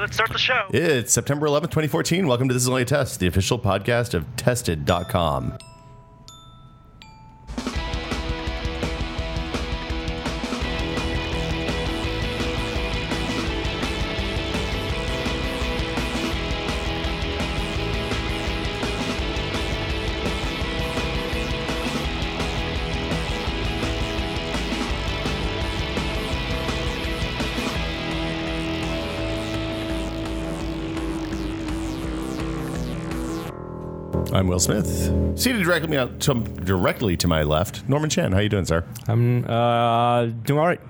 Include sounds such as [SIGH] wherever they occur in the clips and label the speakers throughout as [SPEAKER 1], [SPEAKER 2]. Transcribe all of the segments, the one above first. [SPEAKER 1] let's start the show.
[SPEAKER 2] It's September 11th, 2014. Welcome to This Is Only a Test, the official podcast of Tested.com. I'm Will Smith. Seated directly out to, directly to my left, Norman Chen. How you doing, sir?
[SPEAKER 3] I'm uh, doing all right.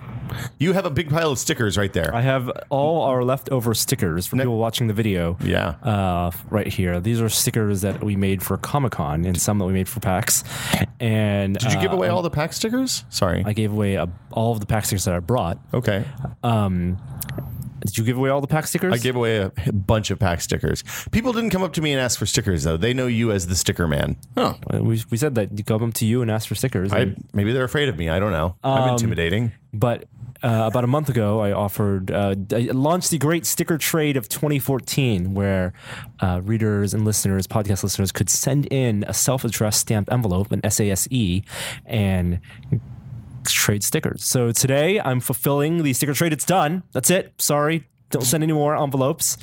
[SPEAKER 2] You have a big pile of stickers right there.
[SPEAKER 3] I have all our leftover stickers for people watching the video.
[SPEAKER 2] Yeah.
[SPEAKER 3] Uh, right here. These are stickers that we made for Comic Con and some that we made for PAX. And uh,
[SPEAKER 2] Did you give away all the pack stickers? Sorry.
[SPEAKER 3] I gave away uh all of the PAX stickers that I brought.
[SPEAKER 2] okay.
[SPEAKER 3] Um, did you give away all the PAX stickers?
[SPEAKER 2] I gave away a bunch of pack stickers. People didn't come up to me and ask for stickers though. They know you as the sticker man. Huh.
[SPEAKER 3] Uh, We, we said that you come up to you and ask for stickers.
[SPEAKER 2] I,
[SPEAKER 3] and-
[SPEAKER 2] maybe they're afraid of me. I don't know.
[SPEAKER 3] Um,
[SPEAKER 2] I'm intimidating.
[SPEAKER 3] but uh, about a month ago, I offered, uh, I launched the great sticker trade of 2014, where uh, readers and listeners, podcast listeners, could send in a self addressed stamped envelope, an SASE, E, and trade stickers. So today I'm fulfilling the sticker trade. It's done. That's it. Sorry. Don't send any more envelopes.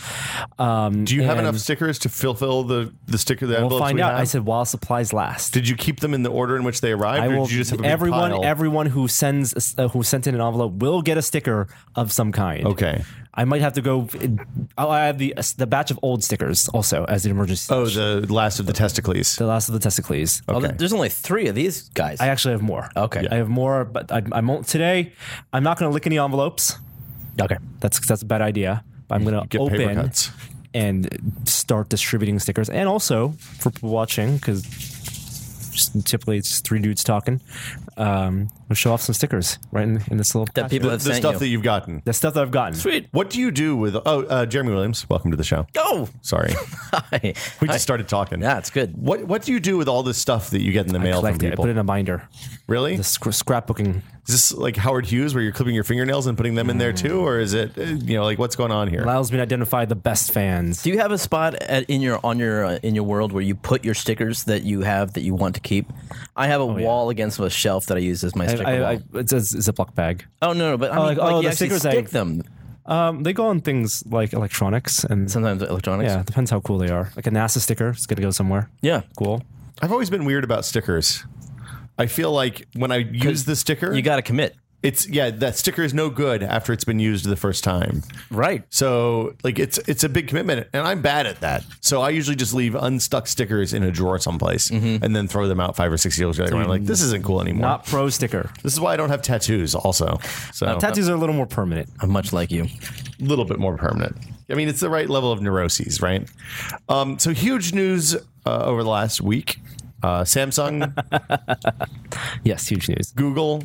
[SPEAKER 3] Um,
[SPEAKER 2] Do you have
[SPEAKER 3] and
[SPEAKER 2] enough stickers to fulfill the the sticker the
[SPEAKER 3] We'll
[SPEAKER 2] envelopes
[SPEAKER 3] find
[SPEAKER 2] we
[SPEAKER 3] out.
[SPEAKER 2] have?
[SPEAKER 3] I said while supplies last.
[SPEAKER 2] Did you keep them in the order in which they arrived?
[SPEAKER 3] I
[SPEAKER 2] or
[SPEAKER 3] will.
[SPEAKER 2] did you just have a big
[SPEAKER 3] everyone,
[SPEAKER 2] pile?
[SPEAKER 3] everyone who sends uh, who sent in an envelope will get a sticker of some kind.
[SPEAKER 2] Okay.
[SPEAKER 3] I might have to go. I'll add the the batch of old stickers also as an emergency.
[SPEAKER 2] Oh, the last of the testicles.
[SPEAKER 3] the last of the testicles.
[SPEAKER 4] Oh,
[SPEAKER 2] Okay.
[SPEAKER 4] th- there's only three of these guys.
[SPEAKER 3] I actually have more.
[SPEAKER 4] Okay. Yeah.
[SPEAKER 3] I have more, but I, I won't today. I'm not going to lick any envelopes.
[SPEAKER 4] okay.
[SPEAKER 3] That's that's a bad idea. But I'm going to
[SPEAKER 2] Get paper
[SPEAKER 3] open
[SPEAKER 2] cuts.
[SPEAKER 3] and start distributing stickers, and also for people watching because typically it's just three dudes talking. Um, we'll show off some stickers right in, in this little
[SPEAKER 4] That people
[SPEAKER 2] The,
[SPEAKER 4] have
[SPEAKER 2] the
[SPEAKER 4] sent
[SPEAKER 2] stuff
[SPEAKER 4] you.
[SPEAKER 2] that you've gotten.
[SPEAKER 3] the stuff that I've gotten.
[SPEAKER 4] Sweet.
[SPEAKER 2] What do you do with? Oh, uh, Jeremy Williams, welcome to the show.
[SPEAKER 4] Oh.
[SPEAKER 3] [LAUGHS]
[SPEAKER 2] Sorry,
[SPEAKER 4] Hi.
[SPEAKER 2] we just started talking.
[SPEAKER 4] Yeah, it's good.
[SPEAKER 2] What What do you do with all this stuff that you get in the mail from
[SPEAKER 3] Collect it. I
[SPEAKER 2] people?
[SPEAKER 3] put it in a binder.
[SPEAKER 2] really?
[SPEAKER 3] The
[SPEAKER 2] Is
[SPEAKER 3] scra- scrapbooking
[SPEAKER 2] this like Howard Hughes, where you're clipping your fingernails and putting them in there too, or is it uh, you know like what's going on here?
[SPEAKER 3] allows me to identify the best fans.
[SPEAKER 4] Do you have a spot at, in your on your uh, in your world where you put your stickers that you have that you want to keep? I have a wall against a shelf that I use as my sticker
[SPEAKER 3] I,
[SPEAKER 4] wall.
[SPEAKER 3] I, it's a z- Ziploc bag.
[SPEAKER 4] oh no, no, but I mean,
[SPEAKER 3] like,
[SPEAKER 4] like,
[SPEAKER 3] oh,
[SPEAKER 4] you
[SPEAKER 3] the
[SPEAKER 4] actually
[SPEAKER 3] stickers I-
[SPEAKER 4] stick them
[SPEAKER 3] Um, they go on things like electronics and
[SPEAKER 4] sometimes electronics.
[SPEAKER 3] yeah, depends how cool they are. Like a NASA sticker, it's gonna go somewhere.
[SPEAKER 4] Yeah.
[SPEAKER 3] Cool.
[SPEAKER 2] I've always been weird about stickers. I feel like when I use the sticker,
[SPEAKER 4] You got to commit.
[SPEAKER 2] it's yeah that sticker is no good after it's been used the first time.
[SPEAKER 4] Right.
[SPEAKER 2] So like it's it's a big commitment, and I'm bad at that. So I usually just leave unstuck stickers in a drawer someplace, and then throw them out five or six years later. I'm like, this isn't cool anymore.
[SPEAKER 3] Not pro sticker.
[SPEAKER 2] This is why I don't have tattoos. Also, so a
[SPEAKER 3] Tattoos are a little more permanent.
[SPEAKER 4] I'm much like you.
[SPEAKER 2] little bit more permanent. I mean, it's the right level of neuroses, right? Um, so huge news uh, over the last week: uh, Samsung,
[SPEAKER 3] Yes, huge news.
[SPEAKER 2] Google.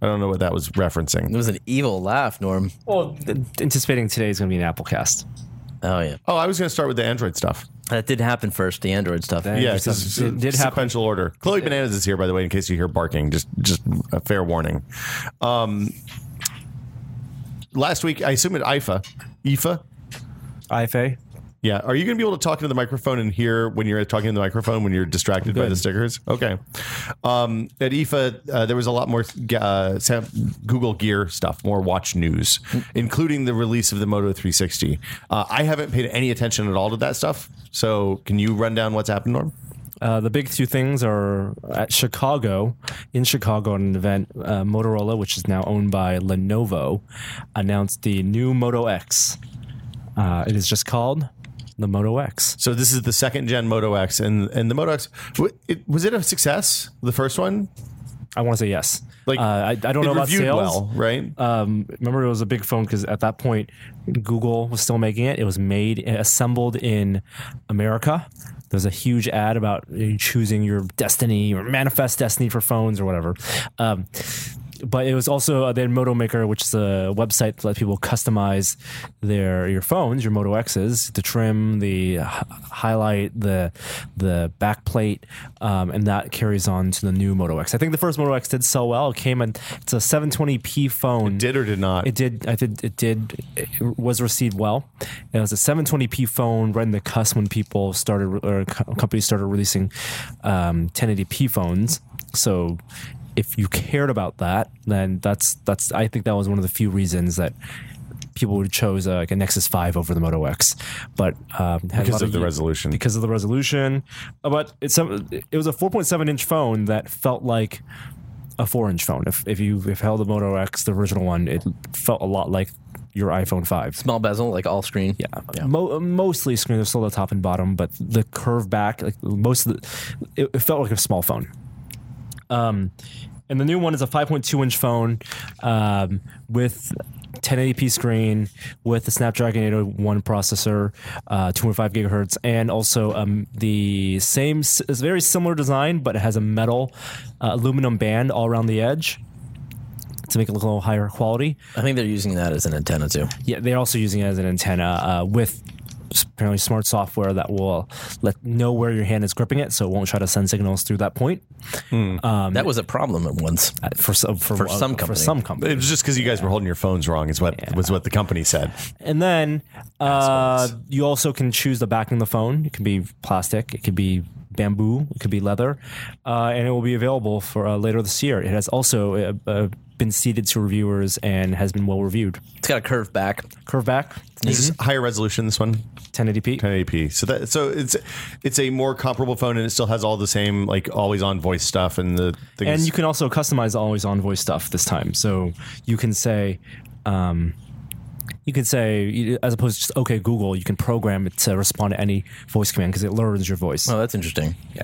[SPEAKER 2] I don't know what that was referencing.
[SPEAKER 4] It was an evil laugh, Norm.
[SPEAKER 3] Well, anticipating today is gonna be an Applecast.
[SPEAKER 4] Oh yeah,
[SPEAKER 2] Oh, I was going to start with the Android stuff.
[SPEAKER 4] that did happen first. The Android stuff.
[SPEAKER 3] Dang.
[SPEAKER 2] Yeah,
[SPEAKER 3] Android
[SPEAKER 2] 'cause
[SPEAKER 3] stuff. It
[SPEAKER 2] it's
[SPEAKER 3] did happen.
[SPEAKER 2] sequential order. Chloe Bananas is here, by the way, in case you hear barking. Just, just a fair warning. Um, last week, I assume at IFA, IFA.
[SPEAKER 3] IFA.
[SPEAKER 2] Yeah, are you going to be able to talk into the microphone and hear when you're talking into the microphone when you're distracted by the stickers? Okay. Um, at IFA, uh, there was a lot more uh, Sam- Google Gear stuff, more watch news, including the release of the Moto 360. Uh, I haven't paid any attention at all to that stuff. So, can you run down what's happened, Norm?
[SPEAKER 3] Uh, the big two things are at Chicago, in Chicago, at an event, uh, Motorola, which is now owned by Lenovo, announced the new Moto X. Uh, it is just called the Moto X.
[SPEAKER 2] So this is the second gen Moto X, and and the Moto X w- it, was it a success? The first one,
[SPEAKER 3] I want to say yes.
[SPEAKER 2] like
[SPEAKER 3] uh, I, I don't
[SPEAKER 2] it
[SPEAKER 3] know about
[SPEAKER 2] reviewed
[SPEAKER 3] sales.
[SPEAKER 2] well, right?
[SPEAKER 3] Um, remember, it was a big phone because at that point, Google was still making it. It was made eh, assembled in America. There's a huge ad eh, about uh, choosing your destiny or manifest destiny for phones or whatever. Um, but it was also uh, they had Moto Maker, which is a website that lets people customize their your phones, your Moto X's, the trim, the h- highlight, the the back plate, um, and that carries on to the new Moto X. I think the first Moto X did sell well. It came and it's a 720p phone.
[SPEAKER 2] Did or did not?
[SPEAKER 3] It did. I did. It did. It was received well. It was a 720p phone right in the cusp when people started or co- companies started releasing um, 1080p phones. So if you cared about that, then that's that's. I think that was one of the few reasons that people would chose uh, like a Nexus Five over the Moto X, but um, had a
[SPEAKER 2] Because
[SPEAKER 3] lot
[SPEAKER 2] of the resolution.
[SPEAKER 3] Because of the resolution, Uh, but it's some- it was a 4.7 inch phone that felt like a four inch phone. If if you if held the Moto X, the original one, it felt a lot like your iPhone five.
[SPEAKER 4] Small bezel, like all screen. Yeah.
[SPEAKER 3] Mo- mostly screen. There's still the top and bottom, but the curve back, like most of the, it, it felt like a small phone. Um, and the new one is a 5.2 inch phone um, with 1080p screen with the Snapdragon 801 processor, uh, 205 gigahertz, and also um, the same. s- It's very similar design, but it has a metal uh, aluminum band all around the edge to make it look a little higher quality.
[SPEAKER 4] I think they're using that as an antenna too.
[SPEAKER 3] Yeah, they're also using it as an antenna uh, with s- apparently smart software that will let know where your hand is gripping it, so it won't try to send signals through that point.
[SPEAKER 4] that was a problem at once.
[SPEAKER 3] Uh, For some, for,
[SPEAKER 4] For some
[SPEAKER 3] for
[SPEAKER 4] company.
[SPEAKER 3] some company,
[SPEAKER 2] It was just because you guys were holding your phones wrong. Is what was what the company said.
[SPEAKER 3] and then uh,
[SPEAKER 2] Assholes.
[SPEAKER 3] you also can choose the backing of the phone. It can be plastic, it could be bamboo, it could be leather, uh, and it will be available for uh, later this year. It has also uh, uh, been seeded to reviewers and has been well reviewed.
[SPEAKER 4] It's got a curve back.
[SPEAKER 3] Curve back,
[SPEAKER 2] Is
[SPEAKER 3] Mm-hmm.
[SPEAKER 2] this higher resolution? This one,
[SPEAKER 3] 1080p.
[SPEAKER 2] 1080p. So that so it's it's a more comparable phone, and it still has all the same like always on voice stuff and the things.
[SPEAKER 3] and you can also customize the always on voice stuff this time so you can say um, you can say you- as opposed to just okay google you can program it to respond to any voice command because it learns your voice
[SPEAKER 4] Oh, that's interesting. Yeah.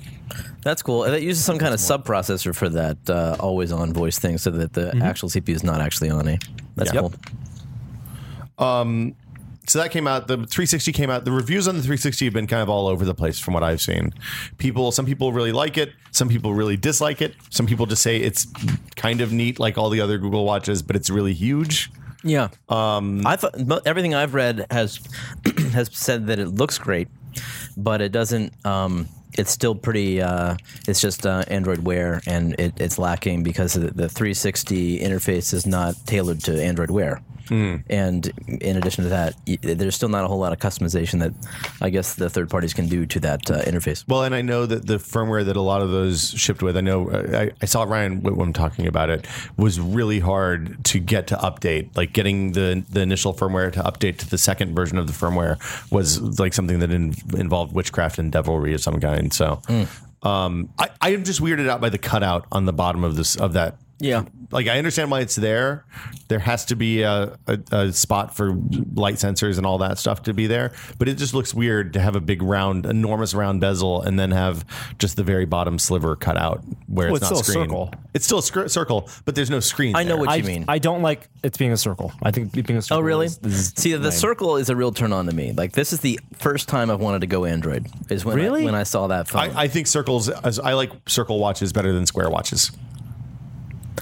[SPEAKER 4] That's cool. And it uses some kind of sub processor for that uh, always on voice thing so that the actual CPU is not actually on it. That's
[SPEAKER 2] Yeah.
[SPEAKER 4] cool.
[SPEAKER 2] so that came out the 360 came out the reviews on the 360 have been kind of all over the place from what i've seen people some people really like it some people really dislike it some people just say it's kind of neat like all the other google watches but it's really huge
[SPEAKER 4] Yeah. Um, I thought mo- everything I've read has [CLEARS THROAT] has said that it looks great, but it doesn't. Um, it's still pretty. Uh, it's just uh, Android Wear, and it, it's lacking because the, the 360 interface is not tailored to Android Wear. And in addition to that, y- there's still not a whole lot of customization that I guess the third parties can do to that uh, interface.
[SPEAKER 2] Well, and I know that the firmware that a lot of those shipped with, I know I, I saw Ryan Whitlam talking about it, was really hard to get to update. Like getting the the initial firmware to update to the second version of the firmware was like something that in, involved witchcraft and devilry of some kind. So, um, I, I am just weirded out by the cutout on the bottom of this of that.
[SPEAKER 4] Yeah.
[SPEAKER 2] Like I understand why it's there. There has to be a, a, a spot for light sensors and all that stuff to be there, but it just looks weird to have a big round, enormous round bezel, and then have just the very bottom sliver cut out where
[SPEAKER 3] Well,
[SPEAKER 2] it's,
[SPEAKER 3] it's
[SPEAKER 2] not
[SPEAKER 3] still a
[SPEAKER 2] screen.
[SPEAKER 3] circle.
[SPEAKER 2] It's still a scr- circle, but there's no screen.
[SPEAKER 4] I know
[SPEAKER 2] there.
[SPEAKER 4] what
[SPEAKER 3] I,
[SPEAKER 4] you mean.
[SPEAKER 3] I don't like it's being a circle. I think it being a circle.
[SPEAKER 4] Oh, really?
[SPEAKER 3] is- is
[SPEAKER 4] See, the
[SPEAKER 3] lame.
[SPEAKER 4] circle is a real turn on to me. Like, this is the first time I've wanted to go Android. Is when
[SPEAKER 3] Really?
[SPEAKER 4] I, when I saw that phone.
[SPEAKER 2] I, I think circles. As I like circle watches better than square watches.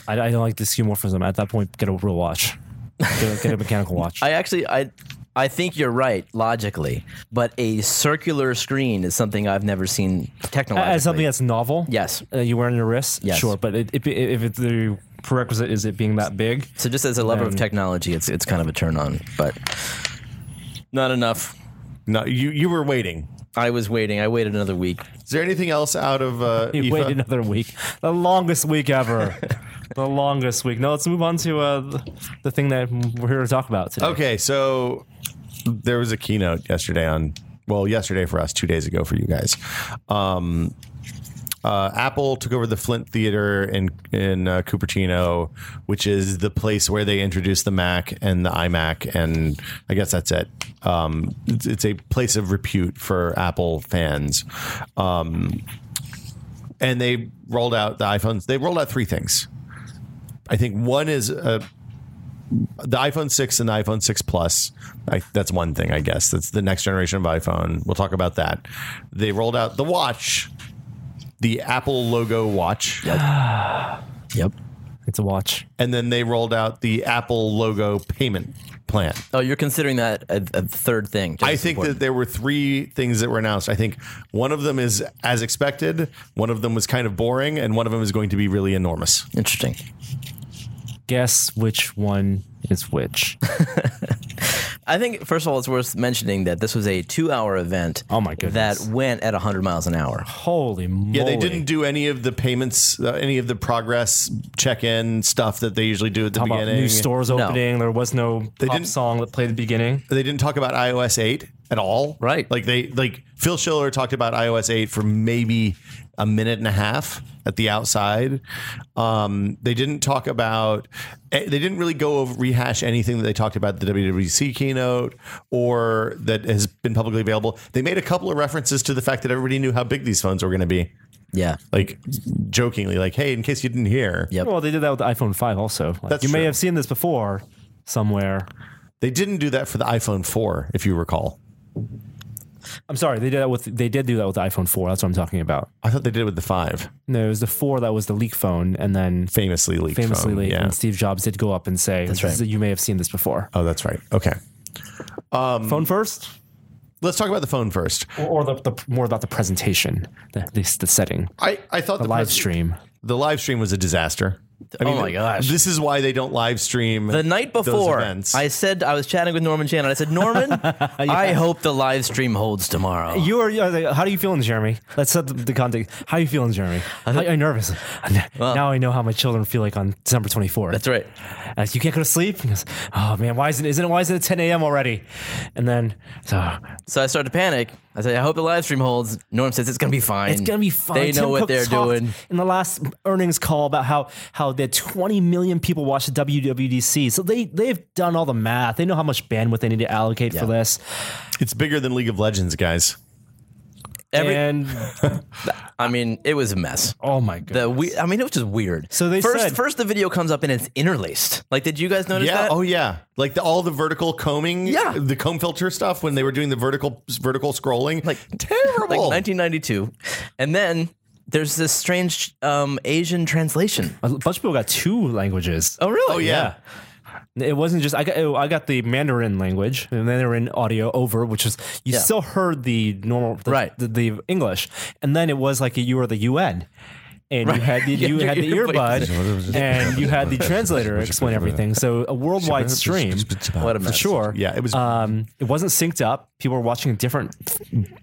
[SPEAKER 3] I, I don't like the skeuomorphism. At that point, get a real watch. Get a, get a
[SPEAKER 4] [LAUGHS]
[SPEAKER 3] mechanical watch.
[SPEAKER 4] I actually I I think you're right logically, but a circular screen is something I've never seen technologically.
[SPEAKER 3] As something that's novel.
[SPEAKER 4] Yes.
[SPEAKER 3] Uh, you wear on your wrist.
[SPEAKER 4] Yes.
[SPEAKER 3] Sure, but it, it, if it, the prerequisite is it being that big,
[SPEAKER 4] so just as a lover of technology, it's it's kind of a turn on, but not enough.
[SPEAKER 2] No, you you were waiting.
[SPEAKER 4] I was waiting. I waited another week.
[SPEAKER 2] Is there anything else out of uh,
[SPEAKER 3] [LAUGHS] You
[SPEAKER 2] IFA?
[SPEAKER 3] wait another week. The longest week
[SPEAKER 2] [LAUGHS]
[SPEAKER 3] ever. the longest week. No, let's move on to uh, th- the thing that we're here to talk about today.
[SPEAKER 2] Okay, so there was a keynote yesterday on well, yesterday for us, two days ago for you guys. Um, uh, Apple took over the Flint Theater in in uh, Cupertino, which is the place where they introduced the Mac and the iMac, and I guess that's it. Um, it's, it's a place of repute for Apple fans. Um, and they rolled out the iPhones. They rolled out three things. I think one is a the iPhone 6 and the iPhone 6 Plus. I, that's one thing, I guess. That's the next generation of iPhone. We'll talk about that. They rolled out the watch, the Apple logo watch.
[SPEAKER 4] Yep.
[SPEAKER 3] It's a watch.
[SPEAKER 2] and then they rolled out the Apple logo payment plan.
[SPEAKER 4] Oh, you're considering that a, a third thing. just
[SPEAKER 2] I
[SPEAKER 4] as
[SPEAKER 2] think that
[SPEAKER 4] important.
[SPEAKER 2] there were three things that were announced. I think one of them is as expected, one of them was kind of boring, and one of them is going to be really enormous.
[SPEAKER 4] interesting.
[SPEAKER 3] Guess which one is which.
[SPEAKER 4] I think first of all, it's worth mentioning that this was a two-hour event.
[SPEAKER 3] Oh, my goodness.
[SPEAKER 4] That went at 100 miles an hour.
[SPEAKER 3] Holy moly.
[SPEAKER 2] Yeah, they didn't do any of the payments, uh, any of the progress check-in stuff that they usually do at the
[SPEAKER 3] How about
[SPEAKER 2] beginning.
[SPEAKER 3] new stores opening? There was no pop
[SPEAKER 2] didn't-
[SPEAKER 3] song that played at the beginning.
[SPEAKER 2] They didn't talk about iOS 8 at all.
[SPEAKER 4] Right.
[SPEAKER 2] Like they like Phil Schiller talked about iOS 8 for maybe a minute and a half at the outside. Um, they didn't talk about eh, they didn't really go over rehash anything that they talked about at the WWDC keynote or that has been publicly available. They made a couple of references to the fact that everybody knew how big these phones were going to be.
[SPEAKER 4] Yeah.
[SPEAKER 2] Like jokingly, like, hey, in case you didn't hear.
[SPEAKER 4] Yep.
[SPEAKER 3] Well, they did that with the iPhone 5 also. Like,
[SPEAKER 2] That's
[SPEAKER 3] you may
[SPEAKER 2] true.
[SPEAKER 3] have seen this before somewhere.
[SPEAKER 2] They didn't do that for the iPhone 4, if you recall.
[SPEAKER 3] I'm sorry, they did that with they did do that with the iPhone 4. That's what I'm talking about.
[SPEAKER 2] I thought they did it with the 5,
[SPEAKER 3] No, it was the 4 that was the leak phone and then
[SPEAKER 2] famously leaked.
[SPEAKER 3] famously
[SPEAKER 2] phone.
[SPEAKER 3] leaked
[SPEAKER 2] Yeah.
[SPEAKER 3] and Steve Jobs did go up and say "This is- you may have seen this before.
[SPEAKER 2] Oh, that's right. Okay.
[SPEAKER 3] phone first
[SPEAKER 2] Let's talk about the phone first.
[SPEAKER 3] or, or the, the more about the presentation, the the, the setting,
[SPEAKER 2] I, I thought the,
[SPEAKER 3] live
[SPEAKER 2] pres-
[SPEAKER 3] stream.
[SPEAKER 2] the live stream was a disaster. I
[SPEAKER 4] Oh my gosh.
[SPEAKER 2] This is why they don't live stream
[SPEAKER 4] The night before,
[SPEAKER 2] events.
[SPEAKER 4] I said I was chatting with Norman Chan, and I
[SPEAKER 3] [LAUGHS]
[SPEAKER 4] said, Norman, I hope the live stream holds tomorrow.
[SPEAKER 3] You are, you are- how are you feeling, Jeremy? Let's set the, the context. How are you feeling, Jeremy? How, I'm nervous. now I know how my children feel like on December 24th.
[SPEAKER 4] That's right.
[SPEAKER 3] Uh, you can't go to sleep. He goes, oh man, why isn't isn't it why isn't it 10 a.m. already? And then so
[SPEAKER 4] So I start to panic. I say, I hope the live stream holds. Norm says it's gonna be fine.
[SPEAKER 3] it's gonna be fine.
[SPEAKER 4] They know
[SPEAKER 3] Tim
[SPEAKER 4] what
[SPEAKER 3] Cook
[SPEAKER 4] they're
[SPEAKER 3] talked
[SPEAKER 4] doing.
[SPEAKER 3] In the last earnings call about how how the 20 million people watch the WWDC, so they they've done all the math. They know how much bandwidth they need to allocate for this.
[SPEAKER 2] it's bigger than League of Legends, guys.
[SPEAKER 4] Every-
[SPEAKER 3] and
[SPEAKER 4] I mean, it was a mess.
[SPEAKER 3] oh my god,
[SPEAKER 4] The we, I mean, it was just weird.
[SPEAKER 3] So they
[SPEAKER 4] first,
[SPEAKER 3] said-
[SPEAKER 4] first the video comes up and it's interlaced. Like, did you guys notice
[SPEAKER 2] Yeah.
[SPEAKER 4] that?
[SPEAKER 2] Oh, yeah. Like the, all the vertical combing,
[SPEAKER 4] Yeah.
[SPEAKER 2] the comb filter stuff when they were doing the vertical vertical scrolling,
[SPEAKER 3] [LAUGHS]
[SPEAKER 2] like
[SPEAKER 4] like
[SPEAKER 2] terrible.
[SPEAKER 4] 1992, and then there's this strange um, Asian translation.
[SPEAKER 3] a bunch of people got two languages.
[SPEAKER 4] Oh, really?
[SPEAKER 2] oh yeah.
[SPEAKER 3] It wasn't just I got oh, I got the Mandarin language, and then they were in audio over, which is you
[SPEAKER 4] Yeah.
[SPEAKER 3] still heard the normal the,
[SPEAKER 4] Right.
[SPEAKER 3] the, the English, and then it was like you were the UN. And you had
[SPEAKER 4] [LAUGHS]
[SPEAKER 3] the, you
[SPEAKER 4] your
[SPEAKER 3] had the
[SPEAKER 4] earbuds.
[SPEAKER 3] earbud, and you had the translator explain everything. So a worldwide stream,
[SPEAKER 4] What a mess.
[SPEAKER 3] for sure.
[SPEAKER 2] Yeah, it was-
[SPEAKER 3] Um, it wasn't synced up. People were watching different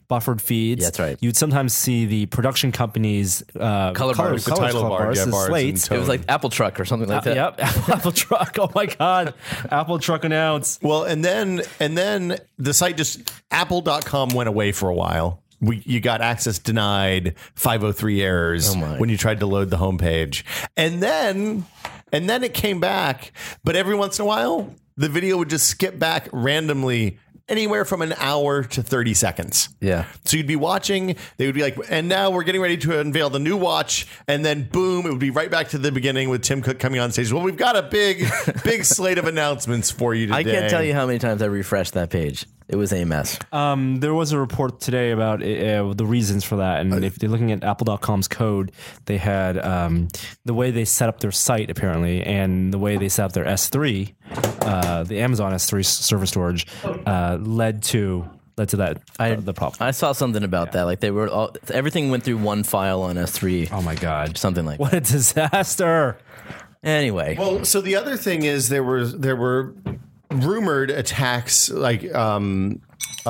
[SPEAKER 3] buffered feeds.
[SPEAKER 4] that's right.
[SPEAKER 3] You'd sometimes see the production companies uh,
[SPEAKER 4] Color bars. The
[SPEAKER 2] title
[SPEAKER 3] color
[SPEAKER 2] bar, yeah,
[SPEAKER 3] the
[SPEAKER 2] bars and
[SPEAKER 3] slates.
[SPEAKER 2] tone.
[SPEAKER 4] It was like Apple Truck or something like that.
[SPEAKER 3] Uh, Yep, [LAUGHS] Apple Truck. Oh my God, Apple Truck announced.
[SPEAKER 2] Well, and then and then the site just apple.com went away for a while. We, you got access denied 503 errors when you tried to load the homepage. And then and then it came back, but every once in a while the video would just skip back randomly anywhere from an hour to 30 seconds.
[SPEAKER 4] Yeah.
[SPEAKER 2] So you'd be watching, they would be like, and now we're getting ready to unveil the new watch. And then boom, it would be right back to the beginning with Tim Cook coming on stage. Well, we've got a big, big
[SPEAKER 4] [LAUGHS]
[SPEAKER 2] slate of announcements for you today.
[SPEAKER 4] I can't tell you how many times I refreshed that page. It was a mess.
[SPEAKER 3] Um, there was a report today about uh, the reasons for that, and if they're looking at Apple.com's code, they had um, the way they set up their site apparently, and the way they set up their S3, uh, the Amazon S3 s- server storage, uh, led to led to that uh, the problem.
[SPEAKER 4] I saw something about that. Like they were all everything went through one file on S3.
[SPEAKER 3] oh my God!
[SPEAKER 4] Something like
[SPEAKER 3] What a disaster!
[SPEAKER 4] that. Anyway.
[SPEAKER 2] Well, so the other thing is there were there were rumored attacks like um, uh,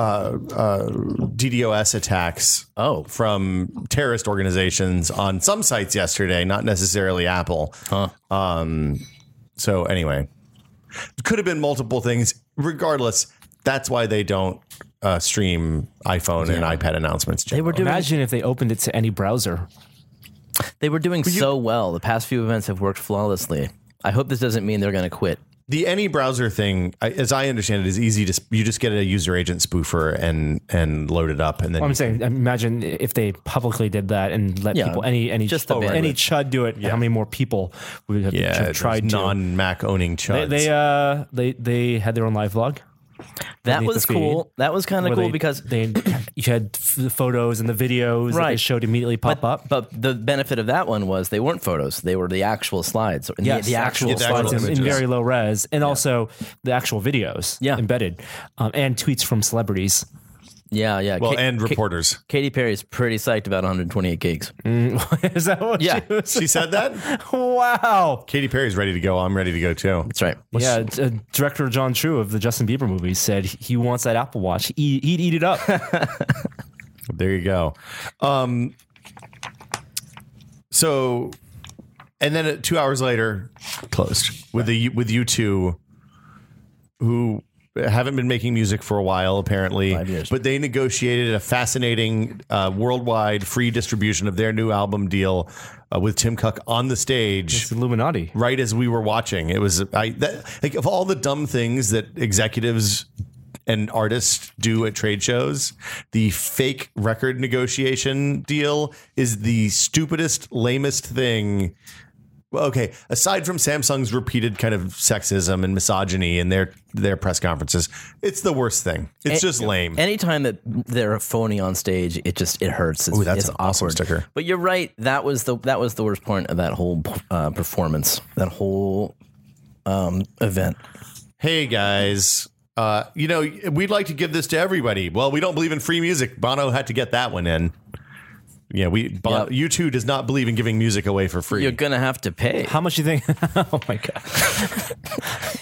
[SPEAKER 2] uh, DDoS attacks.
[SPEAKER 4] Oh.
[SPEAKER 2] from terrorist organizations on some sites yesterday, not necessarily Apple. Huh. Um, so anyway, could have been multiple things. Regardless, that's why they don't uh, stream iPhone and iPad announcements.
[SPEAKER 4] they were doing
[SPEAKER 3] Imagine if they opened it to any browser.
[SPEAKER 4] they were doing so well. The past few events have worked flawlessly. I hope this doesn't mean they're going to quit.
[SPEAKER 2] the any browser thing, I- as I understand it, is easy to you just get a user agent spoofer and and load it up, and then
[SPEAKER 3] I'm
[SPEAKER 2] you
[SPEAKER 3] saying, uh, imagine if they publicly did that and let
[SPEAKER 4] Yeah,
[SPEAKER 3] people any any
[SPEAKER 4] just the
[SPEAKER 3] oh, any chud do it. How many more people would have
[SPEAKER 2] yeah,
[SPEAKER 3] tried to?
[SPEAKER 2] non Mac owning chuds.
[SPEAKER 3] uh, They uh they they had their own live vlog.
[SPEAKER 4] That
[SPEAKER 3] underneath
[SPEAKER 4] was
[SPEAKER 3] the feed,
[SPEAKER 4] cool. That was kind of
[SPEAKER 3] where
[SPEAKER 4] cool
[SPEAKER 3] they-
[SPEAKER 4] because
[SPEAKER 3] they you had f- the photos and the videos that they
[SPEAKER 4] Right.
[SPEAKER 3] showed immediately pop
[SPEAKER 4] but,
[SPEAKER 3] up.
[SPEAKER 4] But the benefit of that one was they weren't photos; they were the actual slides. and
[SPEAKER 3] Yes,
[SPEAKER 4] the, the actual
[SPEAKER 2] Yeah, the actual
[SPEAKER 4] slides.
[SPEAKER 3] in, in
[SPEAKER 2] images.
[SPEAKER 3] very low res, and also the actual videos
[SPEAKER 4] Yeah.
[SPEAKER 3] embedded, um, and tweets from celebrities. [LAUGHS]
[SPEAKER 4] Yeah, yeah.
[SPEAKER 2] Well,
[SPEAKER 4] Ka-
[SPEAKER 2] and
[SPEAKER 4] Ka-
[SPEAKER 2] reporters.
[SPEAKER 4] Katy Perry's pretty psyched about
[SPEAKER 3] [LAUGHS]
[SPEAKER 4] 128 gigs.
[SPEAKER 3] Is that what?
[SPEAKER 4] Yeah.
[SPEAKER 3] she was?
[SPEAKER 2] She said that?
[SPEAKER 3] [LAUGHS] wow.
[SPEAKER 2] Katy Perry's ready to go. I'm ready to go too.
[SPEAKER 4] That's right.
[SPEAKER 3] yeah, d- uh, director John True of the Justin Bieber movie said he wants that Apple Watch. He, he'd eat it up.
[SPEAKER 2] There you go. Um, so, and then uh, two hours later, closed with the with you two, who haven't been making music for a while apparently,
[SPEAKER 4] years.
[SPEAKER 2] but they negotiated a fascinating uh, worldwide free distribution of their new album deal uh, with Tim Cook on the stage.
[SPEAKER 3] it's Illuminati.
[SPEAKER 2] Right as we were watching, it was I that, like of all the dumb things that executives and artists do at trade shows, the fake record negotiation deal is the stupidest, lamest thing. Well, Okay, aside from Samsung's repeated kind of sexism and misogyny in their their press conferences, it's the worst thing. It's just lame.
[SPEAKER 4] Anytime that they're phony on stage, it just it hurts. It's,
[SPEAKER 2] that's
[SPEAKER 4] it's
[SPEAKER 2] an awesome
[SPEAKER 4] awkward.
[SPEAKER 2] sticker.
[SPEAKER 4] But you're right. That was the that was the worst point of that whole uh, performance. That whole um, event.
[SPEAKER 2] hey guys, uh, you know we'd like to give this to everybody. Well, we don't believe in free music. Bono had to get that one in. Yeah, we Bono,
[SPEAKER 4] Yep.
[SPEAKER 2] you two does not believe in giving music away for free.
[SPEAKER 4] You're gonna have to pay.
[SPEAKER 3] How much you think? oh my god!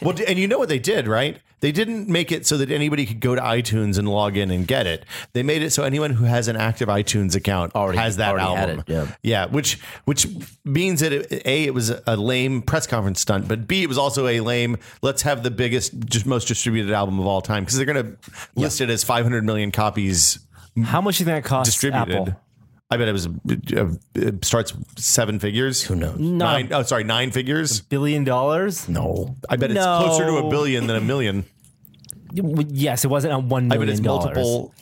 [SPEAKER 2] Well, and you know what they did, right? They didn't make it so that anybody could go to iTunes and log in and get it. They made it so anyone who has an active iTunes account
[SPEAKER 4] Already-
[SPEAKER 2] has that
[SPEAKER 4] already had
[SPEAKER 2] album.
[SPEAKER 4] it, yeah.
[SPEAKER 2] which which means that it, a it was a lame press conference stunt, but b it was also a lame. Let's have the biggest, just most distributed album of all time because they're going to list it as 500 million copies
[SPEAKER 3] How much you think that costs?
[SPEAKER 2] distributed.
[SPEAKER 3] Apple?
[SPEAKER 2] I bet it was uh, it starts seven figures. Who
[SPEAKER 4] knows?
[SPEAKER 2] Nine, oh, sorry, nine figures.
[SPEAKER 3] Billion dollars?
[SPEAKER 4] No.
[SPEAKER 2] I bet it's
[SPEAKER 3] No.
[SPEAKER 2] closer to a billion than a million.
[SPEAKER 3] W- Yes, it wasn't on one
[SPEAKER 2] I mean,
[SPEAKER 3] million
[SPEAKER 2] it's
[SPEAKER 3] dollars.
[SPEAKER 2] multiple.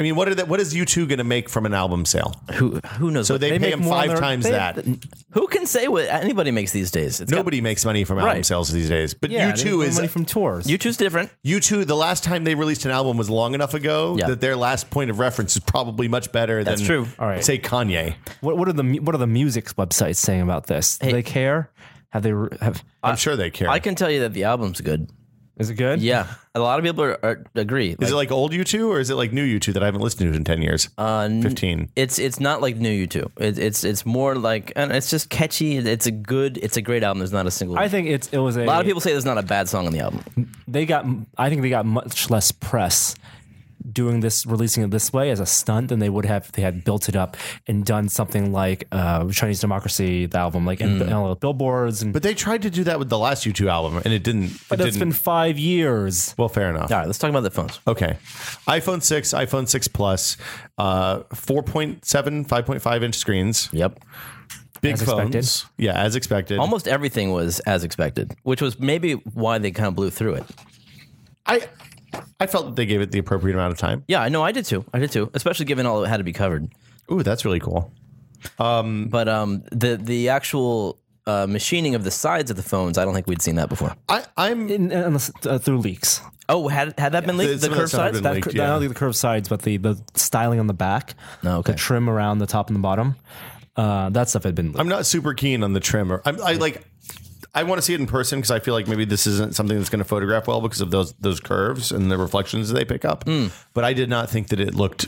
[SPEAKER 2] I mean, what are that? What is U two going to make from an album sale?
[SPEAKER 4] Who who knows?
[SPEAKER 2] So
[SPEAKER 4] what-
[SPEAKER 2] they, pay
[SPEAKER 3] make
[SPEAKER 2] him
[SPEAKER 3] more on
[SPEAKER 2] five
[SPEAKER 3] their-
[SPEAKER 2] times
[SPEAKER 3] they-
[SPEAKER 2] that.
[SPEAKER 4] who can say what anybody makes these days? It's got-
[SPEAKER 2] Nobody makes money from album
[SPEAKER 4] Right.
[SPEAKER 2] sales these days. But
[SPEAKER 3] Yeah,
[SPEAKER 2] U
[SPEAKER 3] they
[SPEAKER 2] two
[SPEAKER 3] make
[SPEAKER 2] is
[SPEAKER 3] money from tours.
[SPEAKER 4] you choose different.
[SPEAKER 2] U two. The last time they released an album was long enough ago
[SPEAKER 4] Yeah.
[SPEAKER 2] that their last point of reference is probably much better
[SPEAKER 4] That's
[SPEAKER 2] than
[SPEAKER 4] true.
[SPEAKER 3] All right.
[SPEAKER 2] say Kanye.
[SPEAKER 3] what, what are the mu- what are the music websites saying about this? Do they care? Have they re- have?
[SPEAKER 2] I'm sure they care.
[SPEAKER 4] I can tell you that the album's good.
[SPEAKER 3] Is it good?
[SPEAKER 4] Yeah, a lot of people are, are, agree.
[SPEAKER 2] is it like old U two or is it like new U two that I haven't listened to in ten years?
[SPEAKER 3] Uh,
[SPEAKER 2] Fifteen.
[SPEAKER 4] It's it's not like new U2. It, it's it's more like and it's just catchy. It's a good. It's a great album. There's not a single.
[SPEAKER 3] I think it's it was a,
[SPEAKER 4] a lot of people say there's not a bad song on the album.
[SPEAKER 3] They got I think they got much less press doing this releasing it this way as a stunt than they would have if they had built it up and done something like uh, Chinese Democracy the album like
[SPEAKER 4] Hmm.
[SPEAKER 3] and and all the billboards and
[SPEAKER 2] But they tried to do that with the last U two album and it didn't. It
[SPEAKER 3] but that's
[SPEAKER 2] didn't.
[SPEAKER 3] been five years.
[SPEAKER 2] well, fair enough.
[SPEAKER 4] All right, let's talk about the phones.
[SPEAKER 2] Okay. iPhone 6, iPhone 6 Plus, uh, 4.7, 5.5 inch screens.
[SPEAKER 4] Yep.
[SPEAKER 2] Big
[SPEAKER 3] As
[SPEAKER 2] phones.
[SPEAKER 3] expected.
[SPEAKER 2] Yeah, as expected.
[SPEAKER 4] Almost everything was as expected, which was maybe why they kind of blew through it.
[SPEAKER 2] I I felt that they gave it the appropriate amount of time.
[SPEAKER 4] Yeah, I know. I did too. I did too. Especially given all that had to be covered.
[SPEAKER 2] Ooh, that's really cool.
[SPEAKER 4] But um, the the actual uh, machining of the sides of the phones, I don't think we'd seen that before.
[SPEAKER 2] I, I'm
[SPEAKER 3] In, unless, uh, through leaks,
[SPEAKER 4] Oh, had had that been leaked? The,
[SPEAKER 2] Some of that
[SPEAKER 4] curve
[SPEAKER 2] stuff had
[SPEAKER 4] sides.
[SPEAKER 2] been
[SPEAKER 4] That-
[SPEAKER 2] leaked.
[SPEAKER 3] Cur-
[SPEAKER 2] yeah.
[SPEAKER 3] I don't think the curved sides, but the the styling on the back,
[SPEAKER 4] Oh, okay.
[SPEAKER 3] the trim around the top and the bottom, uh, that stuff had been. leaked.
[SPEAKER 2] I'm not super keen on the trim. or- I'm I like I want to see it in person because I feel like maybe this isn't something that's going to photograph well because of those those curves and the reflections that they pick up.
[SPEAKER 4] Hmm.
[SPEAKER 2] But I did not think that it looked.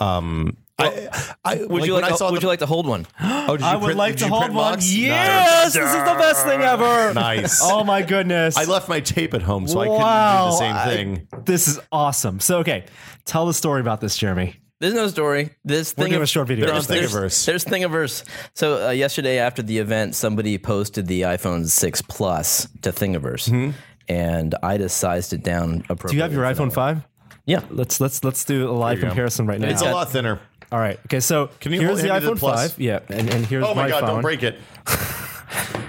[SPEAKER 2] Um, I, I,
[SPEAKER 4] Would you
[SPEAKER 2] when
[SPEAKER 4] like?
[SPEAKER 2] I
[SPEAKER 4] to-
[SPEAKER 2] saw
[SPEAKER 4] would
[SPEAKER 2] the-
[SPEAKER 4] you like to
[SPEAKER 2] [GASPS]
[SPEAKER 4] hold one?
[SPEAKER 2] oh, did you print- did you print mocks?
[SPEAKER 3] Yes, this is the best thing ever.
[SPEAKER 2] Nice.
[SPEAKER 4] [LAUGHS]
[SPEAKER 3] Oh my goodness.
[SPEAKER 2] I left my tape at home, so I couldn't
[SPEAKER 3] Wow,
[SPEAKER 2] do the same
[SPEAKER 3] I-
[SPEAKER 2] thing.
[SPEAKER 3] This is awesome. So okay, tell the story about this, Jeremy.
[SPEAKER 4] There's no story. This thing
[SPEAKER 3] doing
[SPEAKER 4] of-
[SPEAKER 3] a short video.
[SPEAKER 4] There's,
[SPEAKER 2] There's
[SPEAKER 4] there's,
[SPEAKER 2] Thingiverse.
[SPEAKER 4] Thingiverse. There's Thingiverse. So uh, yesterday after the event, somebody posted the iPhone 6 Plus to Thingiverse,
[SPEAKER 2] Mm-hmm.
[SPEAKER 4] and I just sized it down appropriately.
[SPEAKER 3] Do you have your iPhone five?
[SPEAKER 4] Yeah.
[SPEAKER 3] Let's let's let's do a live
[SPEAKER 2] go.
[SPEAKER 3] comparison right now.
[SPEAKER 2] It's a lot thinner.
[SPEAKER 3] All right. Okay. So
[SPEAKER 2] you
[SPEAKER 3] here's
[SPEAKER 2] hold-
[SPEAKER 3] the
[SPEAKER 2] hand me the
[SPEAKER 3] iPhone
[SPEAKER 2] plus?
[SPEAKER 3] five. Yeah, and, and here's
[SPEAKER 2] Oh my, god!
[SPEAKER 3] phone.
[SPEAKER 2] Don't break it.
[SPEAKER 3] I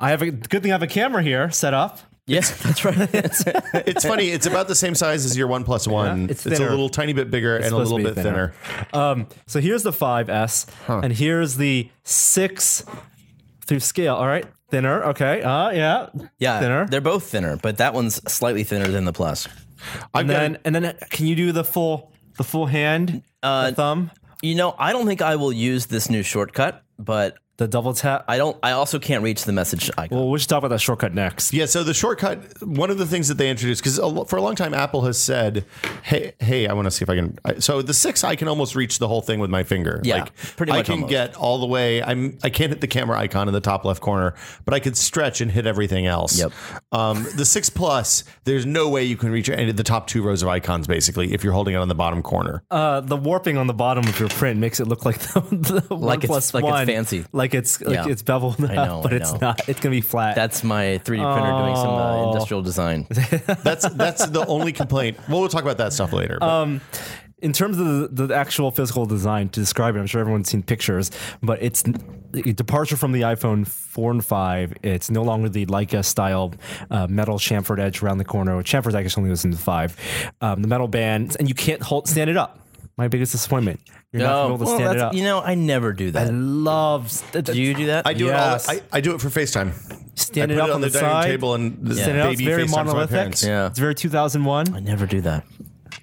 [SPEAKER 3] have a good thing. I have a camera here set up. [LAUGHS]
[SPEAKER 4] Yes, that's right.
[SPEAKER 2] It's funny. It's about the same size as your One Plus One. It's,
[SPEAKER 3] it's
[SPEAKER 2] a
[SPEAKER 3] thinner.
[SPEAKER 2] little tiny bit bigger and a
[SPEAKER 3] supposed to
[SPEAKER 2] little
[SPEAKER 3] be
[SPEAKER 2] bit thinner.
[SPEAKER 3] Um, so here's the 5S, and here's the 6 through scale. All right, thinner. Okay. Uh, yeah.
[SPEAKER 4] [LAUGHS] yeah,
[SPEAKER 3] Thinner.
[SPEAKER 4] They're both thinner, but that one's slightly thinner than the Plus.
[SPEAKER 2] I've
[SPEAKER 3] And
[SPEAKER 2] got
[SPEAKER 3] then, and then, can you do the full the full hand, uh, the thumb,
[SPEAKER 4] You know, I don't think I will use this new shortcut, but
[SPEAKER 3] the double tap?
[SPEAKER 4] I don't. I also can't reach the message icon.
[SPEAKER 3] well, we should talk about that shortcut next.
[SPEAKER 2] Yeah, so the shortcut, one of the things that they introduced, because for a long time Apple has said, "Hey, hey, I want to see if I can." I- So the six, I can almost reach the whole thing with my finger.
[SPEAKER 4] Yeah, pretty
[SPEAKER 2] I
[SPEAKER 4] much
[SPEAKER 2] can
[SPEAKER 4] almost.
[SPEAKER 2] get all the way. I'm. I can't hit the camera icon in the top left corner, but I could stretch and hit everything else.
[SPEAKER 4] Yep.
[SPEAKER 2] Um, the six plus, there's no way you can reach any of the top two rows of icons basically if you're holding it on the bottom corner.
[SPEAKER 3] Uh, the warping on the bottom of your print makes it look like the, [LAUGHS] the one
[SPEAKER 4] it's-
[SPEAKER 3] plus
[SPEAKER 4] like it's
[SPEAKER 3] one,
[SPEAKER 4] fancy.
[SPEAKER 3] like it's like
[SPEAKER 4] Yeah.
[SPEAKER 3] it's beveled up,
[SPEAKER 4] know,
[SPEAKER 3] but
[SPEAKER 4] I
[SPEAKER 3] it's
[SPEAKER 4] know.
[SPEAKER 3] not. It's gonna be flat.
[SPEAKER 4] That's my 3D printer doing some
[SPEAKER 3] Oh.
[SPEAKER 4] uh, industrial
[SPEAKER 3] [LAUGHS]
[SPEAKER 4] design.
[SPEAKER 2] [LAUGHS] That's that's the only complaint. Well, we'll talk about that stuff later. but-
[SPEAKER 4] Um,
[SPEAKER 3] in terms of the, the actual physical design to describe it, I'm sure everyone's seen pictures, but it's a departure from the iPhone 4 and 5. It's no longer the Leica style uh, metal chamfered edge around the corner. Chamfered, I guess, only was in the 5. Um, the metal band, and you can't hold, stand it up. My biggest disappointment. You're not
[SPEAKER 4] No,
[SPEAKER 3] going to be
[SPEAKER 2] Oh,
[SPEAKER 4] well,
[SPEAKER 3] able to stand it
[SPEAKER 4] that's-
[SPEAKER 3] up.
[SPEAKER 4] you know, I never do that.
[SPEAKER 3] Loves
[SPEAKER 4] do you do that?
[SPEAKER 2] I do it
[SPEAKER 3] yes.
[SPEAKER 2] all. I, I do it for FaceTime.
[SPEAKER 3] stand
[SPEAKER 2] I
[SPEAKER 3] it
[SPEAKER 2] put
[SPEAKER 3] up
[SPEAKER 2] it on
[SPEAKER 3] on
[SPEAKER 2] the, dining
[SPEAKER 3] side.
[SPEAKER 2] table and the
[SPEAKER 3] Stand it up. It's
[SPEAKER 2] baby
[SPEAKER 3] very
[SPEAKER 2] FaceTimes my
[SPEAKER 3] monolithic.
[SPEAKER 2] parents.
[SPEAKER 4] Yeah.
[SPEAKER 3] It's very 2001.
[SPEAKER 4] I never do that.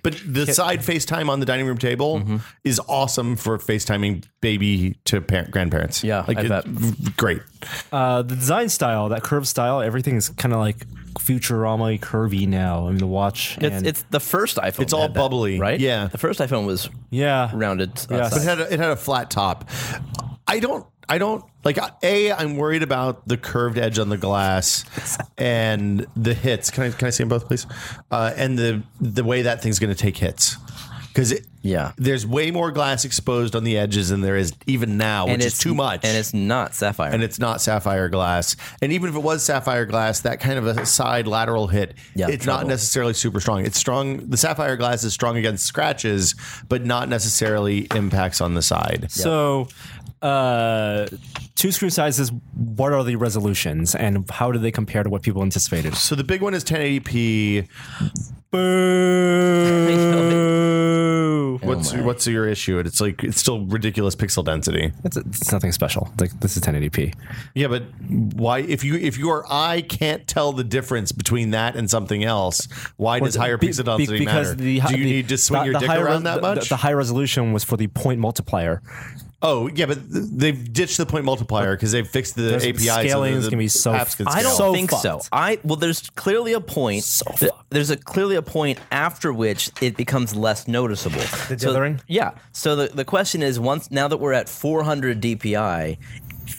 [SPEAKER 2] But the side FaceTime on the dining room table
[SPEAKER 3] Mm-hmm.
[SPEAKER 2] is awesome for FaceTiming baby to par- grandparents.
[SPEAKER 4] Yeah,
[SPEAKER 2] like
[SPEAKER 4] I
[SPEAKER 2] it-
[SPEAKER 4] bet.
[SPEAKER 2] v- great.
[SPEAKER 3] Uh, the design style, that curved style, everything is kind of like Futurama curvy now. I mean, the watch.
[SPEAKER 4] It's,
[SPEAKER 3] and-
[SPEAKER 4] it's the first iPhone.
[SPEAKER 2] It's all
[SPEAKER 4] had that,
[SPEAKER 2] bubbly,
[SPEAKER 4] right?
[SPEAKER 2] yeah.
[SPEAKER 4] The first iPhone was
[SPEAKER 3] yeah.
[SPEAKER 4] rounded. uh,
[SPEAKER 3] Yes.
[SPEAKER 2] But it
[SPEAKER 4] outside.
[SPEAKER 2] had a, it had a flat top. I don't. I don't like a. I'm worried about the curved edge on the glass and the hits. Can I can I see them both, please? Uh, and the the way that thing's going to take hits because
[SPEAKER 4] Yeah.
[SPEAKER 2] there's way more glass exposed on the edges than there is even now,
[SPEAKER 4] And
[SPEAKER 2] which is too much.
[SPEAKER 4] and it's not sapphire.
[SPEAKER 2] and it's not sapphire glass. And even if it was sapphire glass, that kind of a side lateral hit,
[SPEAKER 4] Yeah,
[SPEAKER 2] it's not
[SPEAKER 4] trouble.
[SPEAKER 2] necessarily super strong. It's strong. The sapphire glass is strong against scratches, but not necessarily impacts on the side.
[SPEAKER 3] So, uh, two screen sizes. What are the resolutions, and how do they compare to what people
[SPEAKER 4] [LAUGHS]
[SPEAKER 3] anticipated?
[SPEAKER 2] So the big one is 1080p.
[SPEAKER 3] Boo!
[SPEAKER 2] What's what's your issue? It's like it's still ridiculous pixel density.
[SPEAKER 3] It's, it's nothing special. It's Like this is 1080p.
[SPEAKER 2] Yeah, but why if you if your eye can't tell the difference between that and something else, why does higher
[SPEAKER 3] Be-
[SPEAKER 2] pixel
[SPEAKER 3] be-
[SPEAKER 2] density matter?
[SPEAKER 3] hi-
[SPEAKER 2] Do you
[SPEAKER 3] the-
[SPEAKER 2] need to swing
[SPEAKER 3] the-
[SPEAKER 2] your
[SPEAKER 3] the
[SPEAKER 2] dick
[SPEAKER 3] high
[SPEAKER 2] around
[SPEAKER 3] res-
[SPEAKER 2] that
[SPEAKER 3] the-
[SPEAKER 2] much?
[SPEAKER 3] The, high resolution was for the point multiplier.
[SPEAKER 2] Oh yeah, but th- they've ditched the point multiplier because they've fixed the
[SPEAKER 3] There's
[SPEAKER 2] API.
[SPEAKER 3] scaling is
[SPEAKER 2] the
[SPEAKER 3] gonna be so-
[SPEAKER 2] apps can
[SPEAKER 4] I don't
[SPEAKER 2] scale.
[SPEAKER 3] So
[SPEAKER 4] think so.
[SPEAKER 3] fucked.
[SPEAKER 4] I well, there's clearly a point. th- there's a clearly a point after which it becomes less noticeable. The
[SPEAKER 3] dithering?
[SPEAKER 4] yeah. So the, the question is, once now that we're at 400 DPI,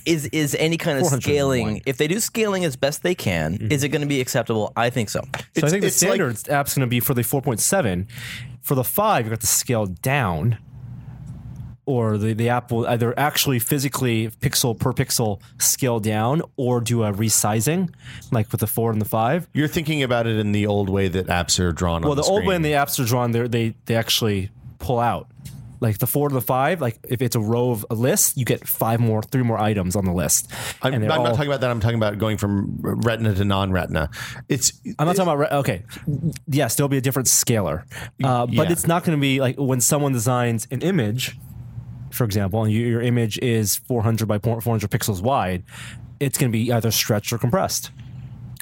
[SPEAKER 4] is is any kind of
[SPEAKER 3] 401.
[SPEAKER 4] scaling? If they do scaling as best they can,
[SPEAKER 3] Mm-hmm.
[SPEAKER 4] is it going to be acceptable? I think so.
[SPEAKER 3] So I
[SPEAKER 2] It's-
[SPEAKER 3] think the
[SPEAKER 2] it's like-
[SPEAKER 3] standard app's going to be for the 4.7. For the five, you got to scale down, or the, the app will either actually physically pixel per pixel scale down, or do a resizing, like with the four and the five.
[SPEAKER 2] You're thinking about it in the old way that apps are drawn.
[SPEAKER 3] Well, the, old way in the apps are drawn, they they they actually pull out. Like the four to the five, like if it's a row of a list, you get five more, three more items on the list.
[SPEAKER 2] I'm,
[SPEAKER 3] And
[SPEAKER 2] I'm not
[SPEAKER 3] they're all-
[SPEAKER 2] talking about that. I'm talking about going from retina to non-retina. It's
[SPEAKER 3] I'm not talking about re- okay. Yes, there'll be a different scalar, uh, but
[SPEAKER 2] Yeah.
[SPEAKER 3] it's not going to be like when someone designs an image, for example, and you, your image is 400 by 400 pixels wide. It's going to be either stretched or compressed.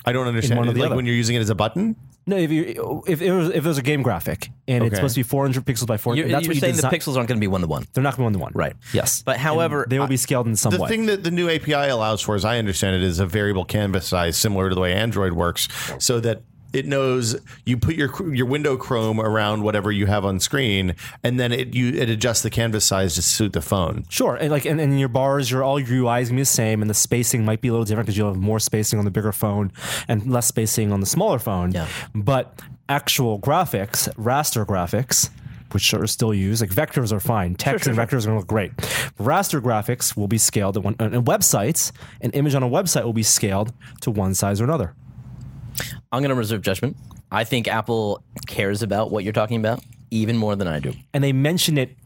[SPEAKER 2] I don't understand.
[SPEAKER 3] one or
[SPEAKER 2] Like
[SPEAKER 3] the other.
[SPEAKER 2] when you're using it as a button,
[SPEAKER 3] No, if you if it was, if there's a game graphic and
[SPEAKER 2] Okay.
[SPEAKER 3] it's supposed to be 400 pixels by 400,
[SPEAKER 4] You're,
[SPEAKER 3] that's
[SPEAKER 4] you're
[SPEAKER 3] what you
[SPEAKER 4] saying
[SPEAKER 3] design-
[SPEAKER 4] the pixels aren't going to be one to one,
[SPEAKER 3] They're not going to be one to one,
[SPEAKER 4] right?
[SPEAKER 3] Yes,
[SPEAKER 4] But however,
[SPEAKER 3] they will be scaled in some
[SPEAKER 2] the
[SPEAKER 3] way.
[SPEAKER 2] thing that the new API allows for, as I understand it, is a variable canvas size similar to the way Android works, so that it knows you put your your window chrome around whatever you have on screen, and then it you it adjusts the canvas size to suit the phone.
[SPEAKER 3] Sure, and like and, and your bars, your all your UI is gonna be the same, and the spacing might be a little different because you'll have more spacing on the bigger phone and less spacing on the smaller phone.
[SPEAKER 4] Yeah.
[SPEAKER 3] But actual graphics, raster graphics, which are still used, like vectors are fine. Text and vectors are gonna look great. Raster graphics will be scaled at one, and and websites, an image on a website will be scaled to one size or another.
[SPEAKER 4] I'm going to reserve judgment. I think Apple cares about what you're talking about even more than I
[SPEAKER 3] [LAUGHS]
[SPEAKER 4] do.
[SPEAKER 3] and they mention it,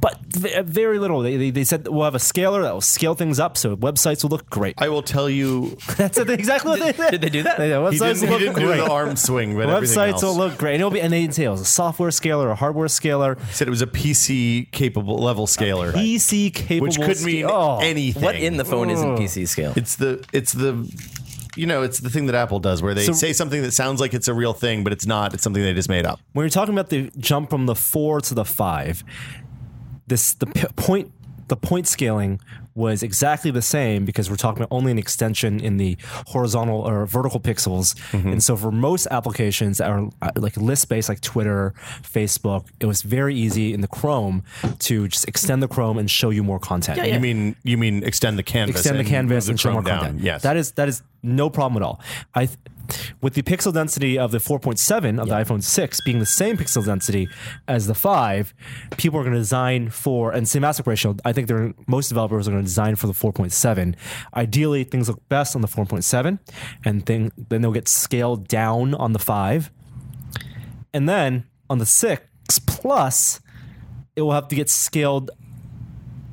[SPEAKER 3] but ve- very little. They, they, they said we'll have a scaler that will scale things up, so websites will look great. [LAUGHS]
[SPEAKER 2] I will tell you
[SPEAKER 3] That's exactly what they did.
[SPEAKER 4] Did they do that?
[SPEAKER 3] Yeah,
[SPEAKER 2] He
[SPEAKER 3] websites
[SPEAKER 2] didn't, he
[SPEAKER 3] will
[SPEAKER 2] didn't
[SPEAKER 3] look
[SPEAKER 2] do
[SPEAKER 3] great.
[SPEAKER 2] the arm swing, but everything
[SPEAKER 3] Websites
[SPEAKER 2] else.
[SPEAKER 3] will look great. And it'll be and they entails a software scaler, a hardware scaler,
[SPEAKER 2] Said it was a PC capable level scaler,
[SPEAKER 3] PC capable,
[SPEAKER 2] which could mean
[SPEAKER 3] sca- oh.
[SPEAKER 2] anything.
[SPEAKER 4] What in the phone isn't PC scale?
[SPEAKER 2] It's the it's the you know, it's the thing that Apple does where they
[SPEAKER 3] So-
[SPEAKER 2] say something that sounds like it's a real thing, but it's not. It's something they just made up.
[SPEAKER 3] when you're talking about the jump from the four to the five, this the p- point the point scaling was exactly the same because we're talking about only an extension in the horizontal or vertical pixels.
[SPEAKER 2] Mm-hmm.
[SPEAKER 3] And so for most applications that are uh, like list based, like Twitter, Facebook, it was very easy in the Chrome to just extend the Chrome and show you more content.
[SPEAKER 2] You mean you mean extend the canvas?
[SPEAKER 3] extend the
[SPEAKER 2] and move
[SPEAKER 3] canvas
[SPEAKER 2] the
[SPEAKER 3] and show more
[SPEAKER 2] Chrome down.
[SPEAKER 3] content.
[SPEAKER 2] Yes,
[SPEAKER 3] that is that is no problem at all. I th- with the pixel density of the 4.7 of the iPhone 6 being the same pixel density as the 5, people are going to design for and same aspect ratio. I think they're most developers are going to design for the 4.7. Ideally, things look best on the 4.7, and thing, then they'll get scaled down on the 5, and then on the 6 plus, it will have to get scaled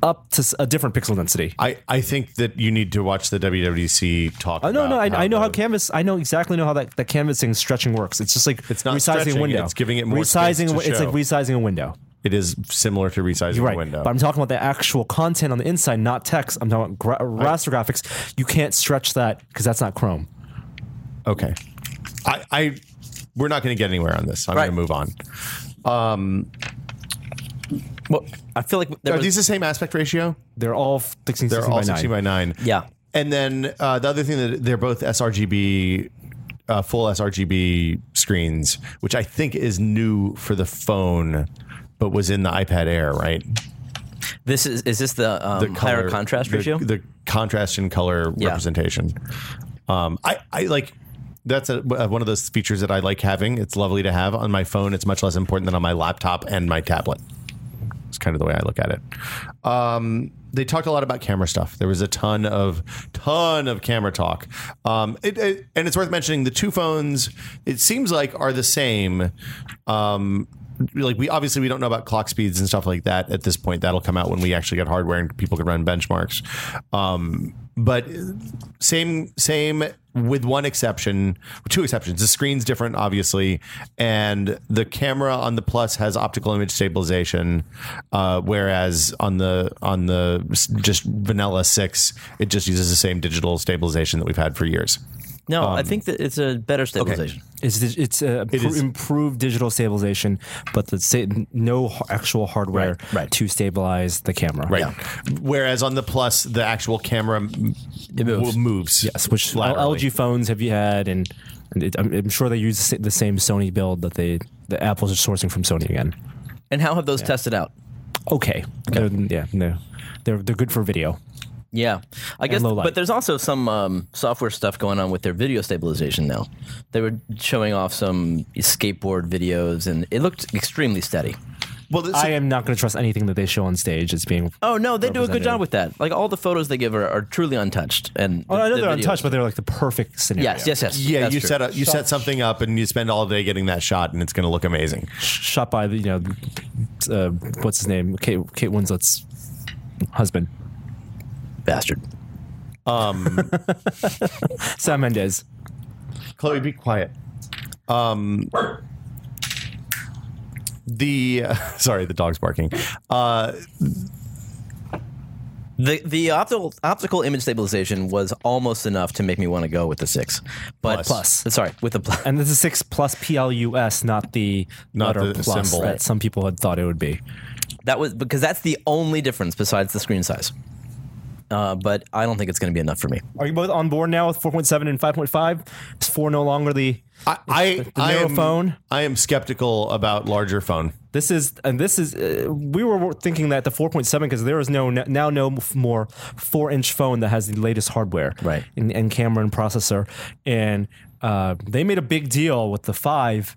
[SPEAKER 3] up to s- a different pixel density.
[SPEAKER 2] I, I think that you need to watch the WWDC talk.
[SPEAKER 3] Oh, no, no, I,
[SPEAKER 2] about
[SPEAKER 3] I know how
[SPEAKER 2] the-
[SPEAKER 3] canvas. I know exactly know how that, that canvassing stretching works. It's just like
[SPEAKER 2] It's not
[SPEAKER 3] resizing
[SPEAKER 2] stretching,
[SPEAKER 3] a window.
[SPEAKER 2] it's giving it more
[SPEAKER 3] resizing.
[SPEAKER 2] space
[SPEAKER 3] a
[SPEAKER 2] to
[SPEAKER 3] wi- it's like
[SPEAKER 2] show.
[SPEAKER 3] resizing a window.
[SPEAKER 2] it is similar to resizing
[SPEAKER 3] Right.
[SPEAKER 2] a window.
[SPEAKER 3] But I'm talking about the actual content on the inside, not text. I'm talking about gra- uh, raster graphics. You can't stretch that because that's not Chrome.
[SPEAKER 2] okay, I, I we're not going to get anywhere on this. I'm
[SPEAKER 4] Right.
[SPEAKER 2] going to move on.
[SPEAKER 4] Well, I feel like there
[SPEAKER 2] Are
[SPEAKER 4] was,
[SPEAKER 2] these the same aspect ratio?
[SPEAKER 3] They're all 16,
[SPEAKER 2] They're
[SPEAKER 3] 16
[SPEAKER 2] all
[SPEAKER 3] by 9.
[SPEAKER 2] 16 by 9.
[SPEAKER 4] Yeah.
[SPEAKER 2] And then uh, the other thing that they're both sRGB, uh, full sRGB screens, which I think is new for the phone, but was in the iPad Air, right?
[SPEAKER 4] this is is this the, um, higher
[SPEAKER 2] color-
[SPEAKER 4] contrast
[SPEAKER 2] the-
[SPEAKER 4] ratio?
[SPEAKER 2] The contrast and color
[SPEAKER 4] Yeah.
[SPEAKER 2] representation. Um, I, I like that's a, w- one of those features that I like having. It's lovely to have on my phone. It's much less important than on my laptop and my tablet. It's kind of the way I look at it. Um, they talked a lot about camera stuff. There was a ton of ton of camera talk, um, it, it- and it's worth mentioning the two phones. It seems like are the same. Um, like we obviously we don't know about clock speeds and stuff like that at this point. That'll come out when we actually get hardware and people can run benchmarks. Um, but same same with one exception two exceptions the screen's different obviously and the camera on the plus has optical image stabilization uh, whereas on the on the s- just vanilla 6 it just uses the same digital stabilization that we've had for years
[SPEAKER 4] no, I think that it's a better stabilization.
[SPEAKER 3] It's, di- it's uh, impro-
[SPEAKER 2] is.
[SPEAKER 3] improved digital stabilization, but the sa- no h- actual hardware
[SPEAKER 4] Right, right.
[SPEAKER 3] to stabilize the camera.
[SPEAKER 2] right whereas on the plus the actual camera it
[SPEAKER 4] moves.
[SPEAKER 2] moves
[SPEAKER 3] Yes, which
[SPEAKER 2] laterally.
[SPEAKER 3] LG phones have you had, and, and it, I'm, I'm sure they use the sa- the same Sony build that they the Apple's are sourcing from Sony again.
[SPEAKER 4] And how have those tested out?
[SPEAKER 3] Okay, They're, yeah, no, they're they're good for video.
[SPEAKER 4] Yeah, I guess.
[SPEAKER 3] low light.
[SPEAKER 4] But there's also some um, software stuff going on with their video stabilization now. They were showing off some skateboard videos, and it looked extremely steady.
[SPEAKER 2] well this,
[SPEAKER 3] I am not going to trust anything that they show on stage as being.
[SPEAKER 4] Oh no, they do a
[SPEAKER 3] Representative.
[SPEAKER 4] good job with that. Like all the photos they give are, are truly untouched. And
[SPEAKER 3] Oh, I know
[SPEAKER 4] the
[SPEAKER 3] they're
[SPEAKER 4] videos-
[SPEAKER 3] untouched, but they're like the perfect scenario.
[SPEAKER 4] Yes, yes, yes.
[SPEAKER 2] yeah
[SPEAKER 4] that's
[SPEAKER 2] you
[SPEAKER 4] true.
[SPEAKER 2] set up you set something up and you spend all day getting that shot and it's going to look amazing
[SPEAKER 3] Shot by the you know, uh, what's his name? Kate Kate Winslet's husband,
[SPEAKER 4] bastard.
[SPEAKER 3] Sam Mendes.
[SPEAKER 2] Chloe, be quiet. Um, the [LAUGHS] sorry, the dog's barking. Uh,
[SPEAKER 4] The the optical optical image stabilization was almost enough to make me want to go with the six, but
[SPEAKER 3] Plus.
[SPEAKER 4] Sorry, with the plus.
[SPEAKER 3] And this is six plus P L U S, not the
[SPEAKER 2] Not
[SPEAKER 3] letter
[SPEAKER 2] the
[SPEAKER 3] plus
[SPEAKER 2] symbol.
[SPEAKER 3] that some people had thought it would be.
[SPEAKER 4] That was because that's the only difference besides the screen size. Uh, but I don't think it's going to be enough for me.
[SPEAKER 3] Are you both on board now with 4.7 and 5.5? Is 4 no longer the.
[SPEAKER 2] I, I,
[SPEAKER 3] the
[SPEAKER 2] I
[SPEAKER 3] narrow
[SPEAKER 2] am
[SPEAKER 3] phone?
[SPEAKER 2] I am skeptical about larger phone.
[SPEAKER 3] This is, and this is, uh, we were thinking that the 4.7, because there is no, now no more four inch phone that has the latest hardware.
[SPEAKER 4] Right.
[SPEAKER 3] And, and camera and processor. And uh, they made a big deal with the 5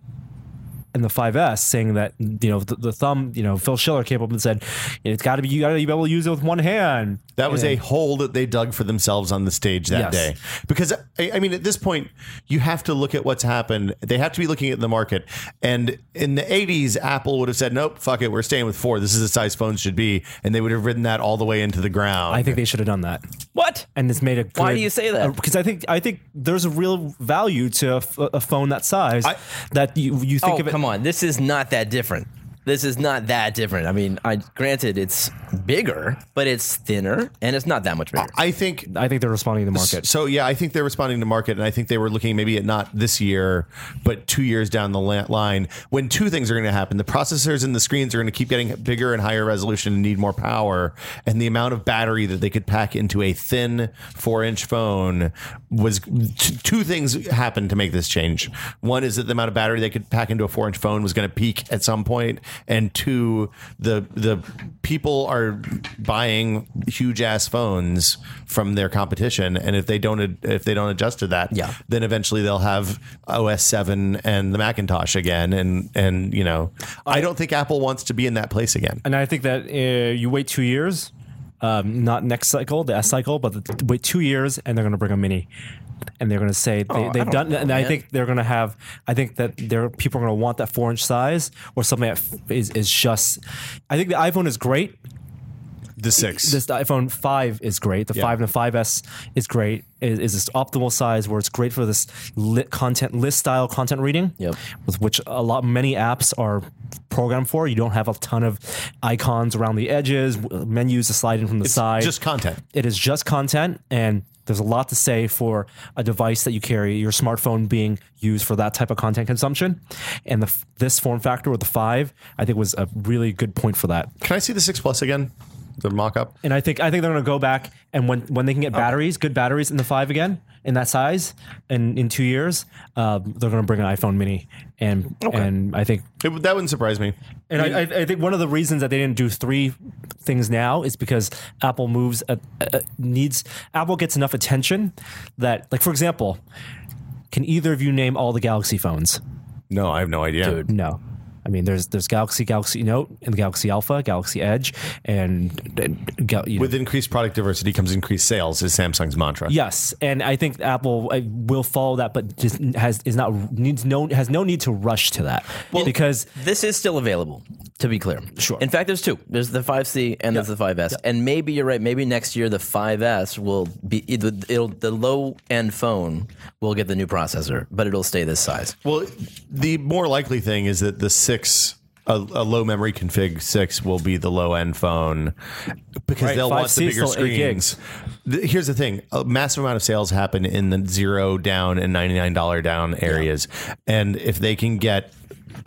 [SPEAKER 3] and the 5S saying that, you know, the, the thumb, you know, Phil Schiller came up and said, it's got to be, you got to be able to use it with one hand.
[SPEAKER 2] That was a hole that they dug for themselves on the stage that
[SPEAKER 3] Yes.
[SPEAKER 2] day. Because I, I mean, at this point, you have to look at what's happened. They have to be looking at the market. And in the '80s, Apple would have said, "Nope, fuck it, we're staying with four. This is the size phones should be," and they would have ridden that all the way into the ground.
[SPEAKER 3] I think they should have done that.
[SPEAKER 4] What?
[SPEAKER 3] and it's made a.
[SPEAKER 4] Why
[SPEAKER 3] good-
[SPEAKER 4] do you say that?
[SPEAKER 3] uh, Because I think I think there's a real value to a, f- a phone that size
[SPEAKER 2] I-
[SPEAKER 3] that you you think
[SPEAKER 4] oh,
[SPEAKER 3] of it.
[SPEAKER 4] come on. This is not that different. this is not that different. I mean, I granted it's bigger, but it's thinner, and it's not that much bigger.
[SPEAKER 2] I think
[SPEAKER 3] I think they're responding to the market.
[SPEAKER 2] so. Yeah, I think they're responding to market, and I think they were looking maybe at not this year, but two years down the la- line when two things are going to happen: the processors and the screens are going to keep getting bigger and higher resolution and need more power, and the amount of battery that they could pack into a thin four-inch phone was t- two things happened to make this change. One is that the amount of battery they could pack into a four-inch phone was going to peak at some point, and two, the the people are buying huge ass phones from their competition, and if they don't ad- if they don't adjust to that,
[SPEAKER 4] Yeah.
[SPEAKER 2] then eventually they'll have OS seven and the Macintosh again, and and you know, I don't think Apple wants to be in that place again.
[SPEAKER 3] And I think that uh, you wait two years, um, not next cycle, the S cycle, but the, wait two years, and they're going to bring a mini. And they're going to say they,
[SPEAKER 4] Oh, I
[SPEAKER 3] they've
[SPEAKER 4] don't
[SPEAKER 3] done,
[SPEAKER 4] know,
[SPEAKER 3] and I
[SPEAKER 4] man.
[SPEAKER 3] think they're going to have. I think that there people are going to want that four inch size or something that f- is is just. I think the iPhone is great.
[SPEAKER 2] The six,
[SPEAKER 3] This iPhone five is great. The five and the 5S is great. Is is this optimal size where it's great for this lit content list style content reading?
[SPEAKER 4] Yep.
[SPEAKER 3] with which a lot many apps are programmed for. You don't have a ton of icons around the edges, w- menus to slide in from the side.
[SPEAKER 2] just content.
[SPEAKER 3] it is just content, and there's a lot to say for a device that you carry, your smartphone being used for that type of content consumption. And the f- this form factor with the five, I think, was a really good point for that.
[SPEAKER 2] Can I see the six plus again? The mock up.
[SPEAKER 3] And I think I think they're going to go back and when when they can get batteries, good batteries in the five again in that size, and in two years, uh, they're going to bring an iPhone Mini, and and I think
[SPEAKER 2] It- that wouldn't surprise me.
[SPEAKER 3] And I, I, I think one of the reasons that they didn't do three things now is because Apple moves uh, uh, needs Apple gets enough attention that, like for example, can either of you name all the Galaxy phones?
[SPEAKER 2] No, I have no idea. Dude.
[SPEAKER 3] No. I mean, there's there's Galaxy, Galaxy Note, and the Galaxy Alpha, Galaxy Edge, and, and Gal- you know.
[SPEAKER 2] With increased product diversity comes increased sales. Is Samsung's mantra?
[SPEAKER 3] Yes, and I think Apple uh, will follow that, but just has is not needs no has no need to rush to that because
[SPEAKER 4] This is still available, to be clear.
[SPEAKER 3] Sure.
[SPEAKER 4] In fact, there's two. There's the 5C and there's the 5S. And maybe you're right. Maybe next year the 5S will be it'll, it'll the low end phone will get the new processor, but it'll stay this size.
[SPEAKER 2] Well, the more likely thing is that the six, a, a low memory config six, will be the low end phone because
[SPEAKER 3] Right,
[SPEAKER 2] they'll want
[SPEAKER 3] 5C
[SPEAKER 2] the
[SPEAKER 3] is
[SPEAKER 2] bigger
[SPEAKER 3] still eight
[SPEAKER 2] screens. The- here's the thing: a massive amount of sales happen in the zero down and ninety nine dollar down areas, and if they can get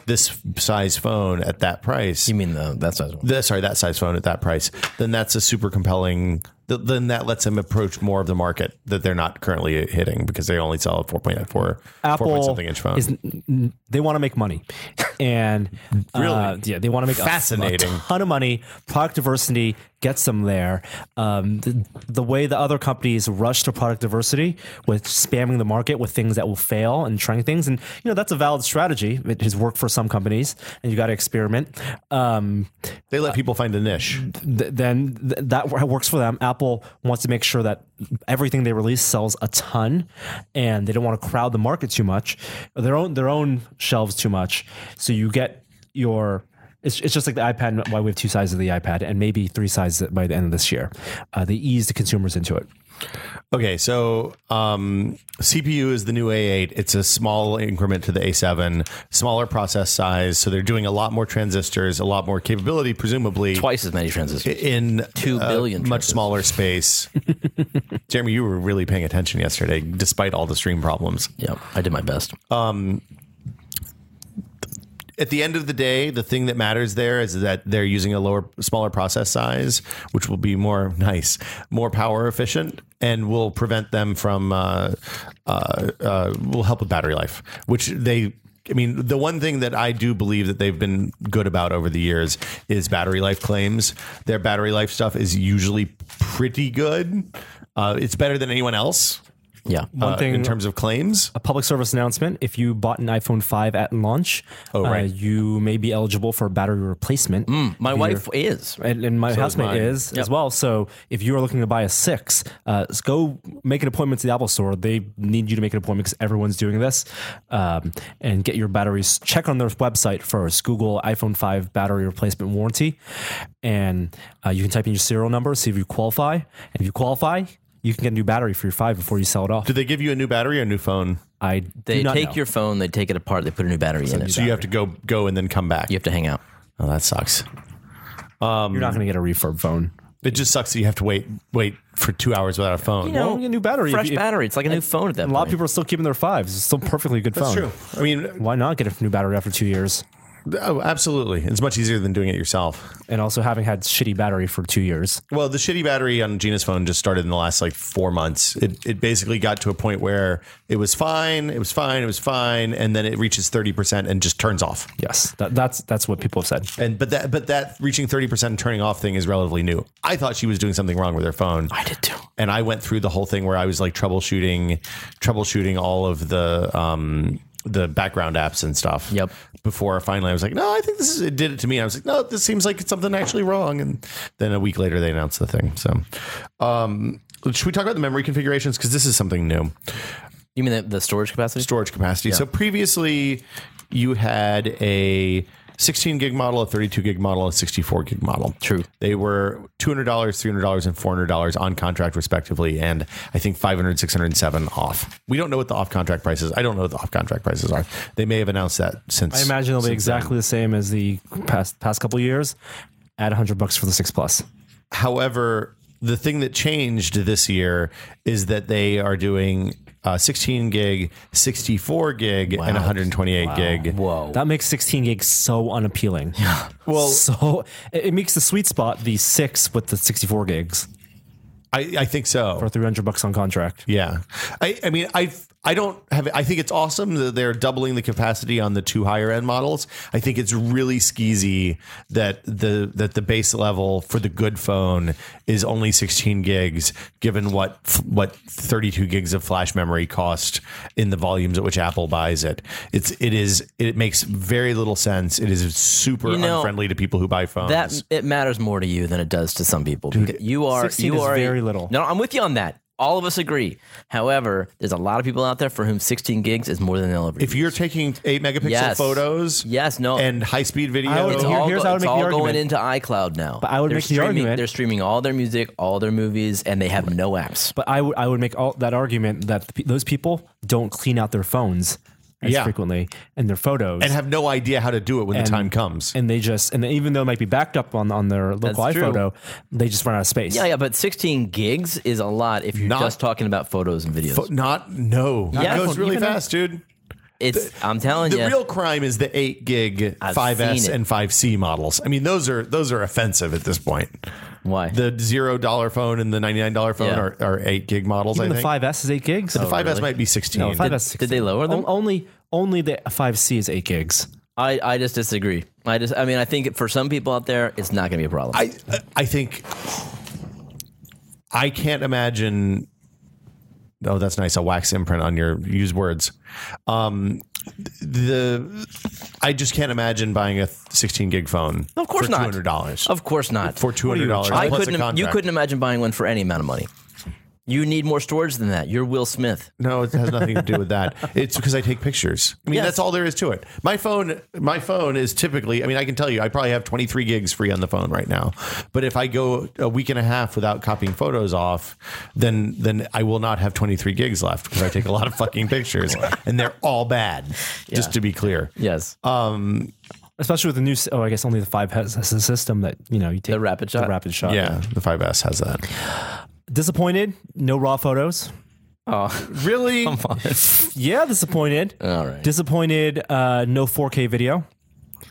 [SPEAKER 2] this size phone at that price,
[SPEAKER 4] You mean the that size one?
[SPEAKER 2] the, sorry, that size phone at that price, then that's a super compelling. th- Then that lets them approach more of the market that they're not currently hitting because they only sell a 4.4, 4
[SPEAKER 3] Apple
[SPEAKER 2] point something inch phone.
[SPEAKER 3] is- they want to make money, and uh,
[SPEAKER 2] Really?
[SPEAKER 3] yeah, they want to make a-
[SPEAKER 2] Fascinating.
[SPEAKER 3] a, ton of money. Product diversity gets them there. Um, the, the way the other companies rush to product diversity with spamming the market with things that will fail and trying things, and you know that's a valid strategy. It has worked for some companies, and you got to experiment. Um,
[SPEAKER 2] they let people find a niche.
[SPEAKER 3] th- then th- that wo- works for them. Apple wants to make sure that everything they release sells a ton, and they don't want to crowd the market too much, their own their own shelves too much. So you get your. It's, it's just like the iPad. Why we have two sides of the iPad and maybe three sizes by the end of this year. Uh, they ease the consumers into it.
[SPEAKER 2] Okay, so um, CPU is the new A8. It's a small increment to the A7, smaller process size. So they're doing a lot more transistors, a lot more capability, presumably
[SPEAKER 4] Twice as many transistors.
[SPEAKER 2] in
[SPEAKER 4] Two billion
[SPEAKER 2] a much
[SPEAKER 4] transistors.
[SPEAKER 2] smaller [LAUGHS] space. Jeremy, you were really paying attention yesterday, despite all the stream problems.
[SPEAKER 4] yeah, I did my best.
[SPEAKER 2] at the end of the day, the thing that matters there is that they're using a lower, smaller process size, which will be more [LAUGHS] nice, more power efficient, and will prevent them from, uh, uh, uh, will help with battery life, which they. I mean, the one thing that I do believe that they've been good about over the years is battery life claims. Their battery life stuff is usually pretty good. Uh, it's better than anyone else
[SPEAKER 4] yeah.
[SPEAKER 2] uh,
[SPEAKER 3] thing-
[SPEAKER 2] in terms of claims.
[SPEAKER 3] a public service announcement. If you bought an iPhone 5 at launch, uh,
[SPEAKER 2] Oh, right. Mm,
[SPEAKER 3] you may be eligible for battery replacement.
[SPEAKER 4] my wife is.
[SPEAKER 3] and, and my housemate
[SPEAKER 2] mine.
[SPEAKER 3] is as well. So if you are looking to buy a six, uh, s- go make an appointment to the Apple Store. They need you to make an appointment because everyone's doing this, um, and get your batteries. Check on their website first. Google iPhone five battery replacement warranty, and uh, you can type in your serial number, see if you qualify. And if you qualify. You can get a new battery for your five before you sell it off.
[SPEAKER 2] Do they give you a new battery or a new phone?
[SPEAKER 3] I
[SPEAKER 4] They
[SPEAKER 3] do not
[SPEAKER 4] take
[SPEAKER 3] know.
[SPEAKER 4] your phone, they take it apart, they put a new battery in it.
[SPEAKER 2] So you have to go go and then come back.
[SPEAKER 4] you have to hang out. Oh, that sucks.
[SPEAKER 3] You're not going to get a refurb phone.
[SPEAKER 2] It just sucks that you have to wait wait for two hours without a phone.
[SPEAKER 4] You know,
[SPEAKER 3] Well, get a new battery if
[SPEAKER 4] Fresh
[SPEAKER 3] you- if-
[SPEAKER 4] battery. It's like a new phone at
[SPEAKER 3] A
[SPEAKER 4] that
[SPEAKER 3] lot
[SPEAKER 4] point.
[SPEAKER 3] of people are still keeping their fives. It's still a perfectly good
[SPEAKER 2] That's
[SPEAKER 3] phone.
[SPEAKER 2] true. I mean,
[SPEAKER 3] Why not get a new battery after two years?
[SPEAKER 2] oh, absolutely. It's much easier than doing it yourself.
[SPEAKER 3] And also having had shitty battery for two years.
[SPEAKER 2] Well, the shitty battery on Gina's phone just started in the last like four months. It, it basically got to a point where it was fine, it was fine, it was fine, and then it reaches thirty percent and just turns off.
[SPEAKER 3] Yes, that, that's that's what people have said.
[SPEAKER 2] And but that but that reaching thirty percent and turning off thing is relatively new. I thought she was doing something wrong with her phone.
[SPEAKER 4] I did too.
[SPEAKER 2] and I went through the whole thing where I was like troubleshooting, troubleshooting all of the um, the background apps and stuff.
[SPEAKER 4] Yep.
[SPEAKER 2] Before finally, I was like, no, I think this is it. Did it to me? I was like, no, this seems like it's something actually wrong. And then a week later, they announced the thing. So, um, should we talk about the memory configurations because this is something new?
[SPEAKER 4] You mean the, the storage capacity?
[SPEAKER 2] storage capacity. So previously, you had a 16 gig model, a 32 gig model, a 64 gig model.
[SPEAKER 4] True.
[SPEAKER 2] They were $200, $300, and $400 on contract, respectively, and I think 500, 607 off. We don't know what the off contract prices. I don't know what the off contract prices are. They may have announced that since.
[SPEAKER 3] I imagine it'll be exactly the same as the past past couple of years. Add 100 bucks for the six plus.
[SPEAKER 2] However, the thing that changed this year is that they are doing uh, 16 gig, 64 gig, and 128 gig.
[SPEAKER 4] Whoa.
[SPEAKER 3] That makes 16 gigs so unappealing. Yeah.
[SPEAKER 2] Well,
[SPEAKER 3] So it, it makes the sweet spot the six with the 64 gigs
[SPEAKER 2] I, I think so.
[SPEAKER 3] for 300 bucks on contract.
[SPEAKER 2] Yeah, I, I mean, I I don't have. I think it's awesome that they're doubling the capacity on the two higher end models. I think it's really skeezy that the that the base level for the good phone is only 16 gigs, given what what 32 gigs of flash memory cost in the volumes at which Apple buys it. It's it is it makes very little sense. It is super
[SPEAKER 4] You know,
[SPEAKER 2] unfriendly to people who buy phones.
[SPEAKER 4] That it matters more to you than it does to some people. Because you are
[SPEAKER 3] 16
[SPEAKER 4] you
[SPEAKER 3] is
[SPEAKER 4] are a-
[SPEAKER 3] very little.
[SPEAKER 4] No, I'm with you on that. All of us agree. However, there's a lot of people out there for whom 16 gigs is more than they'll ever.
[SPEAKER 2] if you're taking eight megapixel
[SPEAKER 4] Yes.
[SPEAKER 2] photos,
[SPEAKER 4] Yes, no.
[SPEAKER 2] and high speed video,
[SPEAKER 3] I would-
[SPEAKER 4] it's
[SPEAKER 3] Here-
[SPEAKER 4] all,
[SPEAKER 3] here's
[SPEAKER 4] go-
[SPEAKER 3] how I would
[SPEAKER 4] it's
[SPEAKER 3] make the
[SPEAKER 4] all going
[SPEAKER 3] argument.
[SPEAKER 4] into iCloud now. But
[SPEAKER 3] I would
[SPEAKER 4] they're
[SPEAKER 3] make the
[SPEAKER 4] streaming-
[SPEAKER 3] argument-
[SPEAKER 4] They're streaming all their music, all their movies, and they have no apps.
[SPEAKER 3] But I would I would make all that argument that the, pe- those people don't clean out their phones as
[SPEAKER 2] Yeah.
[SPEAKER 3] frequently and their photos
[SPEAKER 2] and have no idea how to do it when the time comes.
[SPEAKER 3] and they just and even though it might be backed up on on their local
[SPEAKER 4] That's true.
[SPEAKER 3] iPhoto, they just run out of space.
[SPEAKER 4] Yeah, yeah, but 16 gigs is a lot if you're
[SPEAKER 2] Not-
[SPEAKER 4] just talking about photos and videos.
[SPEAKER 2] But not no.
[SPEAKER 4] Yeah.
[SPEAKER 2] it goes
[SPEAKER 4] iPhone,
[SPEAKER 2] really
[SPEAKER 3] even
[SPEAKER 2] fast, dude.
[SPEAKER 4] it's I'm telling
[SPEAKER 2] The
[SPEAKER 4] you,
[SPEAKER 2] real crime is the eight gig
[SPEAKER 4] I've
[SPEAKER 2] five S
[SPEAKER 4] seen it.
[SPEAKER 2] and five C models. I mean, those are those are offensive at this point.
[SPEAKER 4] why
[SPEAKER 2] The zero dollar phone and the ninety nine dollar phone
[SPEAKER 4] Yeah.
[SPEAKER 2] are, are eight gig models.
[SPEAKER 3] Even
[SPEAKER 2] I
[SPEAKER 3] the
[SPEAKER 2] think
[SPEAKER 3] 5S is 8 gigs.
[SPEAKER 2] the five S might be sixteen.
[SPEAKER 3] No, 5S
[SPEAKER 4] Oh, did they lower them?
[SPEAKER 3] O- Only only the 5C is 8 gigs.
[SPEAKER 4] I, I just disagree. I just I mean I think for some people out there it's not going to be a problem.
[SPEAKER 2] I I think I can't imagine. Oh, that's nice. A wax imprint on your use words. Um, the I just can't imagine buying a 16 gig phone.
[SPEAKER 4] Of course
[SPEAKER 2] for
[SPEAKER 4] not.
[SPEAKER 2] Two hundred dollars.
[SPEAKER 4] of course not.
[SPEAKER 2] for two hundred dollars.
[SPEAKER 4] I couldn't. You couldn't imagine buying one for any amount of money. You need more storage than that. You're Will Smith.
[SPEAKER 2] No, it has nothing to do with
[SPEAKER 3] [LAUGHS]
[SPEAKER 2] that. It's because I take pictures. I mean,
[SPEAKER 4] Yes.
[SPEAKER 2] that's all there is to it. My phone, my phone is typically. I mean, I can tell you, I probably have 23 gigs free on the phone right now. But if I go a week and a half without copying photos off, then then I will not have 23 gigs left because I take a lot of fucking
[SPEAKER 3] [LAUGHS]
[SPEAKER 2] pictures, and they're all bad. Just to be clear,
[SPEAKER 4] Yes.
[SPEAKER 3] Especially with the new, s- oh, I guess only the 5S has a system that, you know, you take
[SPEAKER 4] The rapid shot?
[SPEAKER 3] The rapid shot.
[SPEAKER 2] yeah, the 5S has that.
[SPEAKER 3] Disappointed, no raw photos.
[SPEAKER 2] Really?
[SPEAKER 3] Yeah, disappointed.
[SPEAKER 4] All right.
[SPEAKER 3] Disappointed, uh, no 4K video.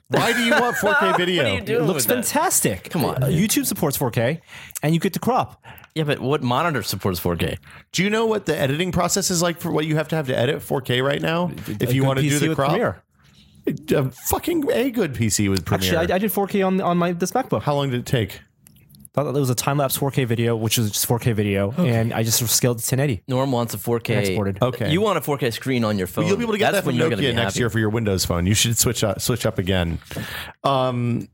[SPEAKER 2] Why do you want
[SPEAKER 3] [LAUGHS]
[SPEAKER 2] 4K video?
[SPEAKER 4] Um,
[SPEAKER 3] It looks fantastic. Come
[SPEAKER 4] on,
[SPEAKER 3] YouTube supports 4K and you get to crop.
[SPEAKER 4] Yeah, but what monitor supports 4K?
[SPEAKER 2] Do you know what the editing process is like for what you have to have to edit 4K right now? If
[SPEAKER 3] A
[SPEAKER 2] you
[SPEAKER 3] good
[SPEAKER 2] want to do
[SPEAKER 3] PC
[SPEAKER 2] the
[SPEAKER 3] with
[SPEAKER 2] crop,
[SPEAKER 3] Premiere.
[SPEAKER 2] a fucking a good PC with Premiere.
[SPEAKER 3] Actually, I, I did 4K on on my this MacBook.
[SPEAKER 2] How long did it take?
[SPEAKER 3] thought that it was a time lapse 4K video, which was just 4K video, and I just sort of scaled to 1080.
[SPEAKER 4] Norm wants a 4K.
[SPEAKER 3] Exported.
[SPEAKER 2] Okay.
[SPEAKER 4] You want a 4K screen on your phone.
[SPEAKER 2] You'll be able to get
[SPEAKER 4] That's
[SPEAKER 2] that from
[SPEAKER 4] when you're gonna
[SPEAKER 2] Nokia
[SPEAKER 4] be
[SPEAKER 2] next
[SPEAKER 4] happy.
[SPEAKER 2] year for your Windows phone. You should switch up, switch up again. Um,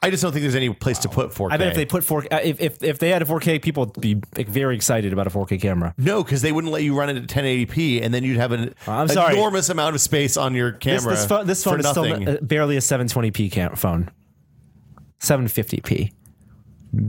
[SPEAKER 2] I just don't think there's any place to put 4K.
[SPEAKER 3] I bet if they put 4K, uh, if, if if they had a 4K, people would be like, very excited about a 4K camera.
[SPEAKER 2] no, because they wouldn't let you run it at 1080p, and then you'd have an
[SPEAKER 3] I'm sorry.
[SPEAKER 2] enormous amount of space on your
[SPEAKER 3] This,
[SPEAKER 2] camera.
[SPEAKER 3] this phone, this
[SPEAKER 2] for
[SPEAKER 3] phone is
[SPEAKER 2] nothing.
[SPEAKER 3] still uh, barely a 720p cam- phone. 750p.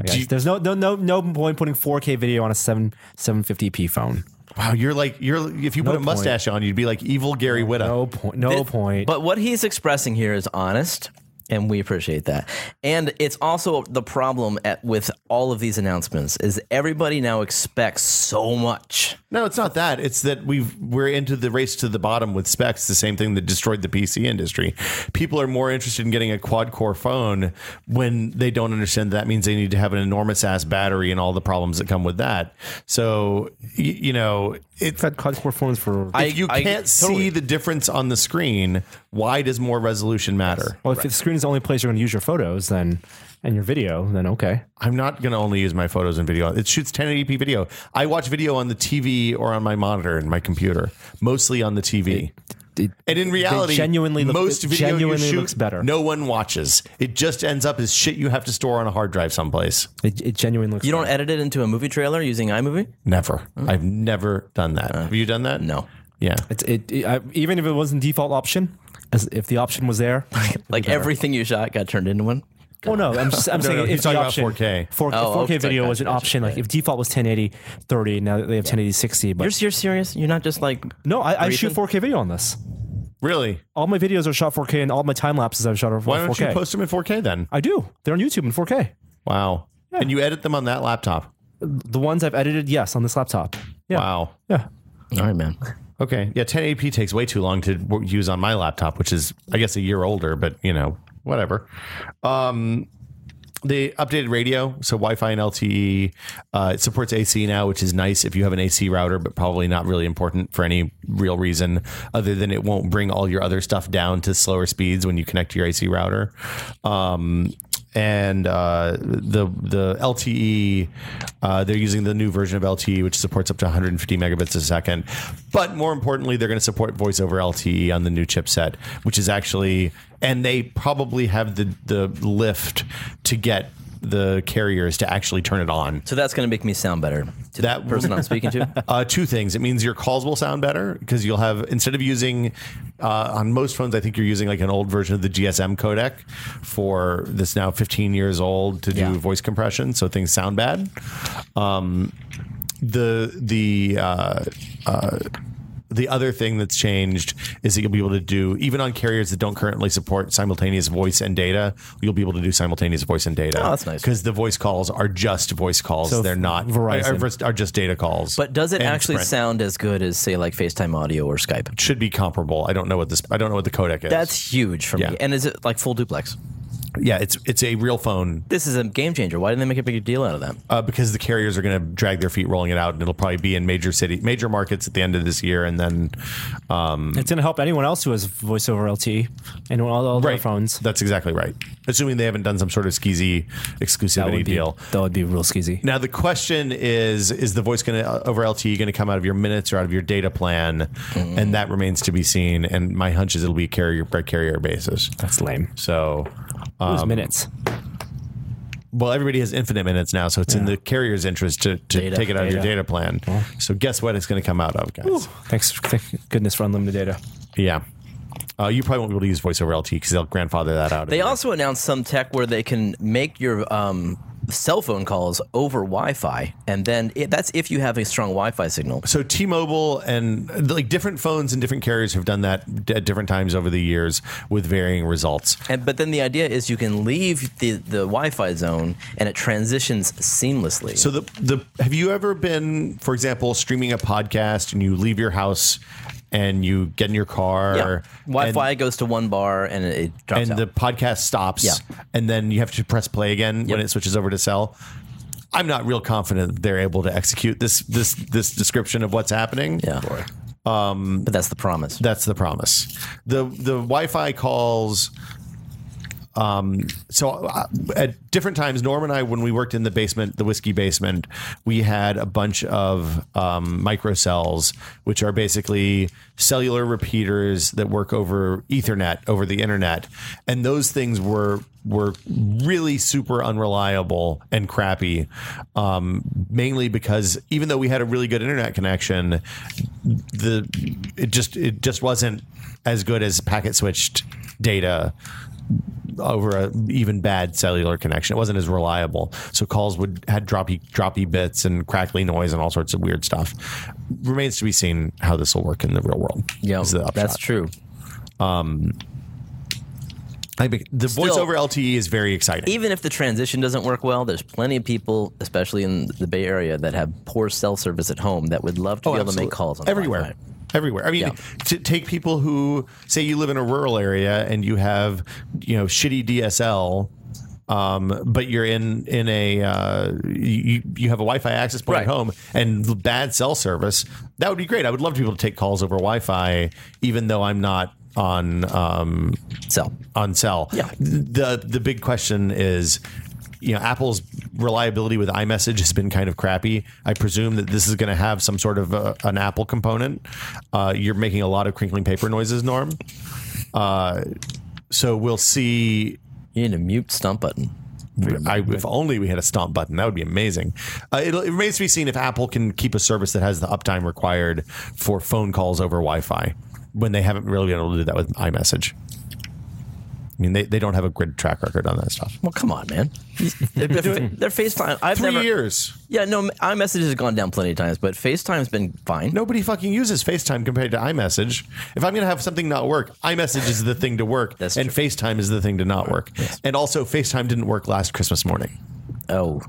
[SPEAKER 3] Okay,
[SPEAKER 2] you-
[SPEAKER 3] There's no no no no point putting 4K video on a 7 750p phone.
[SPEAKER 2] wow, you're like you're if you put a
[SPEAKER 3] point.
[SPEAKER 2] mustache on, you'd be like evil Gary Whitta.
[SPEAKER 3] No point. No point.
[SPEAKER 4] But what he's expressing here is honest. and we appreciate that. And it's also the problem at, with all of these announcements is everybody now expects so much.
[SPEAKER 2] No, it's not that. It's that we've we're into the race to the bottom with specs, the same thing that destroyed the PC industry. People are more interested in getting a quad core phone when they don't understand that means they need to have an enormous ass battery and all the problems that come with that. So y- you know,
[SPEAKER 3] We've
[SPEAKER 2] it,
[SPEAKER 3] had quad core phones for.
[SPEAKER 4] I-
[SPEAKER 2] if you
[SPEAKER 4] I-
[SPEAKER 2] can't see
[SPEAKER 4] totally.
[SPEAKER 2] the difference on the screen, why does more resolution matter?
[SPEAKER 3] well, if the screen is the only place you're going to use your photos, then and your video, then okay.
[SPEAKER 2] I'm not going to only use my photos and video. It shoots 1080p video. I watch video on the TV or on my monitor and my computer, mostly on the TV.
[SPEAKER 3] It-
[SPEAKER 2] and in reality,
[SPEAKER 3] genuinely look-
[SPEAKER 2] most
[SPEAKER 3] it
[SPEAKER 2] video you
[SPEAKER 3] genuinely
[SPEAKER 2] shoot,
[SPEAKER 3] looks better.
[SPEAKER 2] No one watches. It just ends up as shit you have to store on a hard drive someplace.
[SPEAKER 3] It, it genuinely looks.
[SPEAKER 4] You don't edit it into a movie trailer using iMovie?
[SPEAKER 2] Never. I've never done that. have you done that?
[SPEAKER 4] No.
[SPEAKER 2] Yeah.
[SPEAKER 3] Mm. Uh, It's, it, it- I, even if it wasn't default option, as if the option was there.
[SPEAKER 4] Like everything you shot got turned into one.
[SPEAKER 3] oh no, I'm, just, I'm saying
[SPEAKER 2] [LAUGHS] no, he's
[SPEAKER 3] if the
[SPEAKER 2] talking about
[SPEAKER 3] option
[SPEAKER 2] 4K.
[SPEAKER 3] 4K,
[SPEAKER 4] Oh,
[SPEAKER 3] 4K
[SPEAKER 4] okay,
[SPEAKER 3] video was an
[SPEAKER 4] gotcha,
[SPEAKER 3] option. Like if default was 1080 30, now they have 1080 60. But
[SPEAKER 4] You're, you're serious? You're not just like
[SPEAKER 3] no, I, I shoot
[SPEAKER 4] Reason?
[SPEAKER 3] 4K video on this.
[SPEAKER 2] Really?
[SPEAKER 3] All my videos are shot 4K, and all my time lapses I've shot are 4K.
[SPEAKER 2] Why don't you post them in 4K then?
[SPEAKER 3] I do. They're on YouTube in 4K.
[SPEAKER 2] Wow. And you edit them on that laptop.
[SPEAKER 3] The ones I've edited, yes, on this laptop. Yeah.
[SPEAKER 2] Wow.
[SPEAKER 3] Yeah.
[SPEAKER 4] All right, man.
[SPEAKER 2] Okay. Yeah, 1080p takes way too long to w- use on my laptop, which is, I guess, a year older, but you know, whatever. Um, they updated radio, so Wi-Fi and LTE. Uh, it supports AC now, which is nice if you have an AC router, but probably not really important for any real reason other than it won't bring all your other stuff down to slower speeds when you connect to your AC router. Um, and uh, the the LTE, uh, they're using the new version of LTE, which supports up to 150 megabits a second. But more importantly, they're going to support voice over LTE on the new chipset, which is actually, and they probably have the the lift to get the carriers to actually turn it on.
[SPEAKER 4] So that's going to make me sound better to that
[SPEAKER 2] That-
[SPEAKER 4] person I'm speaking
[SPEAKER 2] [LAUGHS]
[SPEAKER 4] to.
[SPEAKER 2] Uh, two things. It means your calls will sound better because you'll have instead of using uh, on most phones, I think you're using like an old version of the GSM codec for that's now 15 years old to do
[SPEAKER 4] Yeah.
[SPEAKER 2] voice compression, so things sound bad. Um, the the uh, uh, the other thing that's changed is that you'll be able to do even on carriers that don't currently support simultaneous voice and data. You'll be able to do simultaneous voice and data.
[SPEAKER 4] Oh, that's nice.
[SPEAKER 2] Because the voice calls are just voice calls;
[SPEAKER 3] So
[SPEAKER 2] they're not
[SPEAKER 3] Verizon.
[SPEAKER 2] are- are just- are just data calls.
[SPEAKER 4] But does it
[SPEAKER 2] And
[SPEAKER 4] actually
[SPEAKER 2] Sprint.
[SPEAKER 4] sound as good as say like FaceTime audio or Skype?
[SPEAKER 2] should be comparable? I don't know what this. I don't know what the codec is.
[SPEAKER 4] That's huge for
[SPEAKER 2] Yeah.
[SPEAKER 4] me. And is it like full duplex?
[SPEAKER 2] yeah. It's it's a real phone
[SPEAKER 4] This is a game changer. Why didn't they make a big deal out of that?
[SPEAKER 2] uh, because the carriers are going to drag their feet rolling it out, and it'll probably be in major city, major markets at the end of this year, and then um,
[SPEAKER 3] It's going to help anyone else who has voice over LTE and all, all their phones.
[SPEAKER 2] That's exactly right. Assuming they haven't done some sort of skeezy exclusivity
[SPEAKER 3] be,
[SPEAKER 2] deal.
[SPEAKER 3] that would be real skeezy.
[SPEAKER 2] Now the question is: Is the voice going to over LTE going to come out of your minutes or out of your data plan?
[SPEAKER 3] Mm-hmm.
[SPEAKER 2] And that remains to be seen. And my hunch is it'll be carrier by carrier basis.
[SPEAKER 3] That's lame.
[SPEAKER 2] So,
[SPEAKER 3] It
[SPEAKER 2] Um,
[SPEAKER 3] was minutes.
[SPEAKER 2] well, everybody has infinite minutes now, so it's in the carrier's interest to, to
[SPEAKER 4] Data.
[SPEAKER 2] take it out of your
[SPEAKER 3] Data.
[SPEAKER 2] data plan. So guess what? It's going to come out of guys.
[SPEAKER 3] Thanks, thank goodness for unlimited data.
[SPEAKER 2] Yeah. Uh, you probably won't be able to use voice over LTE because they'll grandfather that out.
[SPEAKER 4] They also announced some tech where they can make your um, cell phone calls over Wi-Fi, and then it, that's if you have a strong Wi-Fi signal.
[SPEAKER 2] so T-Mobile and uh, like different phones and different carriers have done that d- at different times over the years with varying results.
[SPEAKER 4] And but then the idea is you can leave the, the Wi-Fi zone, and it transitions seamlessly.
[SPEAKER 2] So the the have you ever been, for example, streaming a podcast and you leave your house and you get in your car?
[SPEAKER 4] yeah.
[SPEAKER 2] and-
[SPEAKER 4] Wi-Fi goes to one bar, and it, it drops
[SPEAKER 2] and
[SPEAKER 4] out.
[SPEAKER 2] the podcast stops
[SPEAKER 4] Yeah.
[SPEAKER 2] and then you have to press play again when
[SPEAKER 4] Yep.
[SPEAKER 2] it switches over to cell i'm not real confident that they're able to execute this this this description of what's happening
[SPEAKER 4] yeah. Um, but that's the promise.
[SPEAKER 2] that's the promise the the wi-fi calls so uh, at different times, Norm and I, when we worked in the basement, the whiskey basement, we had a bunch of um, microcells, which are basically cellular repeaters that work over Ethernet, over the internet, and those things were were really super unreliable and crappy, um, mainly because even though we had a really good internet connection, the it just it just wasn't as good as packet switched data over a even bad cellular connection. It wasn't as reliable, so calls would had droppy droppy bits and crackly noise and all sorts of weird stuff. Remains to be seen how this will work in the real world.
[SPEAKER 4] Yeah,
[SPEAKER 2] is the upshot.
[SPEAKER 4] that's true.
[SPEAKER 2] I think the voice over LTE is very exciting.
[SPEAKER 4] even if the transition doesn't work well, there's plenty of people, especially in the Bay Area, that have poor cell service at home that would love to be able to make
[SPEAKER 2] Oh, absolutely.
[SPEAKER 4] calls on the
[SPEAKER 2] everywhere.
[SPEAKER 4] Wi-Fi.
[SPEAKER 2] Everywhere. I mean,
[SPEAKER 4] Yeah.
[SPEAKER 2] to take people who say you live in a rural area and you have, you know, shitty DSL, um, but you're in in a uh, you you have a Wi-Fi access point at
[SPEAKER 4] Right.
[SPEAKER 2] home and bad cell service. That would be great. I would love to be able to take calls over Wi-Fi, even though I'm not on um,
[SPEAKER 4] Cell.
[SPEAKER 2] on cell.
[SPEAKER 4] Yeah.
[SPEAKER 2] The the big question is, you know, Apple's reliability with iMessage has been kind of crappy. I presume that this is going to have some sort of uh an Apple component. Uh, you're making a lot of crinkling paper noises, Norm. Uh, so we'll see.
[SPEAKER 4] You need a mute stump button.
[SPEAKER 2] I, if only we had a stomp buton, that would be amazing. Uh, it'll, it remains to be seen if Apple can keep a service that has the uptime required for phone calls over Wi-Fi when they haven't really been able to do that with iMessage. I mean, they, they don't have a grid track record on that stuff.
[SPEAKER 4] Well, come on,
[SPEAKER 2] [LAUGHS]
[SPEAKER 4] man. They're, [LAUGHS] they're FaceTime. I've
[SPEAKER 2] Three
[SPEAKER 4] never.
[SPEAKER 2] years.
[SPEAKER 4] Yeah, no, iMessage has gone down plenty of times, but FaceTime's been fine.
[SPEAKER 2] Nobody fucking uses FaceTime compared to iMessage. If I'm going to have something not work, iMessage is the thing to work,
[SPEAKER 4] That's
[SPEAKER 2] and FaceTime is the thing to not work. And also, FaceTime didn't work last Christmas morning.
[SPEAKER 4] Oh,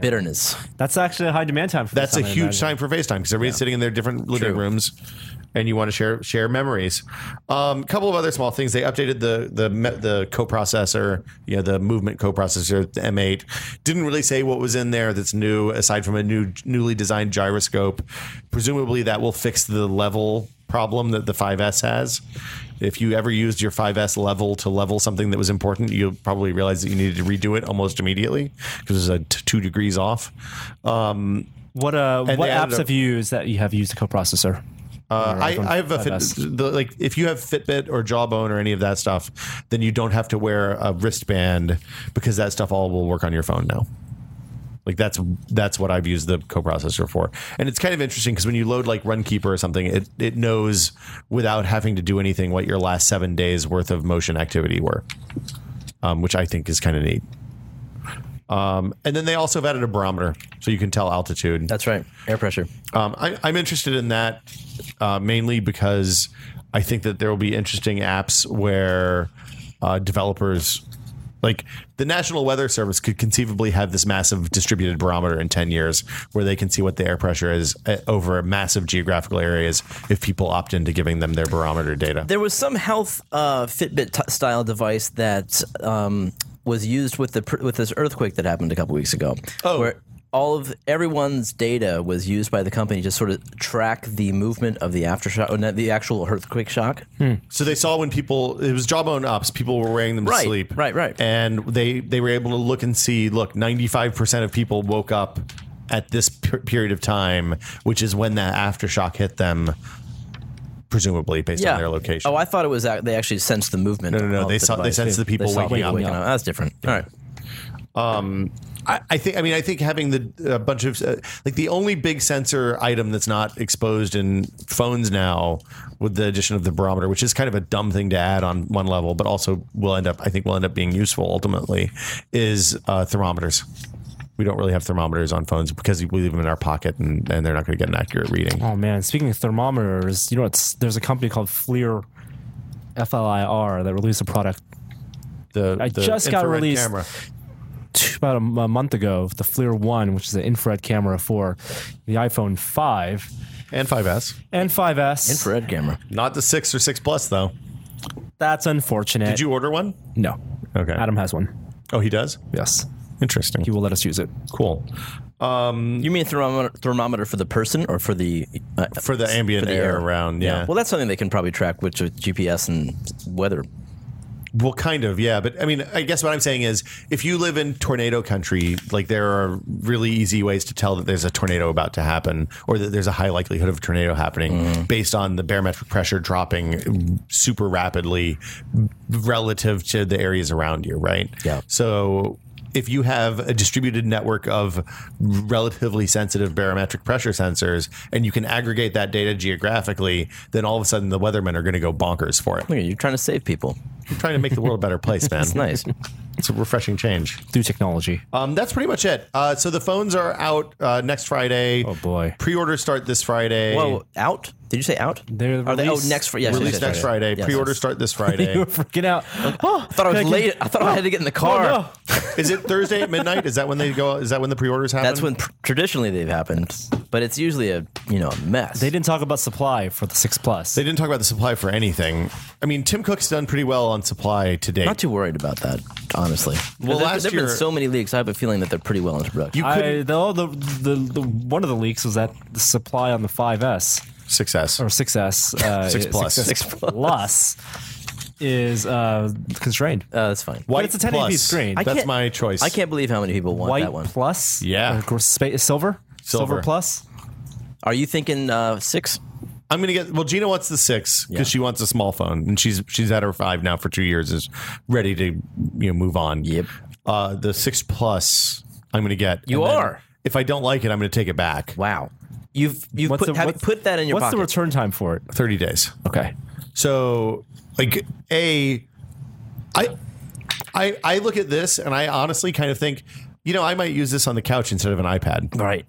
[SPEAKER 4] bitterness.
[SPEAKER 3] That's actually a high demand time. For
[SPEAKER 2] That's a
[SPEAKER 3] this, I
[SPEAKER 2] huge
[SPEAKER 3] imagine.
[SPEAKER 2] time for FaceTime because everybody's sitting in their different living
[SPEAKER 4] True.
[SPEAKER 2] rooms, and you want to share share memories. A um, couple of other small things. They updated the the me- the coprocessor, you know, the movement coprocessor, the M8. Didn't really say what was in there that's new, aside from a new newly designed gyroscope. Presumably, that will fix the level problem that the 5S has. If you ever used your 5S level to level something that was important, you'll probably realize that you needed to redo it almost immediately because it's a t- two degrees off. Um,
[SPEAKER 3] What uh,
[SPEAKER 2] And
[SPEAKER 3] what
[SPEAKER 2] they added
[SPEAKER 3] apps
[SPEAKER 2] a-
[SPEAKER 3] have you used that you have used a coprocessor?
[SPEAKER 2] Uh, I, I have a
[SPEAKER 3] Five
[SPEAKER 2] Fit, the, like if you have Fitbit or Jawbone or any of that stuff, then you don't have to wear a wristband because that stuff all will work on your phone now. Like that's that's what I've used the coprocessor for, and it's kind of interesting because when you load like Runkeeper or something, it it knows without having to do anything what your last seven days worth of motion activity were, um, which I think is kind of neat. Um, and then they also have added a barometer, so you can tell altitude.
[SPEAKER 4] That's right. Air pressure.
[SPEAKER 2] Um, I, I'm interested in that uh, mainly because I think that there will be interesting apps where uh, developers, like the National Weather Service, could conceivably have this massive distributed barometer in 10 years where they can see what the air pressure is uh, over massive geographical areas if people opt into giving them their barometer data.
[SPEAKER 4] There was some health uh, Fitbit t- style device that um, was used with the pr- with this earthquake that happened a couple weeks ago.
[SPEAKER 2] Oh.
[SPEAKER 4] Where all of everyone's data was used by the company to sort of track the movement of the aftershock, or not, the actual earthquake shock.
[SPEAKER 2] So they saw when people it was jawbone ups, people were wearing them to
[SPEAKER 4] Right,
[SPEAKER 2] sleep.
[SPEAKER 4] right, right.
[SPEAKER 2] And they they were able to look and see, look, 95% of people woke up at this per- period of time, which is when that aftershock hit them presumably based on their location.
[SPEAKER 4] Oh, I thought it was ac- they actually sensed the movement.
[SPEAKER 2] no, no,
[SPEAKER 4] of
[SPEAKER 2] they
[SPEAKER 4] the
[SPEAKER 2] saw- they
[SPEAKER 4] device.
[SPEAKER 2] sensed the people
[SPEAKER 4] They saw
[SPEAKER 2] waking
[SPEAKER 4] people
[SPEAKER 2] up.
[SPEAKER 4] That's different. All right.
[SPEAKER 2] I, I think I mean I think having the a bunch of uh, like the only big sensor item that's not exposed in phones now with the addition of the barometer, which is kind of a dumb thing to add on one level, but also will end up I think will end up being useful ultimately is uh, thermometers. We don't really have thermometers on phones because we leave them in our pocket and, and they're not going to get an accurate reading.
[SPEAKER 3] Oh man, speaking of thermometers, you know it's there's a company called Flir, F L I R, that released a product
[SPEAKER 2] The,
[SPEAKER 3] I
[SPEAKER 2] the
[SPEAKER 3] just got
[SPEAKER 2] infrared
[SPEAKER 3] released.
[SPEAKER 2] Camera.
[SPEAKER 3] t- about a, m- a month ago. The FLIR One, which is an infrared camera for the iPhone Five
[SPEAKER 2] and 5S,
[SPEAKER 3] and 5S.
[SPEAKER 4] Infrared camera.
[SPEAKER 2] not the six or six plus though.
[SPEAKER 3] That's unfortunate.
[SPEAKER 2] Did you order one?
[SPEAKER 3] No.
[SPEAKER 2] Okay.
[SPEAKER 3] Adam has one.
[SPEAKER 2] Oh, he does.
[SPEAKER 3] Yes.
[SPEAKER 2] Interesting.
[SPEAKER 3] He will let us use it.
[SPEAKER 2] Cool. Mm.
[SPEAKER 4] You mean thermometer, thermometer for the person or for the uh,
[SPEAKER 2] For the ambient
[SPEAKER 4] the
[SPEAKER 2] air,
[SPEAKER 4] air.
[SPEAKER 2] around, yeah.
[SPEAKER 4] Well, that's something they can probably track with GPS and weather.
[SPEAKER 2] Well, kind of, yeah. But I mean, I guess what I'm saying is if you live in tornado country, like there are really easy ways to tell that there's a tornado about to happen or that there's a high likelihood of a tornado happening based on the barometric pressure dropping super rapidly relative to the areas around you, right?
[SPEAKER 4] Yeah.
[SPEAKER 2] So if you have a distributed network of relatively sensitive barometric pressure sensors and you can aggregate that data geographically, then all of a sudden the weathermen are going to go bonkers for it.
[SPEAKER 4] Look, at you, you're trying to save people. [LAUGHS]
[SPEAKER 2] You're trying to make the world a better place, man.
[SPEAKER 4] It's nice.
[SPEAKER 2] It's a refreshing change.
[SPEAKER 3] through technology.
[SPEAKER 2] Um, that's pretty much it. Uh, so the phones are out uh, next Friday.
[SPEAKER 3] Oh, boy.
[SPEAKER 2] Pre-orders start this Friday.
[SPEAKER 4] Whoa, out? Did you say out?
[SPEAKER 3] They're
[SPEAKER 4] Are they, oh,
[SPEAKER 3] released-
[SPEAKER 4] next Friday. Yes,
[SPEAKER 2] Release
[SPEAKER 4] yes,
[SPEAKER 2] next
[SPEAKER 4] yes,
[SPEAKER 2] Friday.
[SPEAKER 4] Yes,
[SPEAKER 2] Pre-orders
[SPEAKER 4] yes.
[SPEAKER 2] start this
[SPEAKER 3] you [LAUGHS] were
[SPEAKER 4] [LAUGHS]
[SPEAKER 2] Friday.
[SPEAKER 3] freaking out. Oh,
[SPEAKER 4] I thought I was
[SPEAKER 3] can get-
[SPEAKER 4] late. I thought I had to get in
[SPEAKER 2] oh,
[SPEAKER 4] the car.
[SPEAKER 3] Oh, no.
[SPEAKER 2] is it Thursday at midnight? Is that when they go? Is that when the pre-orders happen?
[SPEAKER 4] That's when pr- traditionally they've happened, but it's usually a you know a mess.
[SPEAKER 3] They didn't talk about supply for the six plus.
[SPEAKER 2] They didn't talk about the supply for anything. I mean, Tim Cook's done pretty well on supply to date.
[SPEAKER 4] Not too worried about that, honestly.
[SPEAKER 2] Well,
[SPEAKER 4] there,
[SPEAKER 2] last
[SPEAKER 4] there've
[SPEAKER 2] year-
[SPEAKER 4] been so many leaks. I have a feeling that they're pretty well into production.
[SPEAKER 2] you
[SPEAKER 3] I,
[SPEAKER 2] couldn't
[SPEAKER 3] the, all the, the, the one of the leaks was that the supply on the 5S
[SPEAKER 2] success.
[SPEAKER 3] or 6S, uh,
[SPEAKER 4] [LAUGHS]
[SPEAKER 2] Six plus.
[SPEAKER 3] 6S
[SPEAKER 2] Six
[SPEAKER 3] plus [LAUGHS] is uh, constrained.
[SPEAKER 4] uh, that's fine.
[SPEAKER 2] White
[SPEAKER 3] it's a 1080p
[SPEAKER 2] plus.
[SPEAKER 3] screen. I
[SPEAKER 2] That's
[SPEAKER 4] can't-
[SPEAKER 2] my choice.
[SPEAKER 4] I can't believe how many people want
[SPEAKER 3] White
[SPEAKER 4] that one.
[SPEAKER 3] plus,
[SPEAKER 2] Yeah.
[SPEAKER 3] Or gr- spa- silver,
[SPEAKER 2] Silver.
[SPEAKER 3] plus.
[SPEAKER 4] Are you thinking uh, six?
[SPEAKER 2] I'm gonna get. Well, Gina wants the six because
[SPEAKER 4] Yeah.
[SPEAKER 2] she wants a small phone, and she's she's had her five now for two years, is ready to you know move on.
[SPEAKER 4] Yep.
[SPEAKER 2] Uh, the six plus, I'm gonna get.
[SPEAKER 4] You
[SPEAKER 2] And then
[SPEAKER 4] are.
[SPEAKER 2] If I don't like it, I'm gonna take it back.
[SPEAKER 4] Wow. You've you've
[SPEAKER 3] What's
[SPEAKER 4] put,
[SPEAKER 3] the-
[SPEAKER 4] have you
[SPEAKER 3] what's-
[SPEAKER 4] put that in your
[SPEAKER 3] What's
[SPEAKER 4] pocket.
[SPEAKER 3] the return time for it?
[SPEAKER 2] Thirty days.
[SPEAKER 3] Okay,
[SPEAKER 2] So, like, a, I, I, I look at this and I honestly kind of think, you know, I might use this on the couch instead of an iPad.
[SPEAKER 3] [LAUGHS]
[SPEAKER 4] right.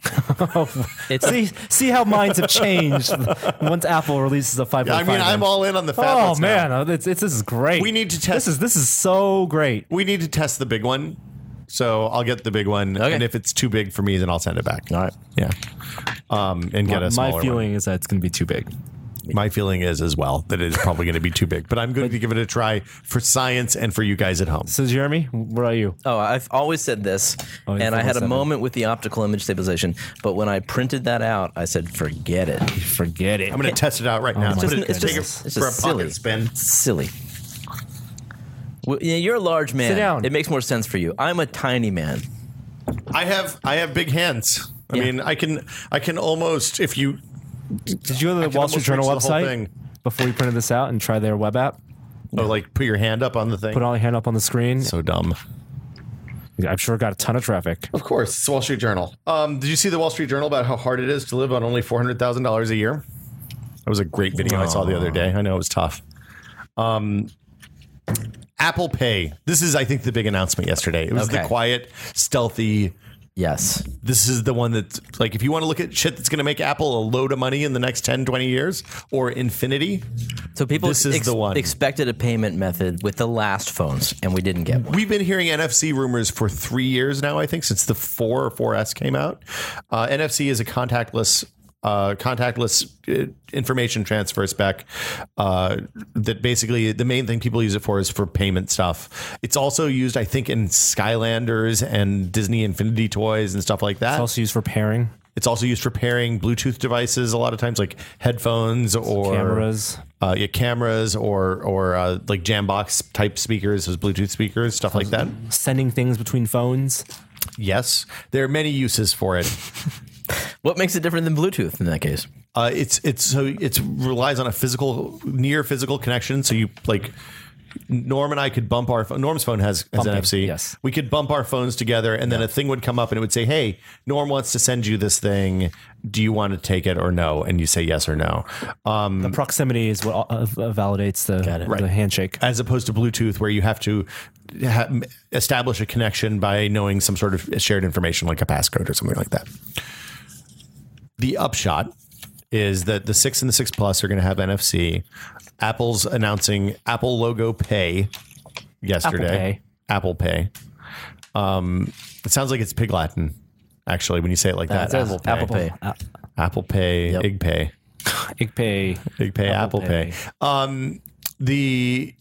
[SPEAKER 4] it's
[SPEAKER 3] see see how minds have changed [LAUGHS] once Apple releases a 5.5.
[SPEAKER 2] I mean, I'm
[SPEAKER 3] now.
[SPEAKER 2] all in on the
[SPEAKER 3] Oh
[SPEAKER 2] fablets now.
[SPEAKER 3] man, uh, it's, it's, this is great.
[SPEAKER 2] We need to test-
[SPEAKER 3] This is this is so great.
[SPEAKER 2] We need to test the big one, so I'll get the big one,
[SPEAKER 4] Okay.
[SPEAKER 2] and if it's too big for me, then I'll send it back.
[SPEAKER 4] all right.
[SPEAKER 2] Yeah, um, and get a
[SPEAKER 3] My
[SPEAKER 2] smaller
[SPEAKER 3] feeling is that it's going to be too big.
[SPEAKER 2] One. My feeling is as well that it's probably going to be too big, but I'm going to give it a try for science and for you guys at home.
[SPEAKER 3] So Jeremy, where are you?
[SPEAKER 4] Oh, I've always said this,
[SPEAKER 3] Oh, you're
[SPEAKER 4] and I had a
[SPEAKER 3] 417.
[SPEAKER 4] moment with the optical image stabilization, but when I printed that out, I said, "Forget it."
[SPEAKER 3] Forget it.
[SPEAKER 2] I'm going to test it out right now.
[SPEAKER 3] Oh my
[SPEAKER 2] Put it-
[SPEAKER 4] it's just,
[SPEAKER 2] take it
[SPEAKER 4] it's
[SPEAKER 2] for
[SPEAKER 4] just
[SPEAKER 2] a pocket
[SPEAKER 4] silly.
[SPEAKER 2] spin.
[SPEAKER 4] Silly. Well, yeah, you're a large man.
[SPEAKER 3] down.
[SPEAKER 4] It makes more sense for you. I'm a tiny man.
[SPEAKER 2] I have I have big hands. I
[SPEAKER 4] Yeah.
[SPEAKER 2] mean, I can I can almost if you
[SPEAKER 3] Did you go to the
[SPEAKER 2] can
[SPEAKER 3] Wall
[SPEAKER 2] almost
[SPEAKER 3] Street Journal
[SPEAKER 2] reach the whole
[SPEAKER 3] website
[SPEAKER 2] thing.
[SPEAKER 3] before you printed this out and try their web app?
[SPEAKER 2] oh, like put your hand up on the thing.
[SPEAKER 3] Put all your hand up on the screen.
[SPEAKER 2] so dumb.
[SPEAKER 3] I'm sure it got a ton of traffic.
[SPEAKER 2] Of course, it's Wall Street Journal. Um, did you see the Wall Street Journal about how hard it is to live on only four hundred thousand dollars a year? That was a great video I saw the other day. I know it was tough. Um, Apple Pay. This is, I think, the big announcement yesterday. It was the
[SPEAKER 4] Okay.
[SPEAKER 2] quiet, stealthy.
[SPEAKER 4] Yes.
[SPEAKER 2] This is the one that's like, if you want to look at shit that's going to make Apple a load of money in the next 10, 20 years or infinity,
[SPEAKER 4] So people
[SPEAKER 2] This is the one.
[SPEAKER 4] expected a payment method with the last phones, and we didn't get one.
[SPEAKER 2] We've been hearing NFC rumors for three years now, I think, since the 4 or 4S came out. Uh, NFC is a contactless. Uh, contactless uh, information transfer spec uh, that basically the main thing people use it for is for payment stuff. It's also used, I think, in Skylanders and Disney Infinity toys and stuff like that.
[SPEAKER 3] Also used for pairing
[SPEAKER 2] It's also used for pairing Bluetooth devices a lot of times, like headphones or
[SPEAKER 3] cameras.
[SPEAKER 2] uh, yeah, cameras or or uh, like Jambox type speakers, those Bluetooth speakers, stuff like that.
[SPEAKER 3] Sending things between phones.
[SPEAKER 2] Yes, there are many uses for it.
[SPEAKER 4] What makes it different than Bluetooth in that case?
[SPEAKER 2] Uh, it's it's so it relies on a physical near physical connection. So you like Norm and I could bump our pho- Norm's phone has, has
[SPEAKER 3] Bumping,
[SPEAKER 2] NFC.
[SPEAKER 3] yes.
[SPEAKER 2] we could bump our phones together, and then a thing would come up and it would say, "Hey, Norm wants to send you this thing. Do you want to take it or no?" And you say yes or no. Um,
[SPEAKER 3] The proximity is what uh, validates the,
[SPEAKER 2] Right.
[SPEAKER 3] the handshake.
[SPEAKER 2] as opposed to Bluetooth, where you have to ha- establish a connection by knowing some sort of shared information, like a passcode or something like that. The upshot is that the six and the six plus are going to have NFC. Apple's announcing Apple logo Pay yesterday. Apple Pay. Um, it sounds like it's Pig Latin, actually, when you say it like that.
[SPEAKER 4] says Apple Pay.
[SPEAKER 3] Uh,
[SPEAKER 2] Apple Pay. Ig Pay.
[SPEAKER 3] Ig Pay.
[SPEAKER 2] Big Pay, Apple, Pay.
[SPEAKER 3] Pay.
[SPEAKER 2] Um, the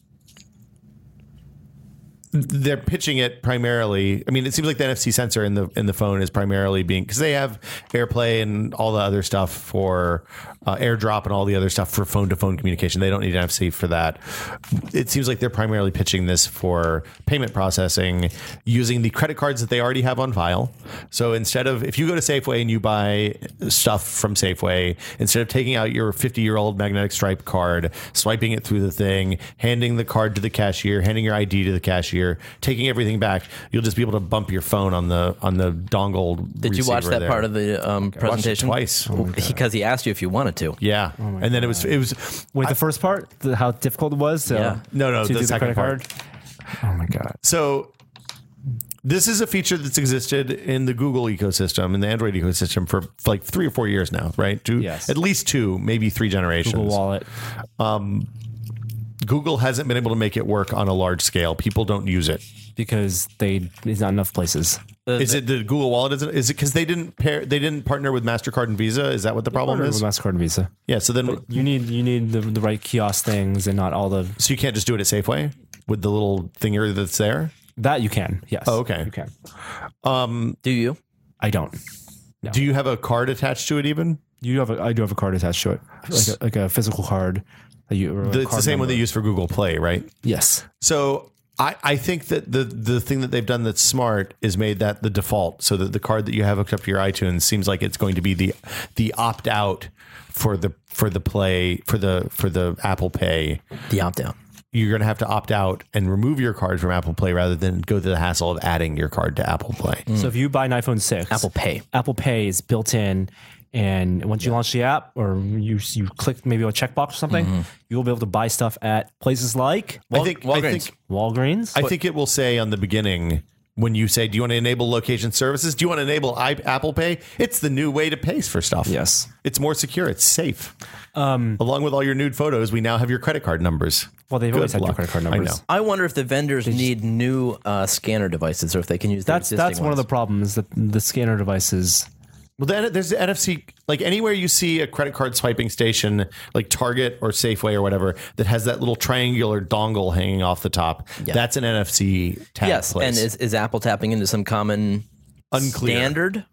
[SPEAKER 2] they're pitching it primarily. I mean, it seems like the NFC sensor in the in the phone is primarily being because they have AirPlay and all the other stuff for uh, AirDrop and all the other stuff for phone to phone communication. They don't need NFC for that. It seems like they're primarily pitching this for payment processing using the credit cards that they already have on file. So instead of if you go to Safeway and you buy stuff from Safeway, instead of taking out your 50 year old magnetic stripe card, swiping it through the thing, handing the card to the cashier, handing your ID to the cashier, taking everything back, you'll just be able to bump your phone on the on the dongle.
[SPEAKER 4] Did you watch that part of the um, presentation
[SPEAKER 2] twice. Oh my
[SPEAKER 4] because he asked you if you wanted to.
[SPEAKER 2] Yeah,
[SPEAKER 3] Oh
[SPEAKER 2] and then it was it was
[SPEAKER 3] Wait, the first part, the, how difficult it was. To,
[SPEAKER 4] Yeah.
[SPEAKER 2] No, no,
[SPEAKER 3] to
[SPEAKER 2] the
[SPEAKER 3] do the
[SPEAKER 2] second
[SPEAKER 3] credit card. Oh my god!
[SPEAKER 2] so This is a feature that's existed in the Google ecosystem, in the Android ecosystem for like three or four years now, right? Two,
[SPEAKER 3] Yes.
[SPEAKER 2] At least two, maybe three generations.
[SPEAKER 3] Google Wallet.
[SPEAKER 2] Google hasn't been able to make it work on a large scale. People don't use it.
[SPEAKER 3] because they there's not enough places.
[SPEAKER 2] Is it the Google Wallet? Is it is it because they didn't pair? They didn't partner with Mastercard and Visa. Is that what the problem
[SPEAKER 3] With
[SPEAKER 2] is?
[SPEAKER 3] Mastercard and Visa.
[SPEAKER 2] Yeah. So then,
[SPEAKER 3] You need you need the, the right kiosk things and not all the
[SPEAKER 2] so you can't just do it at Safeway with the little thingy that's there.
[SPEAKER 3] that you can. Yes.
[SPEAKER 2] Oh, okay.
[SPEAKER 3] You can.
[SPEAKER 4] Do you?
[SPEAKER 3] I don't.
[SPEAKER 2] Do you have a card attached to it? Even
[SPEAKER 3] You have a I do have a card attached to it, like a, like a physical card. That you, or a
[SPEAKER 2] it's the
[SPEAKER 3] card
[SPEAKER 2] same one
[SPEAKER 3] number.
[SPEAKER 2] they use for Google Play, right?
[SPEAKER 3] Yes.
[SPEAKER 2] So I, I think that the the thing that they've done that's smart is made that the default, so that the card that you have hooked up to your iTunes seems like it's going to be the the opt out for the for the play for the for the Apple Pay.
[SPEAKER 4] The opt out.
[SPEAKER 2] You're going to have to opt out and remove your card from Apple Play rather than go through the hassle of adding your card to Apple Play.
[SPEAKER 3] So if you buy an iPhone six,
[SPEAKER 4] Apple Pay.
[SPEAKER 3] Apple Pay is built in, and once you launch the app or you you click maybe a checkbox or something, you'll be able to buy stuff at places like
[SPEAKER 2] Mm-hmm. I think I
[SPEAKER 4] Walgreens.
[SPEAKER 2] think
[SPEAKER 3] Walgreens.
[SPEAKER 2] I think it will say on the beginning when you say, "Do you want to enable location services? Do you want to enable I- Apple Pay?" It's the new way to pay for stuff.
[SPEAKER 3] Yes.
[SPEAKER 2] it's more secure. It's safe. Along with all your nude photos, we now have your credit card numbers.
[SPEAKER 3] well, they've always had your
[SPEAKER 2] luck.
[SPEAKER 3] credit card
[SPEAKER 2] I
[SPEAKER 3] numbers.
[SPEAKER 2] know.
[SPEAKER 4] I wonder if the vendors need new uh, scanner devices or if they can use their
[SPEAKER 3] That's
[SPEAKER 4] existing
[SPEAKER 3] that's one of the
[SPEAKER 4] ones.
[SPEAKER 3] problems that the scanner devices.
[SPEAKER 2] Well, then there's the NFC. Like anywhere you see a credit card swiping station, like Target or Safeway or whatever, that has that little triangular dongle hanging off the top. That's an NFC tag.
[SPEAKER 4] Yes,
[SPEAKER 2] place.
[SPEAKER 4] and is, is Apple tapping into some common
[SPEAKER 2] Unclear.
[SPEAKER 4] standard?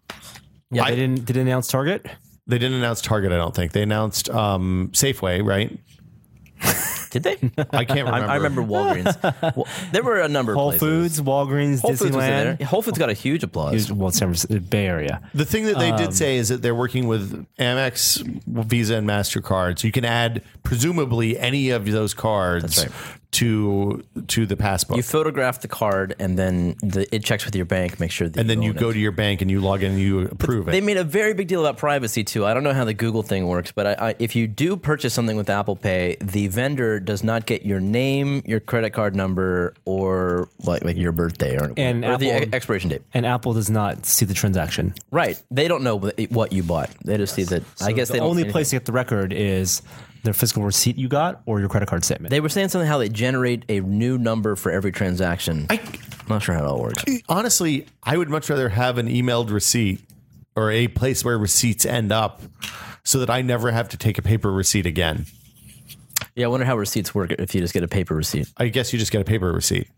[SPEAKER 3] Yeah,
[SPEAKER 2] I-
[SPEAKER 3] they didn't did they announce Target.
[SPEAKER 2] they didn't announce Target. I don't think they announced um, Safeway. Right?
[SPEAKER 4] Did they?
[SPEAKER 3] [LAUGHS]
[SPEAKER 2] I can't remember.
[SPEAKER 4] [LAUGHS] I remember Walgreens. well, there were a number of
[SPEAKER 3] Whole
[SPEAKER 4] places.
[SPEAKER 3] Foods, Walgreens,
[SPEAKER 4] Whole Foods was there.
[SPEAKER 3] Disneyland.
[SPEAKER 4] Yeah, Whole Foods got a huge applause.
[SPEAKER 3] well, San Francisco, Bay Area.
[SPEAKER 2] The thing that they
[SPEAKER 4] um,
[SPEAKER 2] did say is that they're working with Amex, Visa, and Mastercard, so you can add presumably any of those cards
[SPEAKER 4] right.
[SPEAKER 2] to to the passbook,
[SPEAKER 4] You photograph the card and then the, it checks with your bank, make sure that
[SPEAKER 2] and then you
[SPEAKER 4] own it.
[SPEAKER 2] go to your bank and you log in and you approve
[SPEAKER 4] They
[SPEAKER 2] it.
[SPEAKER 4] made a very big deal about privacy too. I don't know how the Google thing works, but I, I, if you do purchase something with Apple Pay, the vendor does not get your name, your credit card number, or like, like your birthday or,
[SPEAKER 3] And
[SPEAKER 4] or the
[SPEAKER 3] Apple-
[SPEAKER 4] e- expiration date.
[SPEAKER 3] And Apple does not see the transaction.
[SPEAKER 4] Right? They don't know wh- what you bought. They just see that. I guess
[SPEAKER 3] the
[SPEAKER 4] they don't
[SPEAKER 3] only
[SPEAKER 4] see anything.
[SPEAKER 3] place to get the record is their physical receipt you got or your credit card statement.
[SPEAKER 4] they were saying something how they generate a new number for every transaction. I, am not sure how it all works.
[SPEAKER 2] Honestly, I would much rather have an emailed receipt or a place where receipts end up, so that I never have to take a paper receipt again.
[SPEAKER 4] Yeah, I wonder how receipts work if you just get a paper receipt.
[SPEAKER 2] I guess you just get a paper receipt.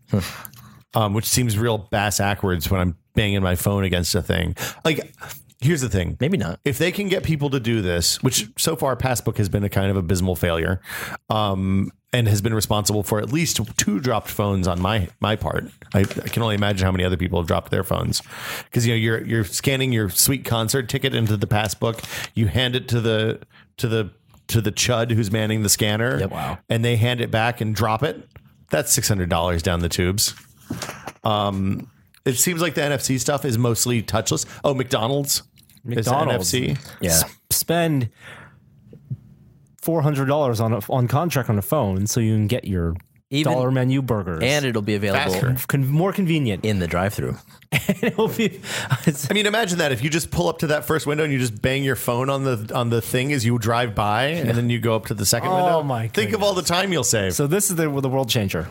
[SPEAKER 2] um, which seems real bass backwards when I'm banging my phone against a thing. Like, here's the thing.
[SPEAKER 4] Maybe not.
[SPEAKER 2] If they can get people to do this, which so far Passbook has been a kind of abysmal failure, um, and has been responsible for at least two dropped phones on my my part. I, I can only imagine how many other people have dropped their phones because you know you're you're scanning your sweet concert ticket into the Passbook, you hand it to the to the to the chud who's manning the scanner,
[SPEAKER 4] Wow.
[SPEAKER 2] and they hand it back and drop it. That's six hundred dollars down the tubes. Um, It seems like the NFC stuff is mostly touchless. Oh, McDonald's.
[SPEAKER 3] McDonald's.
[SPEAKER 2] Is NFC.
[SPEAKER 4] Yeah.
[SPEAKER 3] spend four hundred dollars on a, on contract on a phone so you can get your
[SPEAKER 4] Even-
[SPEAKER 3] dollar menu burgers
[SPEAKER 4] And it'll be available
[SPEAKER 2] Faster.
[SPEAKER 3] Con- more convenient.
[SPEAKER 4] in the drive-through.
[SPEAKER 3] [LAUGHS] It'll be it's-
[SPEAKER 2] I mean, imagine that if you just pull up to that first window and you just bang your phone on the on the thing as you drive by, and then you go up to the second
[SPEAKER 3] Oh,
[SPEAKER 2] window.
[SPEAKER 3] my
[SPEAKER 2] Think of all the time you'll save.
[SPEAKER 3] so this is the the world changer.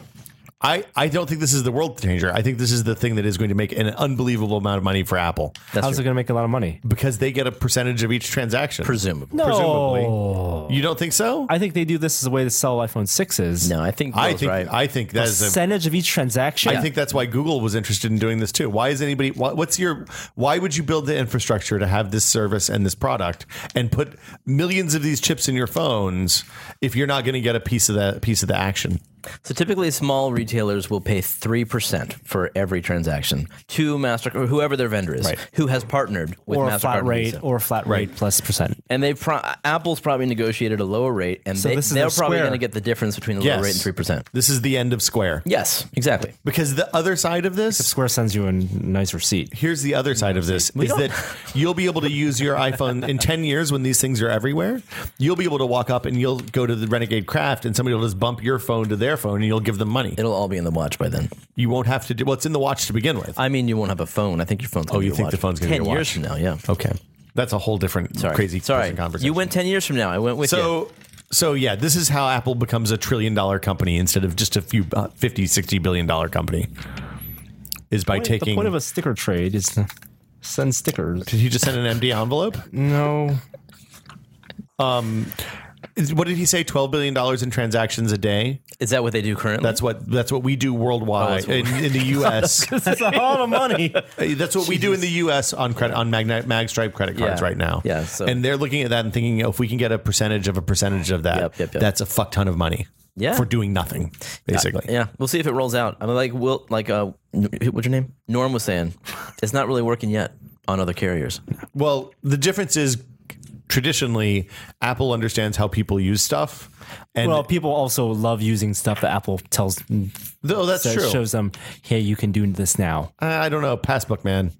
[SPEAKER 2] I I don't think this is the world changer. I think this is the thing that is going to make an unbelievable amount of money for Apple
[SPEAKER 4] That's
[SPEAKER 3] How's
[SPEAKER 4] true.
[SPEAKER 3] it going to make a lot of money?
[SPEAKER 2] because they get a percentage of each transaction.
[SPEAKER 4] presumably.
[SPEAKER 2] presumably.
[SPEAKER 3] No.
[SPEAKER 2] You don't think so?
[SPEAKER 3] Oh. I think they do this as a way to sell iPhone sixes.
[SPEAKER 4] No, I think
[SPEAKER 2] I
[SPEAKER 4] Bill's
[SPEAKER 2] think
[SPEAKER 4] right.
[SPEAKER 2] I think that is a
[SPEAKER 3] percentage of each transaction.
[SPEAKER 2] I think that's why Google was interested in doing this too. Why is anybody? Why, what's your? Why would you build the infrastructure to have this service and this product and put millions of these chips in your phones if you're not going to get a piece of that piece of the action?
[SPEAKER 4] So typically, small retailers will pay three percent for every transaction to Mastercard or whoever their vendor is,
[SPEAKER 2] Right.
[SPEAKER 4] who has partnered with
[SPEAKER 3] or
[SPEAKER 4] Mastercard
[SPEAKER 3] a flat
[SPEAKER 4] and
[SPEAKER 3] rate,
[SPEAKER 4] Visa.
[SPEAKER 3] or a flat rate plus percent.
[SPEAKER 4] and they pro- Apple's probably negotiated a lower rate, and they,
[SPEAKER 3] this is
[SPEAKER 4] they're
[SPEAKER 3] their
[SPEAKER 4] probably
[SPEAKER 3] square.
[SPEAKER 4] going to get the difference between the
[SPEAKER 2] Yes.
[SPEAKER 4] lower rate and three percent.
[SPEAKER 2] This is the end of Square
[SPEAKER 4] Yes, exactly.
[SPEAKER 2] because the other side of this.
[SPEAKER 3] Square sends you a nice receipt.
[SPEAKER 2] Here's the other side of this is that you'll be able to use your iPhone in 10 years when these things are everywhere. You'll be able to walk up and you'll go to the Renegade Craft and somebody will just bump your phone to their their phone and you'll give them money.
[SPEAKER 4] It'll all be in the watch by then.
[SPEAKER 2] You won't have to do well. It's in the watch to begin with.
[SPEAKER 4] I mean, you won't have a phone. I think your phone's. Gonna
[SPEAKER 2] Oh,
[SPEAKER 4] be
[SPEAKER 2] you
[SPEAKER 4] a
[SPEAKER 2] think
[SPEAKER 4] watch.
[SPEAKER 2] the phone's gonna be
[SPEAKER 4] ten
[SPEAKER 2] a watch.
[SPEAKER 4] years from now? Yeah.
[SPEAKER 2] Okay, that's a whole different
[SPEAKER 4] Sorry.
[SPEAKER 2] crazy
[SPEAKER 4] Sorry.
[SPEAKER 2] person conversation.
[SPEAKER 4] You went ten years from now. I went with you.
[SPEAKER 2] so so yeah. This is how Apple becomes a trillion dollar company instead of just a few uh, 50, 60 billion dollar company. Is by
[SPEAKER 3] the
[SPEAKER 2] taking.
[SPEAKER 3] point of a sticker trade is to send stickers.
[SPEAKER 2] did you just send an MD envelope?
[SPEAKER 3] No,
[SPEAKER 2] Is- What did he say? Twelve billion dollars in transactions a day.
[SPEAKER 4] Is that what they do currently?
[SPEAKER 2] That's what that's what we do
[SPEAKER 4] Oh,
[SPEAKER 2] worldwide in,
[SPEAKER 4] [LAUGHS]
[SPEAKER 2] in the U.S.
[SPEAKER 3] that's a lot of money.
[SPEAKER 2] [LAUGHS] Hey, That's what we do in the U.S. on credit on Magna, Magstripe credit cards
[SPEAKER 4] Yeah.
[SPEAKER 2] right now.
[SPEAKER 4] Yeah, so-
[SPEAKER 2] and they're looking at that and thinking, oh, if we can get a percentage of a percentage of that,
[SPEAKER 4] Yep, yep, yep.
[SPEAKER 2] that's a fuck ton of money.
[SPEAKER 4] Yeah.
[SPEAKER 2] for doing nothing basically.
[SPEAKER 4] Yeah, we'll see if it rolls out. I mean, like, will like, uh, n- what's your name? Norm
[SPEAKER 2] [LAUGHS]
[SPEAKER 4] was saying, it's not really working yet on other carriers.
[SPEAKER 2] Well, the difference is traditionally Apple understands how people use stuff, and
[SPEAKER 3] Well, people also love using stuff that Apple tells
[SPEAKER 2] though oh, that's
[SPEAKER 3] that
[SPEAKER 2] true.
[SPEAKER 3] shows them, hey, you can do this now.
[SPEAKER 2] I I don't know, passbook man.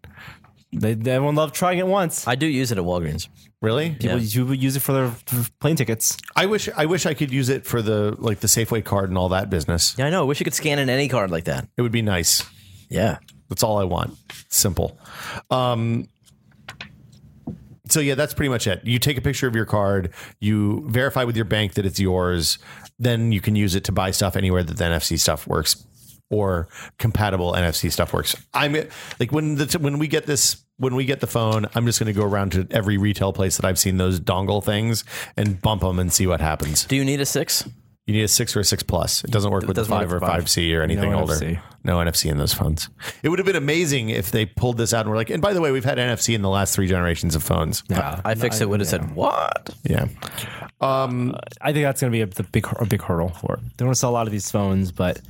[SPEAKER 3] They, they- everyone loved trying it once.
[SPEAKER 4] I do use it at Walgreens.
[SPEAKER 2] Really?
[SPEAKER 3] People you use it for their for plane tickets.
[SPEAKER 2] I wish I wish I could use it for the like the Safeway card and all that business.
[SPEAKER 4] Yeah, I know. I wish you could scan in any card like that.
[SPEAKER 2] It would be nice.
[SPEAKER 4] Yeah.
[SPEAKER 2] That's all I want. Simple. Um, so yeah, that's pretty much it. You take a picture of your card, you verify with your bank that it's yours, then you can use it to buy stuff anywhere that the NFC stuff works or compatible NFC stuff works. I'm like when the when we get this when we get the phone, I'm just going to go around to every retail place that I've seen those dongle things and bump them and see what happens.
[SPEAKER 4] Do you need a six?
[SPEAKER 2] You need a six or a six plus. It doesn't work with
[SPEAKER 4] doesn't
[SPEAKER 2] the
[SPEAKER 4] work
[SPEAKER 2] five or
[SPEAKER 4] with five.
[SPEAKER 2] five C or anything
[SPEAKER 3] No
[SPEAKER 2] older.
[SPEAKER 3] NFC.
[SPEAKER 2] No NFC in those phones. It would have been amazing if they pulled this out and were like, and by the way, we've had NFC in the last three generations of phones. Yeah.
[SPEAKER 4] I fixed it. Would have said what?
[SPEAKER 2] Yeah.
[SPEAKER 3] I think that's going to be a, the big a big hurdle for it. They're going to sell a lot of these phones, but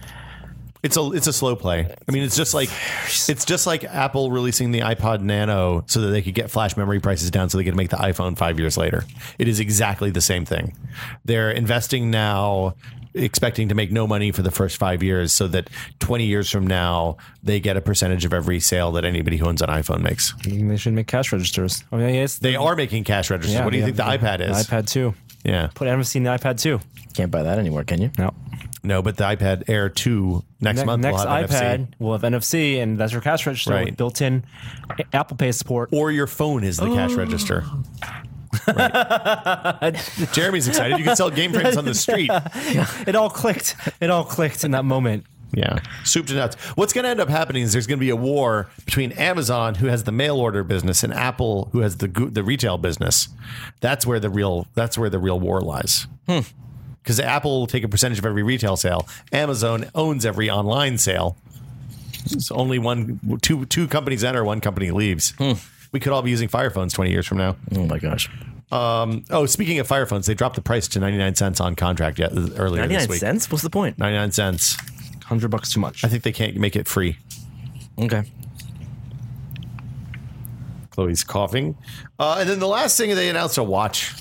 [SPEAKER 2] It's a it's a slow play. I mean, it's just like it's just like Apple releasing the iPod Nano so that they could get flash memory prices down so they could make the iPhone five years later. It is exactly the same thing. They're investing now, expecting to make no money for the first five years, so that twenty years from now they get a percentage of every sale that anybody who owns an iPhone makes.
[SPEAKER 3] they should make cash registers. I mean, Oh, yes,
[SPEAKER 2] They are making cash registers. what do you think the iPad is?
[SPEAKER 3] iPad too.
[SPEAKER 2] Yeah.
[SPEAKER 3] Put NFC in the iPad too.
[SPEAKER 4] Can't buy that anywhere, can you?
[SPEAKER 3] No.
[SPEAKER 2] No, but the iPad Air 2 next
[SPEAKER 3] Ne-
[SPEAKER 2] month
[SPEAKER 3] next
[SPEAKER 2] will have
[SPEAKER 3] iPad
[SPEAKER 2] NFC.
[SPEAKER 3] will have NFC, and that's your cash register
[SPEAKER 2] Right.
[SPEAKER 3] with built-in Apple Pay support.
[SPEAKER 2] Or your phone is the cash register. Right. [LAUGHS] Jeremy's excited. You can sell game frames on the street.
[SPEAKER 3] It all clicked. It all clicked in that moment.
[SPEAKER 2] Yeah. Soup to nuts. What's going to end up happening is there's going to be a war between Amazon, who has the mail order business, and Apple, who has the go- the retail business. That's where the real that's where the real war lies. Because Apple will take a percentage of every retail sale. Amazon owns every online sale. It's only one two two companies enter, one company leaves. We could all be using Fire phones 20 years from now.
[SPEAKER 4] Oh my gosh.
[SPEAKER 2] Oh, speaking of Fire phones, they dropped the price to 99 cents on contract yet, uh, earlier
[SPEAKER 4] Ninety
[SPEAKER 2] this
[SPEAKER 4] nine
[SPEAKER 2] week.
[SPEAKER 4] cents. What's the point?
[SPEAKER 2] 99 cents.
[SPEAKER 3] Hundred bucks too much.
[SPEAKER 2] I think they can't make it free.
[SPEAKER 4] Okay.
[SPEAKER 2] Chloe's coughing. Uh, and then the last thing they announced a watch.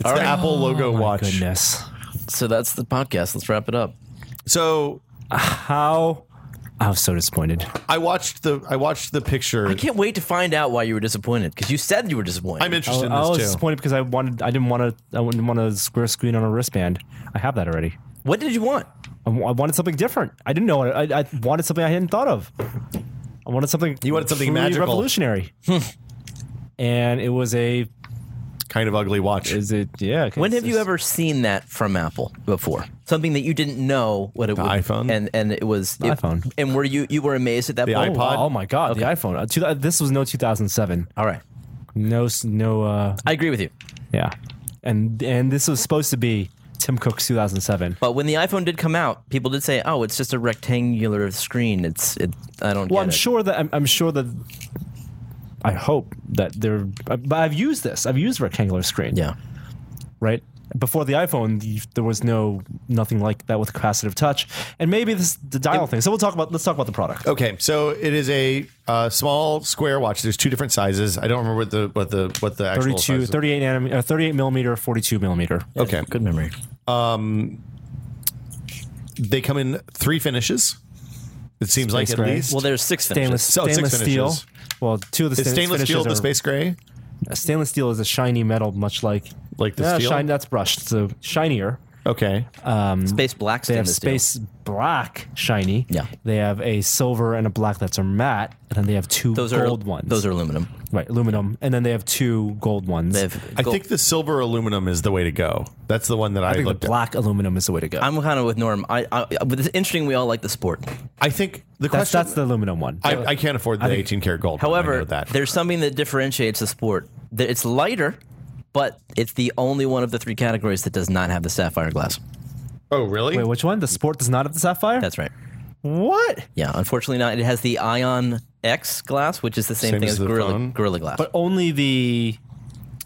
[SPEAKER 2] It's the Apple logo
[SPEAKER 4] Oh
[SPEAKER 2] watch.
[SPEAKER 3] Goodness.
[SPEAKER 4] So that's the podcast. Let's wrap it up.
[SPEAKER 2] So
[SPEAKER 3] How? I was so disappointed.
[SPEAKER 2] I watched the I watched the picture.
[SPEAKER 4] I can't wait to find out why you were disappointed because you said you were disappointed.
[SPEAKER 2] I'm
[SPEAKER 3] I,
[SPEAKER 2] interested
[SPEAKER 3] I
[SPEAKER 2] in
[SPEAKER 3] was
[SPEAKER 2] this too.
[SPEAKER 3] disappointed because I wanted. I didn't want to. I didn't want a square screen on a wristband. I have that already.
[SPEAKER 4] what did you want?
[SPEAKER 3] I, w- I wanted something different. I didn't know. what- I, I wanted something I hadn't thought of. I wanted something.
[SPEAKER 2] You wanted something
[SPEAKER 3] truly
[SPEAKER 2] magical. Hmm.
[SPEAKER 3] revolutionary. and it was a.
[SPEAKER 2] Kind of ugly watch.
[SPEAKER 3] Is it? Yeah.
[SPEAKER 4] When have you ever seen that from Apple before? Something that you didn't know what it was.
[SPEAKER 2] iPhone?
[SPEAKER 4] and and it was it-
[SPEAKER 3] iPhone.
[SPEAKER 4] And were you you were amazed at that?
[SPEAKER 2] The
[SPEAKER 4] point?
[SPEAKER 2] iPod?
[SPEAKER 3] Oh, my god, the iPhone. Uh, two, uh, this was no 2007.
[SPEAKER 4] All right,
[SPEAKER 3] No, s- no. Uh,
[SPEAKER 4] I agree with you.
[SPEAKER 3] yeah, and and this was supposed to be Tim Cook's 2007.
[SPEAKER 4] But when the iPhone did come out, people did say, "Oh, it's just a rectangular screen. It's it. I don't
[SPEAKER 3] Well,
[SPEAKER 4] get
[SPEAKER 3] I'm
[SPEAKER 4] it."
[SPEAKER 3] sure that I'm, I'm sure that I hope that they're. But I've used this. I've used rectangular screen.
[SPEAKER 4] Yeah.
[SPEAKER 3] Right. Before the iPhone, the- there was no nothing like that with capacitive touch, and maybe this the dial thing. So we'll talk about let's talk about the product.
[SPEAKER 2] Okay, so it is a uh, small square watch. There's two different sizes. I don't remember what the what the what the actual
[SPEAKER 3] 32,
[SPEAKER 2] size-
[SPEAKER 3] 38 nanom- uh, 38 millimeter, 42 millimeter.
[SPEAKER 2] Okay, Um,
[SPEAKER 4] Good memory.
[SPEAKER 2] they come in three finishes. It seems like at
[SPEAKER 3] gray.
[SPEAKER 2] least
[SPEAKER 4] Well, there's six
[SPEAKER 3] Stainless,
[SPEAKER 4] finishes.
[SPEAKER 2] So six
[SPEAKER 3] stainless steel.
[SPEAKER 2] finishes.
[SPEAKER 3] Well, two of the
[SPEAKER 2] it's stainless steel,
[SPEAKER 3] finishes
[SPEAKER 2] the
[SPEAKER 3] are-
[SPEAKER 2] space gray.
[SPEAKER 3] Stainless steel is a shiny metal, much like Ah,
[SPEAKER 2] Like the
[SPEAKER 3] Yeah,
[SPEAKER 2] steel?
[SPEAKER 3] shine- that's brushed, so shinier.
[SPEAKER 2] Okay.
[SPEAKER 4] Space Black
[SPEAKER 3] They have
[SPEAKER 4] stainless steel.
[SPEAKER 3] space black shiny.
[SPEAKER 4] Yeah.
[SPEAKER 3] They have a silver and a black that's a matte, and then they have two
[SPEAKER 4] Those are
[SPEAKER 3] gold ones.
[SPEAKER 4] Those are aluminum.
[SPEAKER 3] right, aluminum, and then they have two gold ones.
[SPEAKER 4] They have
[SPEAKER 2] I
[SPEAKER 4] gold-
[SPEAKER 2] think the silver aluminum is the way to go. That's the one that I,
[SPEAKER 3] I think the
[SPEAKER 2] looked at.
[SPEAKER 3] black aluminum is the way to go.
[SPEAKER 4] I'm kind of with Norm. I, I but it's interesting. We all like the sport.
[SPEAKER 2] I think the
[SPEAKER 3] that's
[SPEAKER 2] question.
[SPEAKER 3] that's the aluminum one.
[SPEAKER 2] I, I can't afford the 18 karat gold. one, I know
[SPEAKER 4] However,
[SPEAKER 2] that
[SPEAKER 4] there's something that differentiates the sport. That It's lighter, but it's the only one of the three categories that does not have the sapphire glass.
[SPEAKER 2] Oh, really?
[SPEAKER 3] Wait, which one? The sport does not have the sapphire.
[SPEAKER 4] That's right.
[SPEAKER 3] what?
[SPEAKER 4] Yeah, unfortunately not. It has the Ion X glass, which is the same,
[SPEAKER 2] Same
[SPEAKER 4] thing
[SPEAKER 2] as
[SPEAKER 4] as,
[SPEAKER 2] the
[SPEAKER 4] Gorilla,
[SPEAKER 2] phone.
[SPEAKER 4] Gorilla Glass.
[SPEAKER 3] But only the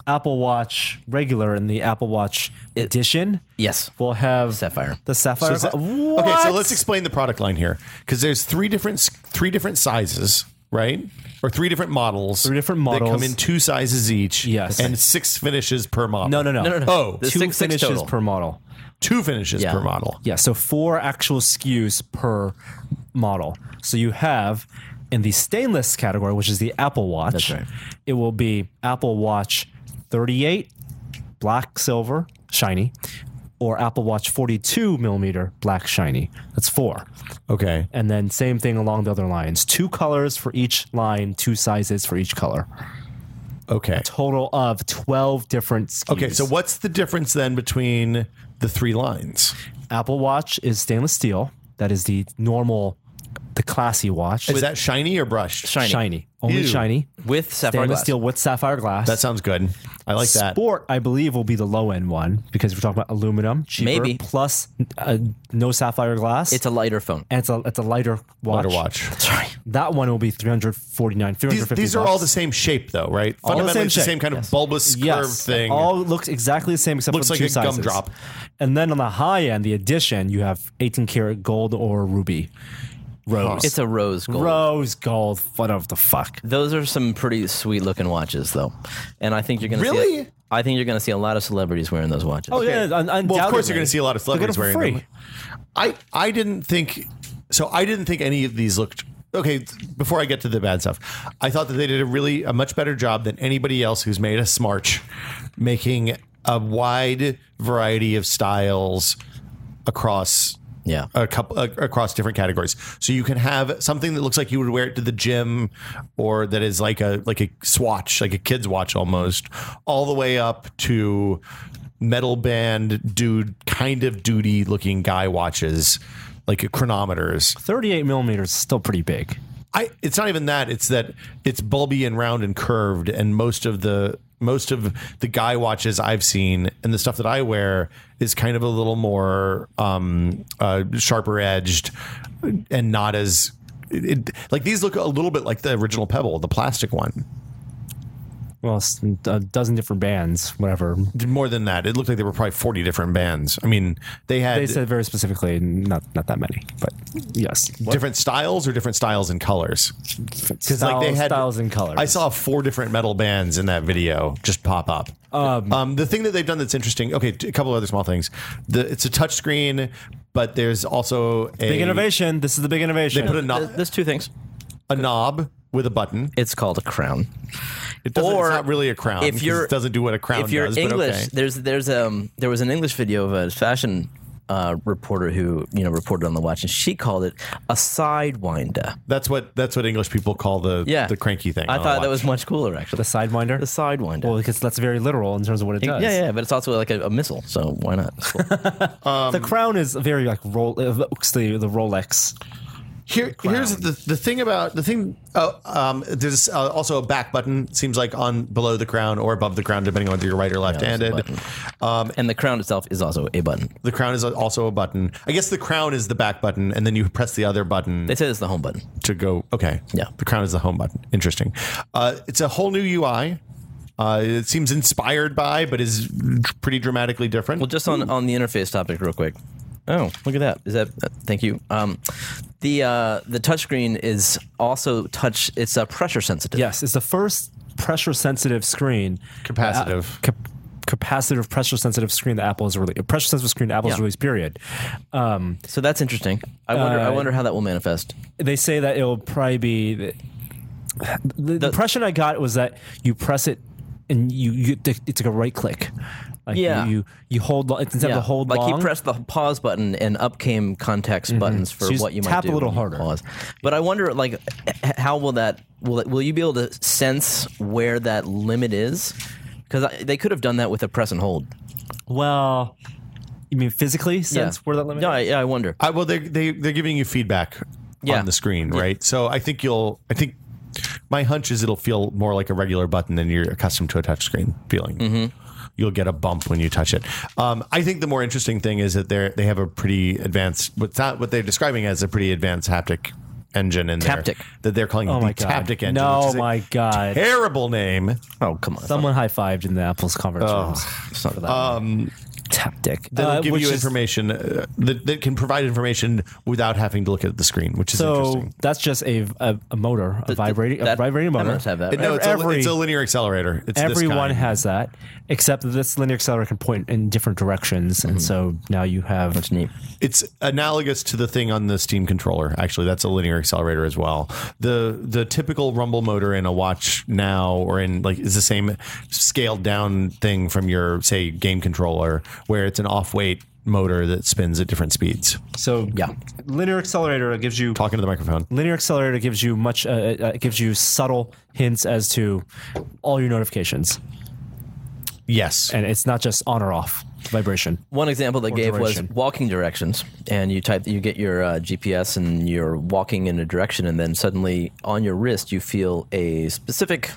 [SPEAKER 3] Apple Watch regular and the Apple Watch edition
[SPEAKER 4] yes,
[SPEAKER 3] will have
[SPEAKER 4] Sapphire.
[SPEAKER 3] The
[SPEAKER 2] So
[SPEAKER 3] sapphire.
[SPEAKER 2] is that-
[SPEAKER 3] uh, what?
[SPEAKER 2] Okay, so let's explain the product line here because there's three different three different sizes, right? Or three different models. Three
[SPEAKER 3] different
[SPEAKER 2] that come
[SPEAKER 3] models.
[SPEAKER 2] in two sizes each.
[SPEAKER 3] Yes.
[SPEAKER 2] and six finishes per model.
[SPEAKER 3] No, no, no.
[SPEAKER 4] no, no.
[SPEAKER 2] Oh,
[SPEAKER 4] The
[SPEAKER 3] Two
[SPEAKER 4] six- six
[SPEAKER 3] finishes
[SPEAKER 4] total.
[SPEAKER 3] per model.
[SPEAKER 2] two finishes
[SPEAKER 4] Yeah.
[SPEAKER 2] per model.
[SPEAKER 3] Yeah, so four actual SKUs per model. So you have in the stainless category, which is the Apple Watch,
[SPEAKER 4] That's right.
[SPEAKER 3] it will be Apple Watch 38, black, silver, shiny, or Apple Watch 42 millimeter, black, shiny. That's four.
[SPEAKER 2] Okay,
[SPEAKER 3] And then same thing along the other lines two colors for each line, two sizes for each color.
[SPEAKER 2] okay,
[SPEAKER 3] Total of 12 different SKUs.
[SPEAKER 2] okay. So what's the difference then between the three lines?
[SPEAKER 3] Apple Watch is stainless steel. That is the normal, the classy watch.
[SPEAKER 2] Is that shiny or brushed?
[SPEAKER 4] shiny.
[SPEAKER 3] Only
[SPEAKER 2] Ew.
[SPEAKER 3] shiny.
[SPEAKER 4] with sapphire
[SPEAKER 3] Stainless
[SPEAKER 4] glass.
[SPEAKER 3] steel with sapphire glass.
[SPEAKER 2] That sounds good. I like that.
[SPEAKER 3] Sport, I believe, will be the low end one because we're talking about aluminum, cheaper,
[SPEAKER 4] Maybe.
[SPEAKER 3] plus uh, no sapphire glass.
[SPEAKER 4] It's a lighter phone.
[SPEAKER 3] and it's a it's a lighter watch.
[SPEAKER 2] Better watch.
[SPEAKER 4] Sorry.
[SPEAKER 3] That one will be 349
[SPEAKER 2] These,
[SPEAKER 3] 350
[SPEAKER 2] these are all the
[SPEAKER 3] bucks.
[SPEAKER 2] same shape, though, right?
[SPEAKER 3] the
[SPEAKER 2] Fundamentally,
[SPEAKER 3] same
[SPEAKER 2] it's the
[SPEAKER 3] shape,
[SPEAKER 2] same kind of bulbous curved
[SPEAKER 3] yes,
[SPEAKER 2] thing.
[SPEAKER 3] All looks exactly the same except
[SPEAKER 2] Looks
[SPEAKER 3] for the
[SPEAKER 2] like
[SPEAKER 3] two
[SPEAKER 2] a
[SPEAKER 3] sizes.
[SPEAKER 2] gumdrop.
[SPEAKER 3] And then on the high end, the addition, you have 18 karat gold or ruby. Rose.
[SPEAKER 4] It's a rose gold.
[SPEAKER 3] rose gold. Whatever the fuck.
[SPEAKER 4] Those are some pretty sweet looking watches, though, and I think you're gonna See
[SPEAKER 2] Really?
[SPEAKER 4] a, I think you're gonna see a lot of celebrities wearing those watches.
[SPEAKER 3] Oh, yeah.
[SPEAKER 2] Okay.
[SPEAKER 3] un-
[SPEAKER 2] well, of course,
[SPEAKER 3] undoubtedly.
[SPEAKER 2] you're going to see a lot of
[SPEAKER 3] They get it
[SPEAKER 2] celebrities
[SPEAKER 3] for
[SPEAKER 2] wearing
[SPEAKER 3] free.
[SPEAKER 2] them. I I didn't think so. I didn't think any of these looked okay. th- Before I get to the bad stuff, I thought that they did a really a much better job than anybody else who's made a smarch, making a wide variety of styles across
[SPEAKER 4] Yeah.
[SPEAKER 2] a couple a- across different categories. So you can have something that looks like you would wear it to the gym, or that is like a like a swatch, like a kid's watch almost, all the way up to metal band dude kind of duty looking guy watches, like chronometers.
[SPEAKER 3] 38 millimeters is still pretty big.
[SPEAKER 2] I it's not even that. It's that it's bulby and round and curved, and most of the most of the guy watches I've seen and the stuff that I wear is kind of a little more um, uh, sharper edged and not as it, it- like these look a little bit like the original Pebble, the plastic one.
[SPEAKER 3] Well, it's a dozen different bands, whatever.
[SPEAKER 2] More than that, it looked like there were probably forty different bands. I mean, they had
[SPEAKER 3] They said very specifically, not not that many, but yes,
[SPEAKER 2] different styles or different styles and colors.
[SPEAKER 3] because
[SPEAKER 2] like they had
[SPEAKER 3] styles and colors.
[SPEAKER 2] I saw four different metal bands in that video just pop up. Um, the thing that they've done that's interesting. Okay, t- a couple other small things. The, it's a touchscreen, but there's also a
[SPEAKER 3] big innovation. This is the big innovation.
[SPEAKER 2] They put a,
[SPEAKER 4] Th-
[SPEAKER 2] knob
[SPEAKER 4] There's two things.
[SPEAKER 2] a knob with a button.
[SPEAKER 4] It's called a crown.
[SPEAKER 2] It doesn't,
[SPEAKER 4] Or
[SPEAKER 2] it's not really a crown.
[SPEAKER 4] if
[SPEAKER 2] 'cause
[SPEAKER 4] you're-
[SPEAKER 2] it doesn't do what a crown
[SPEAKER 4] if you're
[SPEAKER 2] does.
[SPEAKER 4] English,
[SPEAKER 2] but okay.
[SPEAKER 4] there's there's um there was an English video of a fashion uh, reporter who you know reported on the watch, and she called it a sidewinder.
[SPEAKER 2] that's what that's what English people call the
[SPEAKER 4] Yeah,
[SPEAKER 2] the cranky thing. Oh,
[SPEAKER 4] I
[SPEAKER 2] on a
[SPEAKER 4] thought that
[SPEAKER 2] watch.
[SPEAKER 4] was much cooler actually.
[SPEAKER 3] the sidewinder.
[SPEAKER 4] The sidewinder.
[SPEAKER 3] well, because that's very literal in terms of what it
[SPEAKER 4] yeah,
[SPEAKER 3] does.
[SPEAKER 4] yeah, but it's also like a, a missile, so why not? It's cool.
[SPEAKER 2] Um,
[SPEAKER 3] the crown is very like roll. It looks the the Rolex.
[SPEAKER 2] Here, here's the, the thing about the thing. Oh, um, there's uh, also a back button. Seems like on below the crown or above the crown, depending on whether you're right or
[SPEAKER 4] there's a
[SPEAKER 2] left-handed.
[SPEAKER 4] button. and the crown itself is also a button.
[SPEAKER 2] The crown is also a button. I guess the crown is the back button, and then you press the other button
[SPEAKER 4] They said it's the home button.
[SPEAKER 2] to go. Okay.
[SPEAKER 4] Yeah.
[SPEAKER 2] The crown is the home button. Interesting. Uh, it's a whole new UI. Uh, it seems inspired by, but is pretty dramatically different.
[SPEAKER 4] Well, just on, on the interface topic, real quick. Oh, look at that! Is that? Uh, thank you. Um, the uh, the touchscreen is also touch. It's uh, pressure sensitive.
[SPEAKER 3] Yes, it's the first pressure sensitive screen.
[SPEAKER 2] Capacitive.
[SPEAKER 3] Uh, cap- capacitive pressure sensitive screen that Apple has released. Pressure sensitive screen that Apple has
[SPEAKER 4] Yeah.
[SPEAKER 3] released. Period. Um,
[SPEAKER 4] So that's interesting. I wonder. I
[SPEAKER 3] Uh,
[SPEAKER 4] wonder how that will manifest.
[SPEAKER 3] they say that it'll probably be the, the, impression I got was that you press it and you, you it's like a right click Like
[SPEAKER 4] Yeah.
[SPEAKER 3] you, you you hold lo- instead of the hold
[SPEAKER 4] like
[SPEAKER 3] long. Mm-hmm.
[SPEAKER 4] he pressed the pause button and up came context buttons for
[SPEAKER 3] So you
[SPEAKER 4] what you might
[SPEAKER 3] tap a
[SPEAKER 4] do
[SPEAKER 3] little
[SPEAKER 4] when you
[SPEAKER 3] harder.
[SPEAKER 4] Pause. But I wonder, like, h- how will that will it, will you be able to sense where that limit is? Because they could have done that with a press and hold.
[SPEAKER 3] well, you mean physically sense
[SPEAKER 4] yeah.
[SPEAKER 3] where that limit?
[SPEAKER 4] No,
[SPEAKER 3] is?
[SPEAKER 4] I, yeah, I wonder.
[SPEAKER 2] I, well, they they they're giving you feedback
[SPEAKER 4] Yeah.
[SPEAKER 2] on the screen, right? So I think you'll. I think my hunch is it'll feel more like a regular button than you're accustomed to a touchscreen feeling.
[SPEAKER 4] Mm-hmm.
[SPEAKER 2] You'll get a bump when you touch it. Um, I think the more interesting thing is that they they have a pretty advanced. What's not what they're describing as a pretty advanced haptic engine in there
[SPEAKER 4] Taptic.
[SPEAKER 2] that they're calling
[SPEAKER 3] Oh
[SPEAKER 2] the
[SPEAKER 3] my god!
[SPEAKER 2] taptic engine. which
[SPEAKER 3] no,
[SPEAKER 2] is a
[SPEAKER 3] my god!
[SPEAKER 2] terrible name.
[SPEAKER 4] Oh, come on.
[SPEAKER 3] Someone high fived in the Apple's conference rooms for that. Um, Taptic.
[SPEAKER 2] That'll
[SPEAKER 3] Uh,
[SPEAKER 2] give
[SPEAKER 3] which
[SPEAKER 2] you
[SPEAKER 3] is-
[SPEAKER 2] information uh, that, that can provide information without having to look at the screen, which is
[SPEAKER 3] So
[SPEAKER 2] interesting.
[SPEAKER 3] that's just a a, a motor, a vibrating a
[SPEAKER 4] that-
[SPEAKER 3] vibrating
[SPEAKER 4] that
[SPEAKER 3] motor.
[SPEAKER 4] must have that, right?
[SPEAKER 2] No, it's,
[SPEAKER 3] Every-
[SPEAKER 2] a, it's a linear accelerator. It's this
[SPEAKER 3] Everyone
[SPEAKER 2] kind.
[SPEAKER 3] has that, except that this linear accelerator can point in different directions,
[SPEAKER 4] Mm-hmm.
[SPEAKER 3] and so now you have
[SPEAKER 4] That's neat.
[SPEAKER 2] It's analogous to the thing on the Steam controller. Actually, that's a linear accelerator as well. The the typical rumble motor in a watch now or in like is the same scaled down thing from your say game controller where it's an off weight motor that spins at different speeds.
[SPEAKER 3] so
[SPEAKER 4] Yeah.
[SPEAKER 3] Linear accelerator gives you
[SPEAKER 2] Talking to the microphone.
[SPEAKER 3] linear accelerator gives you much uh, uh, it gives you subtle hints as to all your notifications,
[SPEAKER 2] Yes.
[SPEAKER 3] and it's not just on or off vibration.
[SPEAKER 4] One example they gave
[SPEAKER 3] direction.
[SPEAKER 4] was walking directions, and you type, you get your uh, GPS, and you're walking in a direction, and then suddenly on your wrist you feel a specific,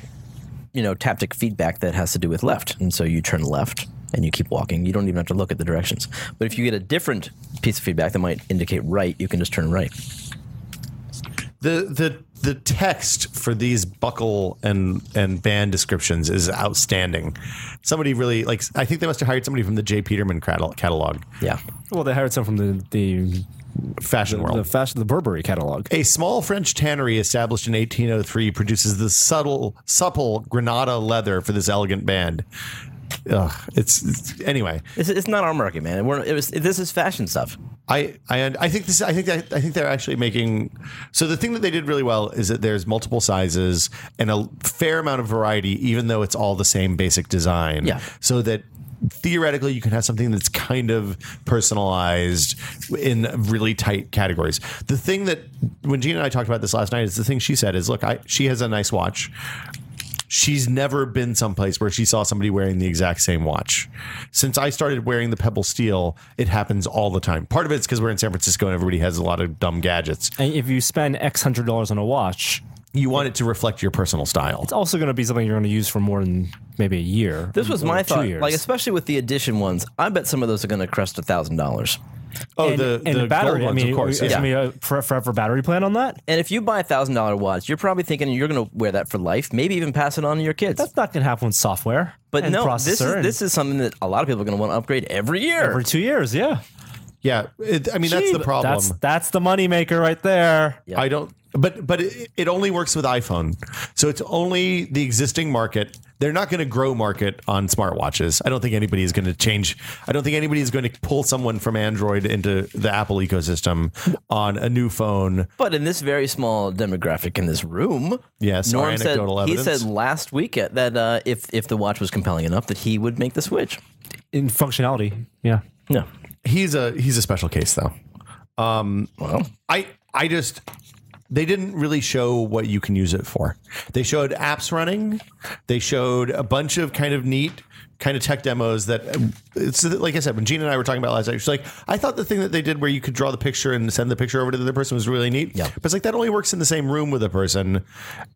[SPEAKER 4] you know, taptic feedback that has to do with left, and so you turn left and you keep walking. You don't even have to look at the directions. But if you get a different piece of feedback that might indicate right, you can just turn right.
[SPEAKER 2] the the the text for these buckle and and band descriptions is outstanding. Somebody really like. I think they must have hired somebody from the Jay Peterman catal- catalog,
[SPEAKER 4] Yeah,
[SPEAKER 3] Well, they hired some from the the
[SPEAKER 2] fashion world.
[SPEAKER 3] the fashion the Burberry catalog.
[SPEAKER 2] a small French tannery established in 1803 produces the subtle, supple Granada leather for this elegant band. Ugh, it's, it's anyway.
[SPEAKER 4] it's, it's not our market, man. We're, it was, this is fashion stuff.
[SPEAKER 2] I I I think this I think that I think they're actually making so the thing that they did really well is that there's multiple sizes and a fair amount of variety even though it's all the same basic design.
[SPEAKER 4] Yeah.
[SPEAKER 2] So that theoretically you can have something that's kind of personalized in really tight categories. The thing that when Gina and I talked about this last night is the thing she said is look I she has a nice watch she's never been someplace where she saw somebody wearing the exact same watch. Since I started wearing the Pebble Steel, it happens all the time. Part of it's because we're in San Francisco and everybody has a lot of dumb gadgets.
[SPEAKER 3] And if you spend X hundred dollars on a watch,
[SPEAKER 2] You want it to reflect your personal style.
[SPEAKER 3] it's also going to be something you're going to use for more than maybe a year.
[SPEAKER 4] This was
[SPEAKER 3] or
[SPEAKER 4] my
[SPEAKER 3] two
[SPEAKER 4] thought.
[SPEAKER 3] years.
[SPEAKER 4] Like especially with the edition ones, I bet some of those are going to crest a thousand dollars.
[SPEAKER 2] Oh,
[SPEAKER 3] and,
[SPEAKER 2] the,
[SPEAKER 3] and
[SPEAKER 2] the
[SPEAKER 3] battery.
[SPEAKER 2] gold ones,
[SPEAKER 3] I mean,
[SPEAKER 2] of course.
[SPEAKER 3] we-
[SPEAKER 2] yeah.
[SPEAKER 3] I mean, a for- forever battery plan on that.
[SPEAKER 4] And if you buy a thousand dollar watch, you're probably thinking you're going to wear that for life, maybe even pass it on to your kids.
[SPEAKER 3] That's not going to happen with software.
[SPEAKER 4] but
[SPEAKER 3] and
[SPEAKER 4] no,
[SPEAKER 3] processor
[SPEAKER 4] this is
[SPEAKER 3] and
[SPEAKER 4] this is something that a lot of people are going to want to upgrade every year.
[SPEAKER 3] for two years. Yeah,
[SPEAKER 2] yeah. It- I mean, that's
[SPEAKER 4] Gee,
[SPEAKER 2] the
[SPEAKER 4] but
[SPEAKER 2] problem.
[SPEAKER 3] that's that's the moneymaker right there.
[SPEAKER 4] Yeah.
[SPEAKER 2] I don't. But but it, it only works with iPhone, so it's only the existing market. They're not going to grow market on smartwatches. I don't think anybody is going to change. I don't think anybody is going to pull someone from Android into the Apple ecosystem on a new phone.
[SPEAKER 4] but in this very small demographic in this room,
[SPEAKER 2] Yes, or
[SPEAKER 4] Norm said
[SPEAKER 2] anecdotal
[SPEAKER 4] he
[SPEAKER 2] evidence.
[SPEAKER 4] said last week at- that uh, if if the watch was compelling enough, that he would make the switch.
[SPEAKER 3] In functionality, yeah.
[SPEAKER 4] No,
[SPEAKER 2] He's a he's a special case though. Um,
[SPEAKER 4] well,
[SPEAKER 2] I I just they didn't really show what you can use it for. They showed apps running. They showed a bunch of kind of neat kind of tech demos that it's like I said when Gina and I were talking about last night. She's like, I thought the thing that they did where you could draw the picture and send the picture over to the other person was really neat.
[SPEAKER 4] Yeah.
[SPEAKER 2] but it's like that only works in the same room with a person,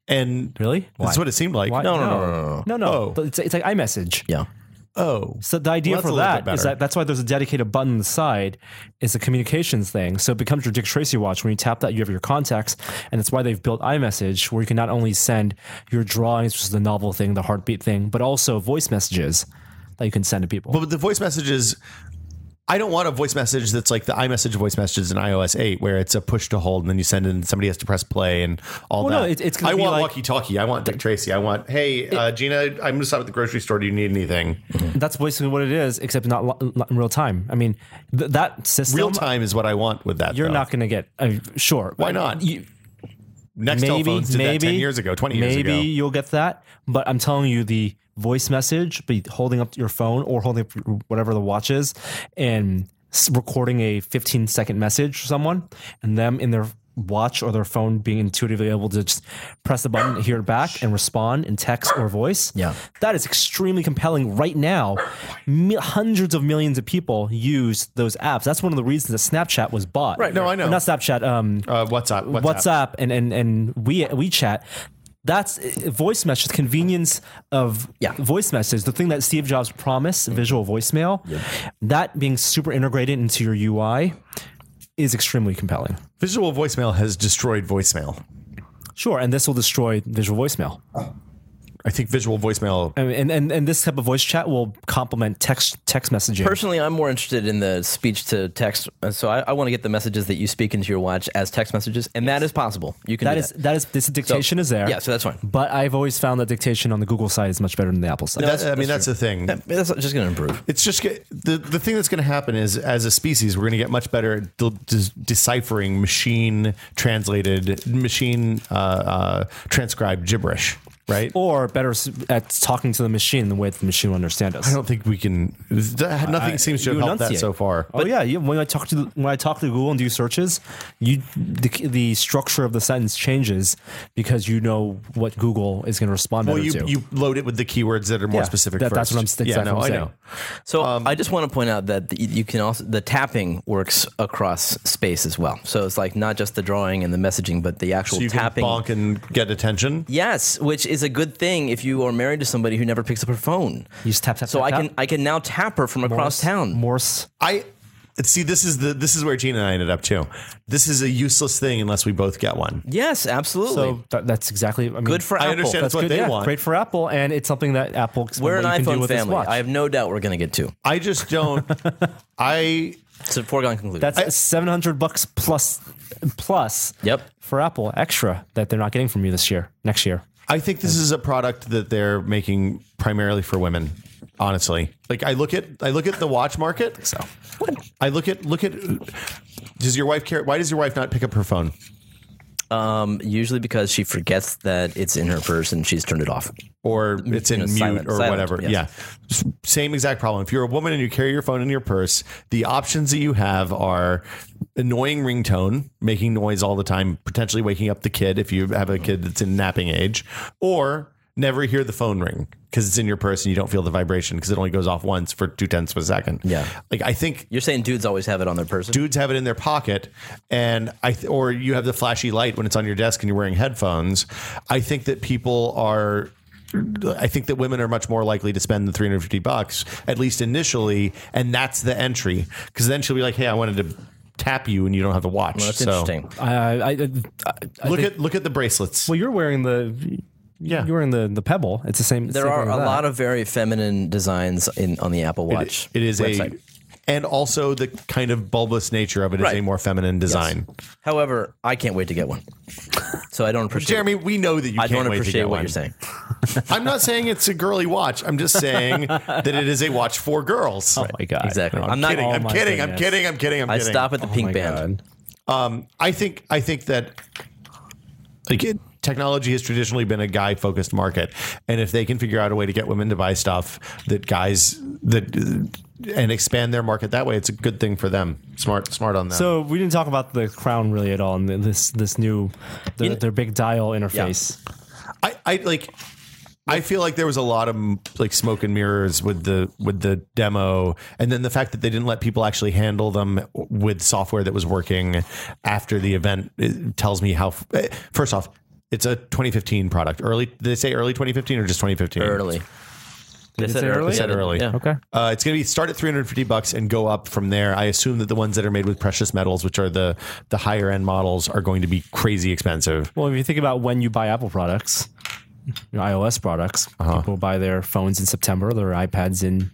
[SPEAKER 2] and
[SPEAKER 3] Really?
[SPEAKER 2] that's
[SPEAKER 3] Why?
[SPEAKER 2] what it seemed like.
[SPEAKER 3] Why-
[SPEAKER 4] no, no, no, no, no,
[SPEAKER 3] No, no.
[SPEAKER 2] Oh.
[SPEAKER 3] But it's, it's like iMessage.
[SPEAKER 4] yeah.
[SPEAKER 2] Oh,
[SPEAKER 3] So the idea
[SPEAKER 2] Well, that's
[SPEAKER 3] for
[SPEAKER 2] a little bit
[SPEAKER 3] that is
[SPEAKER 2] better.
[SPEAKER 3] that that's why there's a dedicated button on the side. It's a communications thing. So it becomes your Dick Tracy watch. When you tap that, you have your contacts, and it's why they've built iMessage, where you can not only send your drawings, which is the novel thing, the heartbeat thing, but also voice messages that you can send to people.
[SPEAKER 2] But with the voice messages, I don't want a voice message that's like the iMessage voice messages in iOS 8, where it's a push to hold and then you send it and somebody has to press play and all
[SPEAKER 3] Well,
[SPEAKER 2] that.
[SPEAKER 3] no, it- it's gonna
[SPEAKER 2] I
[SPEAKER 3] be
[SPEAKER 2] want
[SPEAKER 3] like- Mm-hmm.
[SPEAKER 2] walkie talkie. I want Dick Tracy. I want, hey, uh, Gina, I'm just out at the grocery store. Do you need anything?
[SPEAKER 3] That's basically what it is, except not, lo- not in real time. I mean, th- that system
[SPEAKER 2] Real time is what I want with that.
[SPEAKER 3] you're
[SPEAKER 2] though.
[SPEAKER 3] not going to get. Uh, sure,
[SPEAKER 2] Why not?
[SPEAKER 3] You,
[SPEAKER 2] Next
[SPEAKER 3] maybe
[SPEAKER 2] telephones did
[SPEAKER 3] maybe
[SPEAKER 2] that 10 years ago, 20 years
[SPEAKER 3] maybe
[SPEAKER 2] ago.
[SPEAKER 3] you'll get that, but I'm telling you, the voice message, be holding up your phone or holding up your- whatever the watch is, and s- recording a 15 second message to someone, and them in their watch or their phone being intuitively able to just press the button, hear it back, and respond in text or voice.
[SPEAKER 4] Yeah.
[SPEAKER 3] That is extremely compelling right now. Mi- hundreds of millions of people use those apps. That's one of the reasons that Snapchat was bought.
[SPEAKER 2] Right, no, I know.
[SPEAKER 3] Not Snapchat. Um,
[SPEAKER 2] Uh, WhatsApp, WhatsApp.
[SPEAKER 3] WhatsApp and and and we WeChat. That's uh, voice message convenience of
[SPEAKER 4] Yeah.
[SPEAKER 3] voice message. The thing that Steve Jobs promised, visual voicemail, that being super integrated into your UI is extremely compelling.
[SPEAKER 2] Visual voicemail has destroyed voicemail.
[SPEAKER 3] Sure, and this will destroy visual voicemail,
[SPEAKER 2] I think visual voicemail.
[SPEAKER 3] and and and, and this type of voice chat will complement text text messaging.
[SPEAKER 4] Personally, I'm more interested in the speech to text. uh, So I, I want to get the messages that you speak into your watch as text messages, and that is possible. You can
[SPEAKER 3] that
[SPEAKER 4] do
[SPEAKER 3] is that is this dictation is there.
[SPEAKER 4] yeah, so that's fine.
[SPEAKER 3] But I've always found that dictation on the Google side is much better than the Apple side.
[SPEAKER 2] That's, I mean, that's, the thing.
[SPEAKER 4] That's just going to improve.
[SPEAKER 2] it's just get, the the thing that's going to happen is as a species we're going to get much better at de- de- deciphering machine translated machine uh, uh, transcribed gibberish, right?
[SPEAKER 3] Or better s- at talking to the machine the way that the machine will understand us.
[SPEAKER 2] I don't think we can. that- Nothing seems to
[SPEAKER 3] you
[SPEAKER 2] have helped that
[SPEAKER 3] enunciate.
[SPEAKER 2] so far.
[SPEAKER 3] Oh yeah, yeah. When I talk to the, when I talk to Google and do searches, you the, the structure of the sentence changes because you know what Google is going to respond
[SPEAKER 2] Well,
[SPEAKER 3] better
[SPEAKER 2] you,
[SPEAKER 3] to.
[SPEAKER 2] you load it with the keywords that are more
[SPEAKER 3] Yeah,
[SPEAKER 2] specific.
[SPEAKER 3] that- that's
[SPEAKER 2] first.
[SPEAKER 3] what I'm- that's
[SPEAKER 2] yeah,
[SPEAKER 3] exactly
[SPEAKER 2] no,
[SPEAKER 3] what I'm
[SPEAKER 2] I
[SPEAKER 3] saying.
[SPEAKER 2] know.
[SPEAKER 4] So
[SPEAKER 2] Um,
[SPEAKER 4] I just want to point out that the, you can also the tapping works across space as well. So it's like not just the drawing and the messaging, but the actual
[SPEAKER 2] So you
[SPEAKER 4] tapping.
[SPEAKER 2] can bonk and get attention.
[SPEAKER 4] Yes, which is a good thing if you are married to somebody who never picks up her phone.
[SPEAKER 3] You just tap, tap,
[SPEAKER 4] So
[SPEAKER 3] tap,
[SPEAKER 4] I
[SPEAKER 3] tap.
[SPEAKER 4] can I can now tap her from across town.
[SPEAKER 3] Morse.
[SPEAKER 2] I see. This is the this is where Gene and I ended up too. This is a useless thing unless we both get one.
[SPEAKER 4] Yes, absolutely.
[SPEAKER 3] So that, that's exactly. I mean,
[SPEAKER 4] good for
[SPEAKER 2] I
[SPEAKER 4] Apple.
[SPEAKER 2] understand
[SPEAKER 3] That's
[SPEAKER 2] what
[SPEAKER 3] good.
[SPEAKER 2] they
[SPEAKER 3] yeah,
[SPEAKER 2] want.
[SPEAKER 3] Great for Apple, and it's something that Apple.
[SPEAKER 4] We're an
[SPEAKER 3] what you can do
[SPEAKER 4] iPhone
[SPEAKER 3] with this
[SPEAKER 4] family.
[SPEAKER 3] watch.
[SPEAKER 4] I have no doubt we're going to get two.
[SPEAKER 2] I just
[SPEAKER 3] [LAUGHS]
[SPEAKER 2] don't. I
[SPEAKER 4] It's a foregone conclusion.
[SPEAKER 3] That's seven hundred bucks plus plus.
[SPEAKER 4] Yep.
[SPEAKER 3] For Apple, extra that they're not getting from you this year, next year.
[SPEAKER 2] I think this is a product that they're making primarily for women. Honestly, like I look at I look at the watch market. So I look at look at. Does your wife care? Why does your wife not pick up her phone?
[SPEAKER 4] um, usually because she forgets that it's in her purse and she's turned it off.
[SPEAKER 2] or it's in
[SPEAKER 4] know,
[SPEAKER 2] mute
[SPEAKER 4] silent-
[SPEAKER 2] or
[SPEAKER 4] silent,
[SPEAKER 2] whatever.
[SPEAKER 4] yes.
[SPEAKER 2] Yeah. S- Same exact problem. If you're a woman and you carry your phone in your purse, the options that you have are annoying ringtone, making noise all the time, potentially waking up the kid if you have a kid that's in napping age, or never hear the phone ring because it's in your purse and you don't feel the vibration because it only goes off once for two tenths of a second.
[SPEAKER 4] Yeah.
[SPEAKER 2] Like I think
[SPEAKER 4] You're saying dudes always have it on their person?
[SPEAKER 2] dudes have it in their pocket and i th- or you have the flashy light when it's on your desk and you're wearing headphones i think that people are I think that women are much more likely to spend the 350 bucks at least initially and that's the entry cuz then she'll be like hey I wanted to tap you and you don't have to watch
[SPEAKER 4] That's
[SPEAKER 2] so
[SPEAKER 4] interesting.
[SPEAKER 3] I, I, I, I
[SPEAKER 2] look at look at the bracelets
[SPEAKER 3] well, you're wearing the
[SPEAKER 2] yeah
[SPEAKER 3] you're wearing the the Pebble. It's the same.
[SPEAKER 4] There are a lot of very feminine designs in on the Apple Watch.
[SPEAKER 2] it is
[SPEAKER 4] website.
[SPEAKER 2] a and also the kind of bulbous nature of it is
[SPEAKER 4] Right.
[SPEAKER 2] a more feminine design
[SPEAKER 4] However, I can't wait to get one. So I don't appreciate.
[SPEAKER 2] Jeremy we know that you
[SPEAKER 4] I
[SPEAKER 2] can't
[SPEAKER 4] don't
[SPEAKER 2] wait to
[SPEAKER 4] appreciate
[SPEAKER 2] get
[SPEAKER 4] what
[SPEAKER 2] one.
[SPEAKER 4] you're saying.
[SPEAKER 2] I'm not saying it's a girly watch. I'm just saying that it is a watch for girls.
[SPEAKER 3] Oh my god!
[SPEAKER 4] Exactly. I'm,
[SPEAKER 2] I'm,
[SPEAKER 4] not.
[SPEAKER 2] kidding.
[SPEAKER 3] oh
[SPEAKER 2] I'm
[SPEAKER 3] my
[SPEAKER 2] kidding. I'm
[SPEAKER 3] goodness.
[SPEAKER 2] kidding. I'm kidding. I'm
[SPEAKER 4] I
[SPEAKER 2] kidding. Oh
[SPEAKER 4] stop at the pink
[SPEAKER 3] my
[SPEAKER 4] band.
[SPEAKER 3] God.
[SPEAKER 2] I think. I think that. Like it, technology has traditionally been a guy-focused market, and if they can figure out a way to get women to buy stuff that guys that and expand their market that way, it's a good thing for them. Smart, smart on that.
[SPEAKER 3] So we didn't talk about the crown really at all, and this this new the, their big dial interface.
[SPEAKER 2] I, I like. I feel like there was a lot of like smoke and mirrors with the with the demo, and then the fact that they didn't let people actually handle them with software that was working after the event it tells me how. eh, First off, it's a 2015 product. Early, did they say early 2015 or just 2015?
[SPEAKER 4] Early. They
[SPEAKER 3] say early?
[SPEAKER 2] They said early.
[SPEAKER 4] Yeah.
[SPEAKER 3] Okay.
[SPEAKER 2] Uh, it's going to be start at 350 bucks and go up from there. I assume that the ones that are made with precious metals, which are the the higher end models, are going to be crazy expensive.
[SPEAKER 3] Well, if you think about when you buy Apple products, you know, iOS products, people buy their phones in September, their iPads in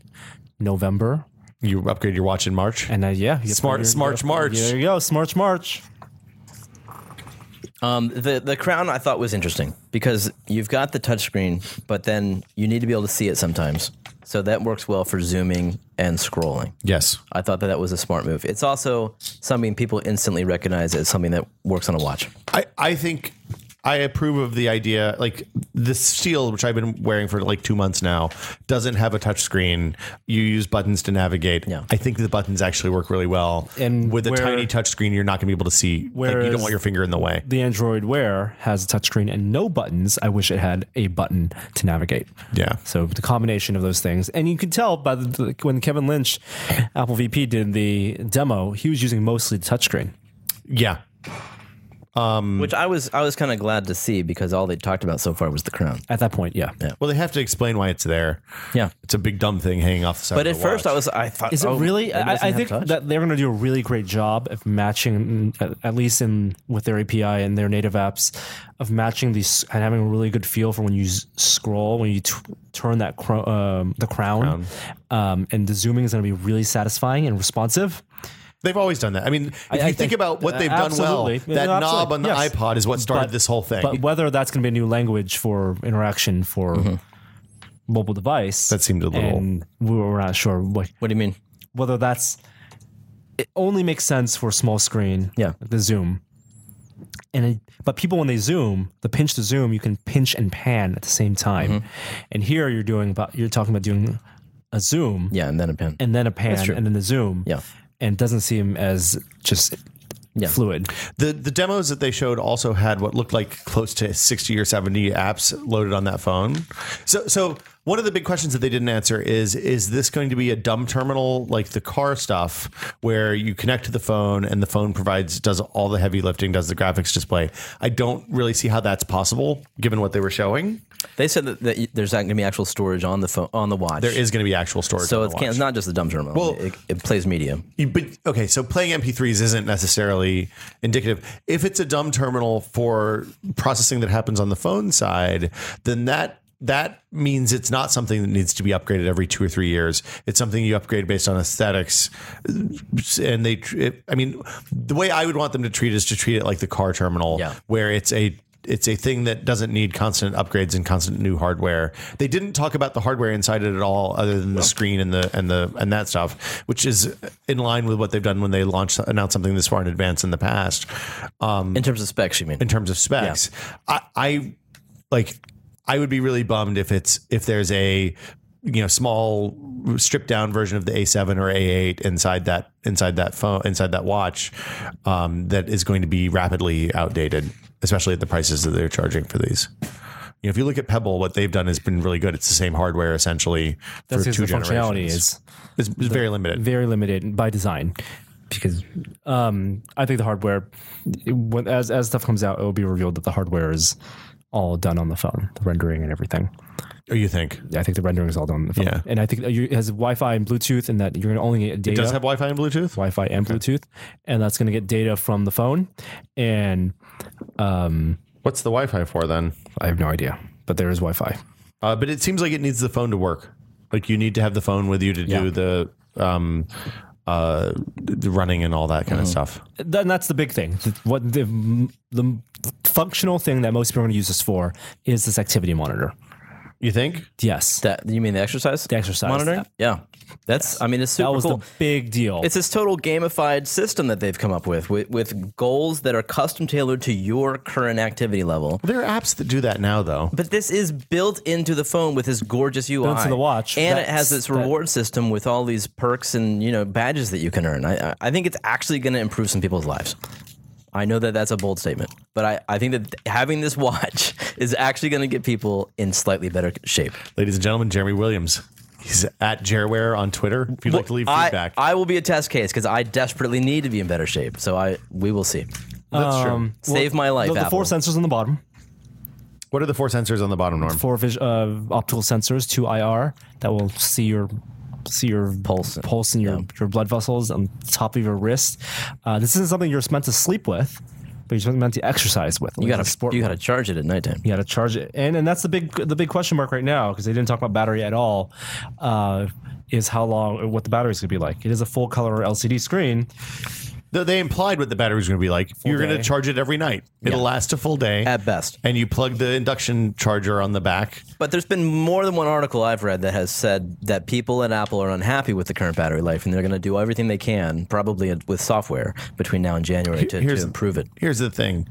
[SPEAKER 3] November,
[SPEAKER 2] You upgrade your watch in March.
[SPEAKER 3] and uh, yeah, you get-
[SPEAKER 2] Smart-
[SPEAKER 3] you get-
[SPEAKER 2] smart March.
[SPEAKER 3] There you go, smart March.
[SPEAKER 4] Um, the the crown I thought was interesting because you've got the touchscreen, but then you need to be able to see it sometimes. So that works well for zooming and scrolling.
[SPEAKER 2] yes.
[SPEAKER 4] I thought that that was a smart move. It's also something people instantly recognize as something that works on a watch.
[SPEAKER 2] I, I think I approve of the idea. Like the seal, which I've been wearing for like two months now, doesn't have a touch screen. You use buttons to navigate.
[SPEAKER 4] Yeah.
[SPEAKER 2] I think the buttons actually work really well.
[SPEAKER 3] And
[SPEAKER 2] with a
[SPEAKER 3] where-
[SPEAKER 2] tiny touch screen, you're not going to be able to see. Like, you don't
[SPEAKER 3] Whereas-
[SPEAKER 2] want your finger in the way.
[SPEAKER 3] The Android Wear has a touchscreen and no buttons. I wish it had a button to navigate.
[SPEAKER 2] Yeah.
[SPEAKER 3] So the combination of those things, and you can tell by the, the- when Kevin Lynch, Apple VP did the demo, he was using mostly the touchscreen.
[SPEAKER 2] Yeah.
[SPEAKER 4] which I was I was kind of glad to see because all they talked about so far was the crown.
[SPEAKER 3] At that point, yeah.
[SPEAKER 2] Well, they have to explain why it's there.
[SPEAKER 4] Yeah.
[SPEAKER 2] It's a big dumb thing hanging off the side.
[SPEAKER 4] But
[SPEAKER 2] of
[SPEAKER 4] at
[SPEAKER 2] the
[SPEAKER 4] first,
[SPEAKER 2] watch.
[SPEAKER 4] I was I thought,
[SPEAKER 3] Is it
[SPEAKER 4] oh,
[SPEAKER 3] really?
[SPEAKER 4] it
[SPEAKER 3] I,
[SPEAKER 4] doesn't
[SPEAKER 3] I
[SPEAKER 4] have
[SPEAKER 3] think
[SPEAKER 4] touch?
[SPEAKER 3] that they're going to do a really great job of matching, mm, at least in with their API and their native apps, of matching these and having a really good feel for when you s- scroll, when you t- turn that cro- um, the crown, Um, and the zooming is going to be really satisfying and responsive.
[SPEAKER 2] They've always done that. I mean, if you
[SPEAKER 3] I
[SPEAKER 2] think,
[SPEAKER 3] think-
[SPEAKER 2] about what they've done well,
[SPEAKER 3] Absolutely.
[SPEAKER 2] that
[SPEAKER 3] Yeah, no,
[SPEAKER 2] knob
[SPEAKER 3] absolutely.
[SPEAKER 2] on the
[SPEAKER 3] Yes.
[SPEAKER 2] iPod is what started
[SPEAKER 3] But-
[SPEAKER 2] this whole thing.
[SPEAKER 3] But whether that's going to be a new language for interaction for mobile device,
[SPEAKER 2] That seemed a little-
[SPEAKER 3] And we were not sure what,
[SPEAKER 4] What do you mean?
[SPEAKER 3] whether that's. It only makes sense for small screen.
[SPEAKER 4] Yeah.
[SPEAKER 3] the zoom. And it, but people when they zoom, the pinch to zoom, you can pinch and pan at the same time.
[SPEAKER 4] Mm-hmm.
[SPEAKER 3] And here you're doing about you're talking about doing a zoom
[SPEAKER 4] Yeah, and then a pin.
[SPEAKER 3] and then a pan
[SPEAKER 4] true.
[SPEAKER 3] and then a zoom.
[SPEAKER 4] Yeah.
[SPEAKER 3] And it doesn't seem as just fluid.
[SPEAKER 2] The the demos that they showed also had what looked like close to 60 or 70 apps loaded on that phone. So so one of the big questions that they didn't answer is is this going to be a dumb terminal like the car stuff where you connect to the phone and the phone provides does all the heavy lifting, does the graphics display. I don't really see how that's possible given what they were showing.
[SPEAKER 4] They said that, that y- there's not going to be actual storage on the phone on the watch.
[SPEAKER 2] There is going to be actual storage.
[SPEAKER 4] so
[SPEAKER 2] on
[SPEAKER 4] it's,
[SPEAKER 2] the
[SPEAKER 4] can't,
[SPEAKER 2] watch.
[SPEAKER 4] it's not just the dumb terminal.
[SPEAKER 2] Well-
[SPEAKER 4] it, it plays media.
[SPEAKER 2] You- But okay, so playing MP3s isn't necessarily indicative. If it's a dumb terminal for processing that happens on the phone side, then that that means it's not something that needs to be upgraded every two or three years. It's something you upgrade based on aesthetics, and they. tr- It, I mean, the way I would want them to treat it is to treat it like the car terminal,
[SPEAKER 4] Yeah.
[SPEAKER 2] where it's a it's a thing that doesn't need constant upgrades and constant new hardware. They didn't talk about the hardware inside it at all, other than the screen and the and the and that stuff, which is in line with what they've done when they launched announced something this far in advance in the past Um,
[SPEAKER 4] In terms of specs, you mean?
[SPEAKER 2] in terms of specs. I, I like I would be really bummed if it's if there's a you know small stripped down version of the A7 or A8 inside that inside that phone inside that watch um, that is going to be rapidly outdated, especially at the prices that they're charging for these. You know, if you look at Pebble, what they've done has been really good. It's the same hardware essentially
[SPEAKER 3] That's
[SPEAKER 2] for
[SPEAKER 3] because
[SPEAKER 2] two
[SPEAKER 3] the functionality
[SPEAKER 2] generations.
[SPEAKER 3] is
[SPEAKER 2] it's, it's very limited.
[SPEAKER 3] very limited by design because um, I think the hardware, when, as as stuff comes out, it will be revealed that the hardware is all done on the phone, the rendering and everything.
[SPEAKER 2] Or you think
[SPEAKER 3] I think the rendering is all done on the phone,
[SPEAKER 2] Yeah.
[SPEAKER 3] and I think you- it has Wi-Fi and Bluetooth, and that you're going to only get data.
[SPEAKER 2] does it have Wi-Fi and Bluetooth?
[SPEAKER 3] Wi-Fi and Bluetooth, and that's going to get data from the phone, and
[SPEAKER 2] What's the Wi-Fi for then?
[SPEAKER 3] I have no idea, but there is Wi-Fi.
[SPEAKER 2] Uh, but it seems like it needs the phone to work. Like you need to have the phone with you to do the um, uh, the running and all that kind of stuff.
[SPEAKER 3] Then that's the big thing. The- What the the functional thing that most people are going to use this for is this activity monitor.
[SPEAKER 2] You think?
[SPEAKER 3] Yes,
[SPEAKER 4] that you mean the exercise? The
[SPEAKER 3] exercise
[SPEAKER 4] monitoring?
[SPEAKER 3] app.
[SPEAKER 4] Yeah, that's. I mean, it's super
[SPEAKER 3] that was
[SPEAKER 4] cool.
[SPEAKER 3] the big deal.
[SPEAKER 4] it's this total gamified system that they've come up with, with, with goals that are custom tailored to your current activity level.
[SPEAKER 2] There are apps that do that now, though.
[SPEAKER 4] But this is built into the phone with this gorgeous UI,
[SPEAKER 3] into the watch.
[SPEAKER 4] and it
[SPEAKER 3] That's-
[SPEAKER 4] has this
[SPEAKER 3] that-
[SPEAKER 4] reward system with all these perks and you know badges that you can earn. I, I- I think it's actually going to improve some people's lives. I know that that's a bold statement, but I, I think that having this watch [LAUGHS] is actually going to get people in slightly better shape.
[SPEAKER 2] Ladies and gentlemen, Jeremy Williams. He's at Jerware on Twitter. If you'd like to leave
[SPEAKER 4] I-
[SPEAKER 2] feedback,
[SPEAKER 4] I, will be a test case because I desperately need to be in better shape. So I we will see.
[SPEAKER 2] that's true.
[SPEAKER 4] Save my life,
[SPEAKER 3] Um, The, the four
[SPEAKER 4] Apple.
[SPEAKER 3] sensors on the bottom,
[SPEAKER 2] What are the four sensors on the bottom, Norm?
[SPEAKER 3] four vis- uh, optical sensors, two IR that will see your see your
[SPEAKER 4] Pulse.
[SPEAKER 3] pulse and your, your blood vessels on the top of your wrist. Uh, this isn't something you're meant to sleep with, but you're meant to exercise with.
[SPEAKER 4] You got to you got to charge it at nighttime.
[SPEAKER 3] you got to charge it, and and that's the big the big question mark right now because they didn't talk about battery at all. Uh, is how long what the battery's gonna be like? It is a full color LCD screen.
[SPEAKER 2] Though They implied what the battery's going to be like. You're going to
[SPEAKER 3] day.
[SPEAKER 2] charge it every night. It'll last a full day
[SPEAKER 4] At best.
[SPEAKER 2] And you plug the induction charger on the back.
[SPEAKER 4] But there's been more than one article I've read that has said that people at Apple are unhappy with the current battery life, and they're going to do everything they can, probably with software, between now and January to, to improve it.
[SPEAKER 2] Here's the thing.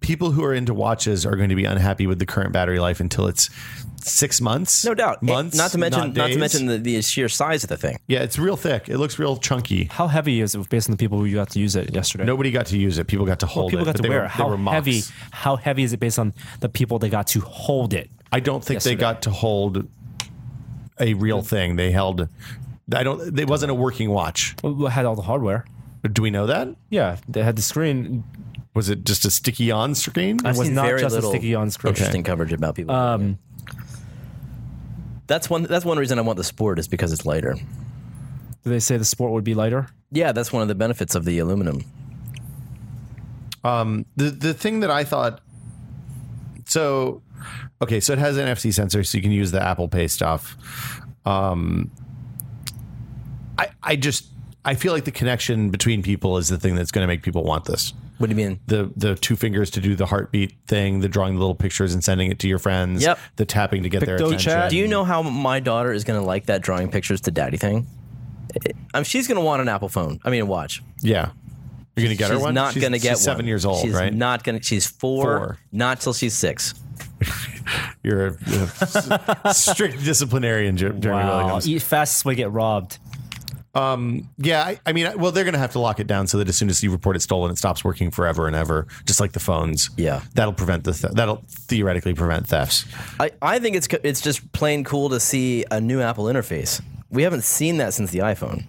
[SPEAKER 2] people who are into watches are going to be unhappy with the current battery life until it's six months.
[SPEAKER 4] No doubt. It-
[SPEAKER 2] Months.
[SPEAKER 4] not to mention, not, to
[SPEAKER 2] days.
[SPEAKER 4] mention the, the sheer size of the thing.
[SPEAKER 2] Yeah, it's real thick. It looks real chunky.
[SPEAKER 3] How heavy is it based on the people who you got to use it yesterday?
[SPEAKER 2] Nobody got to use it. People got to hold
[SPEAKER 3] people
[SPEAKER 2] it.
[SPEAKER 3] got
[SPEAKER 2] but
[SPEAKER 3] to
[SPEAKER 2] they
[SPEAKER 3] wear
[SPEAKER 2] were-
[SPEAKER 3] it.
[SPEAKER 2] they
[SPEAKER 3] How
[SPEAKER 2] were mocks.
[SPEAKER 3] heavy? How heavy is it based on the people that got to hold it?
[SPEAKER 2] I don't think they
[SPEAKER 3] yesterday.
[SPEAKER 2] got to hold a
[SPEAKER 4] Mm-hmm.
[SPEAKER 2] real thing. They held. I don't. It wasn't a working watch.
[SPEAKER 3] Well, it had all the hardware.
[SPEAKER 2] Do we know that?
[SPEAKER 3] Yeah, they had the screen.
[SPEAKER 2] Was it just a sticky on screen?
[SPEAKER 3] It was
[SPEAKER 4] seen
[SPEAKER 3] not
[SPEAKER 4] very
[SPEAKER 3] just a
[SPEAKER 4] little-
[SPEAKER 3] sticky on screen.
[SPEAKER 4] Interesting coverage about people. Um, that's one. That's one reason I want the sport is because it's lighter.
[SPEAKER 3] Did they say the sport would be lighter?
[SPEAKER 4] Yeah, that's one of the benefits of the aluminum.
[SPEAKER 2] the the thing that I thought so okay, so it has NFC sensor, so you can use the Apple Pay stuff. Um I I just I feel like the connection between people is the thing that's gonna make people want this.
[SPEAKER 4] What do you mean?
[SPEAKER 2] The the two fingers to do the heartbeat thing, the drawing the little pictures and sending it to your friends,
[SPEAKER 4] Yep.
[SPEAKER 2] the tapping to get their
[SPEAKER 3] Picto
[SPEAKER 2] attention.
[SPEAKER 3] chat.
[SPEAKER 4] Do you know how my daughter is going to like that drawing pictures to daddy thing? I mean, she's going to want an Apple phone. I mean, a watch.
[SPEAKER 2] Yeah. You're gonna get her
[SPEAKER 4] she's
[SPEAKER 2] one?
[SPEAKER 4] not
[SPEAKER 2] She's-
[SPEAKER 4] going to
[SPEAKER 2] she's
[SPEAKER 4] get
[SPEAKER 2] seven
[SPEAKER 4] one.
[SPEAKER 2] years old,
[SPEAKER 4] she's
[SPEAKER 2] right?
[SPEAKER 4] Not going to. She's four,
[SPEAKER 2] Four.
[SPEAKER 4] Not till she's six.
[SPEAKER 2] You're a, you're a
[SPEAKER 4] [LAUGHS]
[SPEAKER 2] s- strict disciplinarian, Jer- Jeremy Williams.
[SPEAKER 3] Eat fast, we E, get robbed.
[SPEAKER 2] Yeah, I, I mean, I- well, they're going to have to lock it down so that as soon as you report it stolen, it stops working forever and ever, just like the phones.
[SPEAKER 4] Yeah.
[SPEAKER 2] that'll prevent the th- that'll theoretically prevent thefts.
[SPEAKER 4] I, I think it's co- it's just plain cool to see a new Apple interface. We haven't seen that since the iPhone.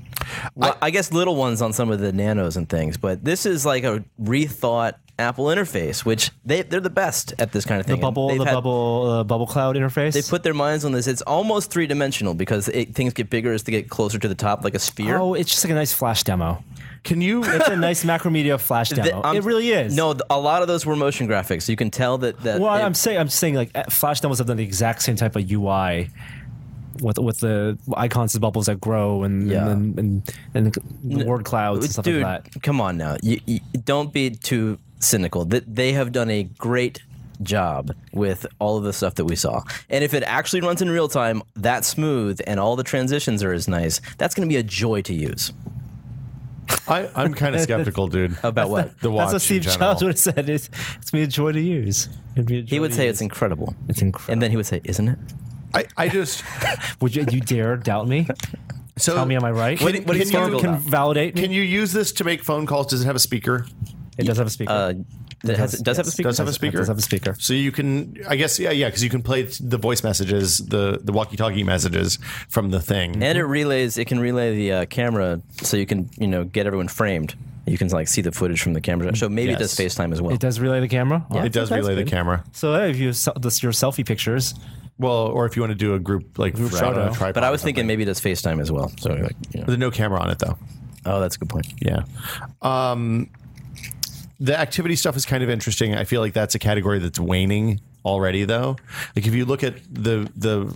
[SPEAKER 4] Well, I, guess little ones on some of the nanos and things, but this is like a rethought Apple interface, which they they're the best at this kind of thing.
[SPEAKER 3] The bubble,
[SPEAKER 4] They've
[SPEAKER 3] the
[SPEAKER 4] had-
[SPEAKER 3] bubble, uh, bubble cloud interface.
[SPEAKER 4] They put their minds on this. It's almost three dimensional because it, things get bigger as they get closer to the top, like a sphere.
[SPEAKER 3] oh, it's just like a nice flash demo.
[SPEAKER 2] Can you?
[SPEAKER 3] It's a nice macromedia flash
[SPEAKER 4] Th-
[SPEAKER 3] demo.
[SPEAKER 4] I'm-
[SPEAKER 3] it really is.
[SPEAKER 4] um, No, th- a lot of those were motion graphics. You can tell that. that
[SPEAKER 3] Well,
[SPEAKER 4] it-
[SPEAKER 3] I'm saying I'm saying like uh, Flash demos have done the exact same type of UI with with the icons and bubbles that grow and
[SPEAKER 4] Yeah.
[SPEAKER 3] and, and, and the word clouds and stuff
[SPEAKER 4] dude,
[SPEAKER 3] like that.
[SPEAKER 4] come on now. You, you, don't be too cynical. Th- They have done a great job with all of the stuff that we saw. And if it actually runs in real time that smooth and all the transitions are as nice, that's going to be a joy to use.
[SPEAKER 2] I, I'm kind of skeptical,
[SPEAKER 3] [LAUGHS]
[SPEAKER 2] dude.
[SPEAKER 4] About what?
[SPEAKER 2] The watch.
[SPEAKER 3] That's what Steve
[SPEAKER 2] in general.
[SPEAKER 3] Jobs [LAUGHS] would have said. It's, it's me a joy to use. It'd be a joy
[SPEAKER 4] He would
[SPEAKER 3] to
[SPEAKER 4] say
[SPEAKER 3] use.
[SPEAKER 4] it's incredible.
[SPEAKER 3] it's
[SPEAKER 4] And
[SPEAKER 3] incredible.
[SPEAKER 4] then he would say, isn't it?
[SPEAKER 2] I, I just
[SPEAKER 3] Would you, you dare doubt me?
[SPEAKER 2] so
[SPEAKER 3] Tell me, am I right?
[SPEAKER 4] What- what
[SPEAKER 2] can,
[SPEAKER 4] is
[SPEAKER 2] you,
[SPEAKER 4] Fargo
[SPEAKER 2] can,
[SPEAKER 3] can
[SPEAKER 4] about?
[SPEAKER 3] validate me?
[SPEAKER 2] can you use this to make phone calls? Does it have a speaker?
[SPEAKER 3] it does have a speaker.
[SPEAKER 4] Uh, that has,
[SPEAKER 3] Yes,
[SPEAKER 4] does have a
[SPEAKER 3] yes.
[SPEAKER 4] speaker?
[SPEAKER 2] Does have a speaker?
[SPEAKER 3] It does have a speaker.
[SPEAKER 2] So you can, I guess, yeah, yeah, because you can play the voice messages, the the walkie-talkie messages from the thing.
[SPEAKER 4] and it relays, it can relay the uh, camera so you can, you know, get everyone framed. You can like see the footage from the camera. So maybe
[SPEAKER 2] Yes.
[SPEAKER 4] it does FaceTime as well.
[SPEAKER 3] It does relay the camera. Oh,
[SPEAKER 2] it does
[SPEAKER 3] that's
[SPEAKER 2] relay the
[SPEAKER 3] good.
[SPEAKER 2] camera.
[SPEAKER 3] So hey, if you sel- this your selfie pictures,
[SPEAKER 2] Well, or if you want to do a group like group
[SPEAKER 3] photo.
[SPEAKER 4] But I was thinking maybe it does FaceTime as well. So like, you know.
[SPEAKER 2] there's no camera on it though.
[SPEAKER 4] oh, that's a good point.
[SPEAKER 2] Yeah. Um, the activity stuff is kind of interesting. I feel like that's a category that's waning already though. Like if you look at the the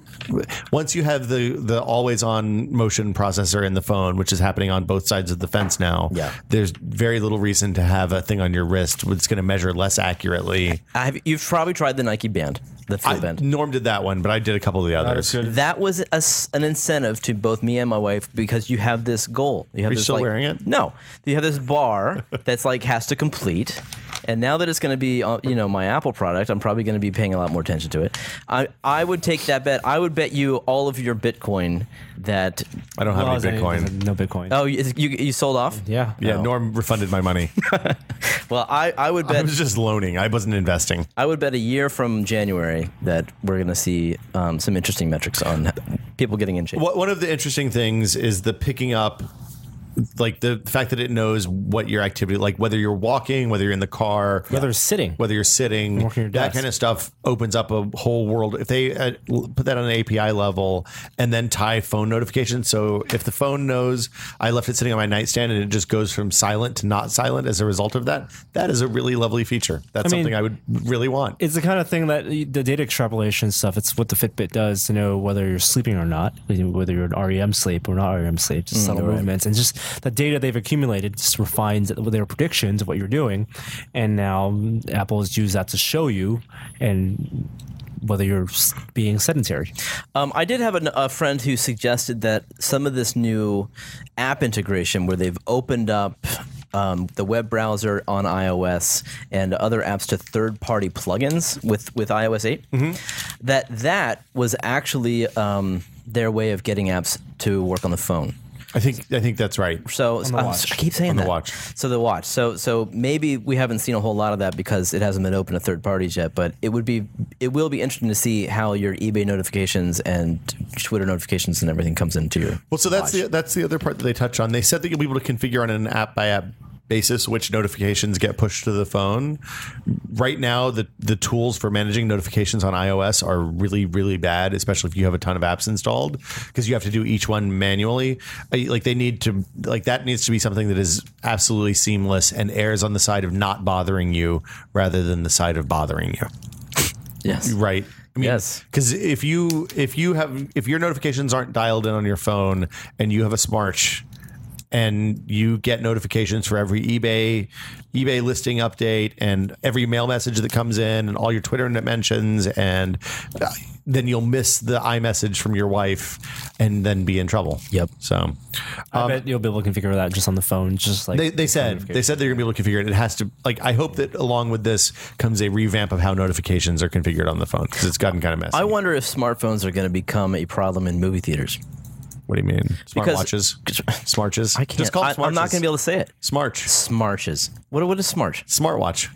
[SPEAKER 2] once you have the the always on motion processor in the phone, which is happening on both sides of the fence now,
[SPEAKER 4] Yeah.
[SPEAKER 2] there's very little reason to have a thing on your wrist that's going to measure less accurately.
[SPEAKER 4] I have, you've probably tried the Nike Band, the Feel
[SPEAKER 2] I,
[SPEAKER 4] Band.
[SPEAKER 2] Norm did that one, but I did a couple of the others.
[SPEAKER 4] That was a s an incentive to both me and my wife because you have this goal. You have
[SPEAKER 2] Are you
[SPEAKER 4] this,
[SPEAKER 2] still
[SPEAKER 4] like-
[SPEAKER 2] wearing it?
[SPEAKER 4] No, you have this
[SPEAKER 2] [LAUGHS]
[SPEAKER 4] bar that's like has to complete. And now that it's going to be, uh, you know, my Apple product, I'm probably going to be paying a lot more attention to it. I I would take that bet. I would bet you all of your Bitcoin that
[SPEAKER 2] I don't have
[SPEAKER 3] Well,
[SPEAKER 2] any
[SPEAKER 3] there's
[SPEAKER 2] Bitcoin.
[SPEAKER 3] no Bitcoin.
[SPEAKER 4] oh you you, you sold off.
[SPEAKER 3] yeah,
[SPEAKER 2] Yeah, Norm refunded my money. [LAUGHS]
[SPEAKER 4] Well, I I would
[SPEAKER 2] I
[SPEAKER 4] bet
[SPEAKER 2] was just loaning. I wasn't investing.
[SPEAKER 4] I would bet a year from January that we're going to see um, some interesting metrics on people getting in shape.
[SPEAKER 2] What, one of the interesting things is the picking up, like the fact that it knows what your activity, like whether you're walking, whether you're in the car,
[SPEAKER 3] Whether it's sitting.
[SPEAKER 2] whether you're sitting,
[SPEAKER 3] Working your
[SPEAKER 2] that
[SPEAKER 3] desk.
[SPEAKER 2] kind of stuff opens up a whole world. If they uh, l- put that on an API level and then tie phone notifications, so if the phone knows I left it sitting on my nightstand and it just goes from silent to not silent as a result of that, that is a really lovely feature. That's
[SPEAKER 3] I mean-
[SPEAKER 2] something I would really want.
[SPEAKER 3] it's the kind of thing that the data extrapolation stuff. It's what the Fitbit does to know whether you're sleeping or not, whether you're in REM sleep or not REM sleep, just subtle movements and just the data they've accumulated just refines their predictions of what you're doing, and now Apple has used that to show you and whether you're s- being sedentary.
[SPEAKER 4] Um, I did have an, a friend who suggested that some of this new app integration, where they've opened up um, the web browser on iOS and other apps to third-party plugins with with iOS 8. That that was actually um, their way of getting apps to work on the phone.
[SPEAKER 2] I think I think that's right.
[SPEAKER 4] So I'm-
[SPEAKER 3] watch.
[SPEAKER 4] I keep saying
[SPEAKER 2] On the
[SPEAKER 4] that.
[SPEAKER 2] watch.
[SPEAKER 4] So the watch. So so maybe we haven't seen a whole lot of that because it hasn't been open to third parties yet. But it would be it will be interesting to see how your eBay notifications and Twitter notifications and everything comes into your.
[SPEAKER 2] Well, so that's the that's the other part that they touch on. They said that you'll be able to configure on an app by app basis which notifications get pushed to the phone. Right now, the the tools for managing notifications on iOS are really really bad, especially if you have a ton of apps installed, because you have to do each one manually. I- Like they need to like that needs to be something that is absolutely seamless and errs on the side of not bothering you rather than the side of bothering you
[SPEAKER 4] Yes.
[SPEAKER 2] right I mean,
[SPEAKER 4] Yes.
[SPEAKER 2] because if you if you have if your notifications aren't dialed in on your phone and you have a smart and you get notifications for every eBay eBay listing update and every mail message that comes in and all your Twitter mentions and uh, then you'll miss the iMessage from your wife and then be in trouble.
[SPEAKER 4] Yep.
[SPEAKER 2] So
[SPEAKER 3] I bet you'll be able to configure that just on the phone, just like
[SPEAKER 2] they, they said they said they're gonna be able to configure it. It has to like I hope that along with this comes a revamp of how notifications are configured on the phone because it's gotten kind of messy.
[SPEAKER 4] I wonder if smartphones are going to become a problem in movie theaters.
[SPEAKER 2] What do you mean? Smart
[SPEAKER 4] Because- [LAUGHS]
[SPEAKER 2] watches. Smarches.
[SPEAKER 4] I can't.
[SPEAKER 2] Just call
[SPEAKER 4] I,
[SPEAKER 2] it smarches.
[SPEAKER 4] I'm not going to be able to say it.
[SPEAKER 2] Smarch.
[SPEAKER 4] Smarches. What what is smarch?
[SPEAKER 2] Smartwatch.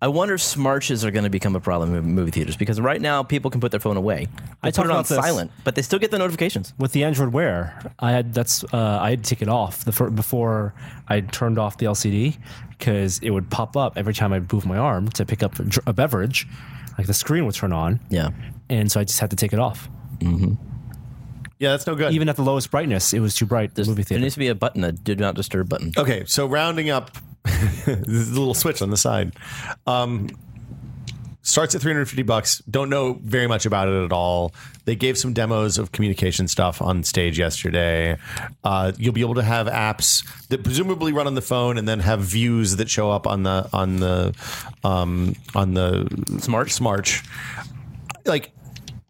[SPEAKER 4] I wonder if smarches are going to become a problem in movie theaters because right now people can put their phone away.
[SPEAKER 3] I
[SPEAKER 4] I
[SPEAKER 3] talk
[SPEAKER 4] put it on
[SPEAKER 3] about this-
[SPEAKER 4] silent, but they still get the notifications.
[SPEAKER 3] with the Android Wear, I had that's uh, I had to take it off the fir- before I turned off the LCD because it would pop up every time I move my arm to pick up a, dr- a beverage, like the screen would turn on,
[SPEAKER 4] Yeah.
[SPEAKER 3] and so I just had to take it off.
[SPEAKER 2] Yeah, that's no good.
[SPEAKER 3] Even at the lowest brightness, it was too bright. The movie
[SPEAKER 4] There
[SPEAKER 3] theater.
[SPEAKER 4] needs to be a button, a do not disturb button.
[SPEAKER 2] okay, so rounding up, [LAUGHS] this is a little switch on the side. Um, starts at 350 bucks. Don't know very much about it at all. They gave some demos of communication stuff on stage yesterday. Uh, you'll be able to have apps that presumably run on the phone and then have views that show up on the on the um, on the
[SPEAKER 4] Smart.
[SPEAKER 2] Smarch. Like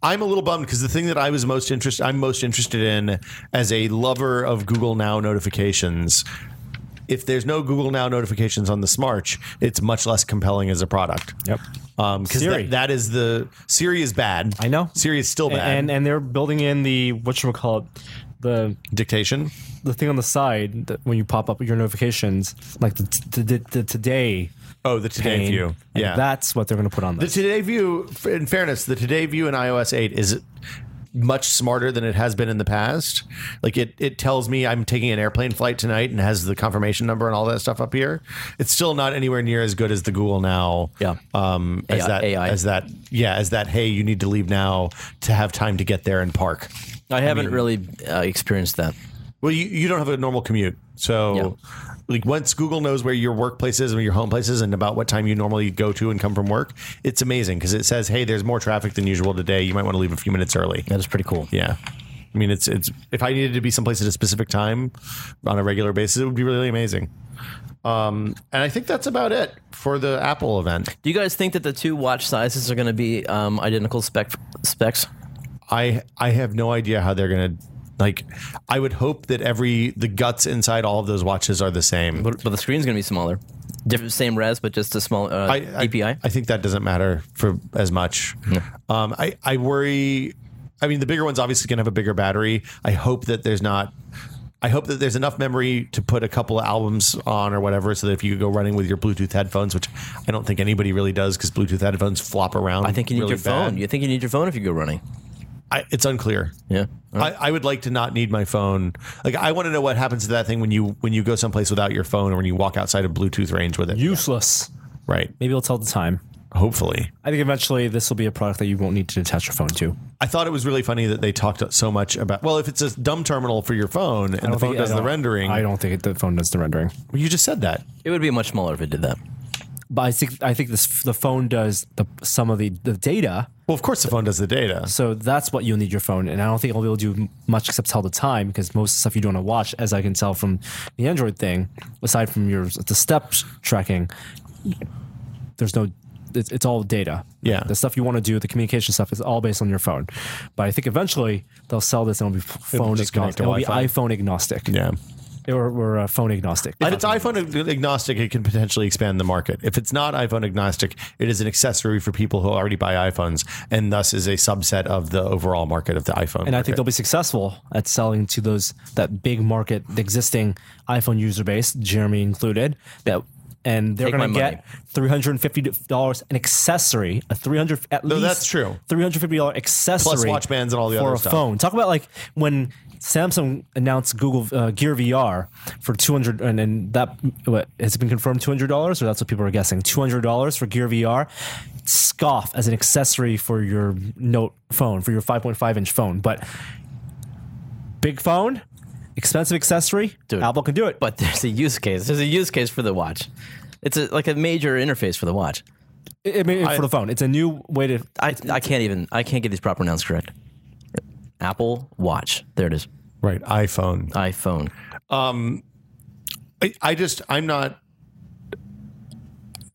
[SPEAKER 2] I'm a little bummed because the thing that I was most interested I'm most interested in as a lover of Google Now notifications. If there's no Google Now notifications on the Smarch, it's much less compelling as a product.
[SPEAKER 3] Yep.
[SPEAKER 2] Um, because
[SPEAKER 3] Siri.
[SPEAKER 2] that is the Siri is bad.
[SPEAKER 3] I know.
[SPEAKER 2] Siri is still
[SPEAKER 3] And,
[SPEAKER 2] bad.
[SPEAKER 3] and and they're building in the what should we call it the
[SPEAKER 2] Dictation.
[SPEAKER 3] the thing on the side that when you pop up your notifications like the, the, the, the today
[SPEAKER 2] Oh, the today
[SPEAKER 3] pane,
[SPEAKER 2] view.
[SPEAKER 3] and
[SPEAKER 2] Yeah,
[SPEAKER 3] that's what they're going to put on
[SPEAKER 2] the
[SPEAKER 3] this.
[SPEAKER 2] today view. In fairness, the today view in iOS 8 is much smarter than it has been in the past. Like it, it tells me I'm taking an airplane flight tonight and has the confirmation number and all that stuff up here. It's still not anywhere near as good as the Google Now.
[SPEAKER 4] Yeah.
[SPEAKER 2] Um, as
[SPEAKER 4] AI.
[SPEAKER 2] that, as that, yeah, as that. Hey, you need to leave now to have time to get there and park.
[SPEAKER 4] I haven't really uh, experienced that.
[SPEAKER 2] Well, you, you don't have a normal commute. So, like, once Google knows where your workplace is and where your home place is and about what time you normally go to and come from work, it's amazing because it says, hey, there's more traffic than usual today. You might want to leave a few minutes early.
[SPEAKER 4] That is pretty cool.
[SPEAKER 2] Yeah. I mean, it's, it's, if I needed to be someplace at a specific time on a regular basis, it would be really amazing. Um, and I think that's about it for the Apple event.
[SPEAKER 4] Do you guys think that the two watch sizes are going to be um, identical spec specs?
[SPEAKER 2] I I have no idea how they're gonna like. I would hope that every the guts inside all of those watches are the same.
[SPEAKER 4] But, but the screen's going to be smaller, different, same res, but just a small uh,
[SPEAKER 2] I, I-
[SPEAKER 4] DPI.
[SPEAKER 2] I think that doesn't matter for as much. Um, I, I worry. I mean, the bigger one's obviously going to have a bigger battery. I hope that there's not. I hope that there's enough memory to put a couple of albums on or whatever, so that if you go running with your Bluetooth headphones, which I don't think anybody really does, because Bluetooth headphones flop around.
[SPEAKER 4] I think you need your phone. You think you need your phone if you go running?
[SPEAKER 2] I, it's unclear.
[SPEAKER 4] Yeah.
[SPEAKER 2] I, I would like to not need my phone. Like I want to know what happens to that thing when you when you go someplace without your phone or when you walk outside of Bluetooth range with it.
[SPEAKER 3] Useless.
[SPEAKER 2] right.
[SPEAKER 3] Maybe it'll tell the time.
[SPEAKER 2] Hopefully.
[SPEAKER 3] I think eventually this will be a product that you won't need to attach your phone to.
[SPEAKER 2] I thought it was really funny that they talked so much about. Well, if it's a dumb terminal for your phone and the phone does the rendering,
[SPEAKER 3] I don't think it, the phone does the rendering.
[SPEAKER 2] you just said that.
[SPEAKER 4] It would be much smaller if it did that.
[SPEAKER 3] But I think I think this, the phone does the some of the, the data.
[SPEAKER 2] Well, of course the phone does the data.
[SPEAKER 3] So that's what you'll need your phone. And I don't think it'll be able to do much except tell the time because most of the stuff you do on a watch, as I can tell from the Android thing, aside from your the steps tracking, there's no. It's, it's all data.
[SPEAKER 2] Yeah.
[SPEAKER 3] the stuff you want to do, the communication stuff, is all based on your phone. But I think eventually they'll sell this and it'll be phone
[SPEAKER 2] just
[SPEAKER 3] agnostic.
[SPEAKER 2] connect to
[SPEAKER 3] It'll be
[SPEAKER 2] Wi-Fi.
[SPEAKER 3] iPhone agnostic.
[SPEAKER 2] Yeah.
[SPEAKER 3] or, or uh, phone agnostic.
[SPEAKER 2] If it's iPhone agnostic, it can potentially expand the market. If it's not iPhone agnostic, it is an accessory for people who already buy iPhones and thus is a subset of the overall market of the iPhone.
[SPEAKER 3] and I think they'll be successful at selling to those that big market, the existing iPhone user base, Jeremy included. That and they're
[SPEAKER 4] Take
[SPEAKER 3] going to
[SPEAKER 4] my money.
[SPEAKER 3] get three hundred and fifty dollars an accessory, a three hundred at least
[SPEAKER 2] that's true.
[SPEAKER 3] three hundred fifty dollar accessory
[SPEAKER 2] watch bands and all the
[SPEAKER 3] for
[SPEAKER 2] other
[SPEAKER 3] a
[SPEAKER 2] stuff.
[SPEAKER 3] phone. Talk about like when. Samsung announced Google uh, Gear VR for two hundred, and, and that what, has it been confirmed two hundred dollars, or that's what people are guessing. Two hundred dollars for Gear VR, scoff as an accessory for your Note phone, for your five point five inch phone. But big phone, expensive accessory,
[SPEAKER 4] Dude.
[SPEAKER 3] Apple can do it.
[SPEAKER 4] But [LAUGHS] there's a use case. There's a use case for the watch. It's a, like a major interface for the watch.
[SPEAKER 3] It- it may- for the phone, it's a new way to.
[SPEAKER 4] I, I can't even I can't get these proper nouns correct. Apple Watch. There it is.
[SPEAKER 2] right iPhone.
[SPEAKER 4] iPhone.
[SPEAKER 2] I, I just I'm not.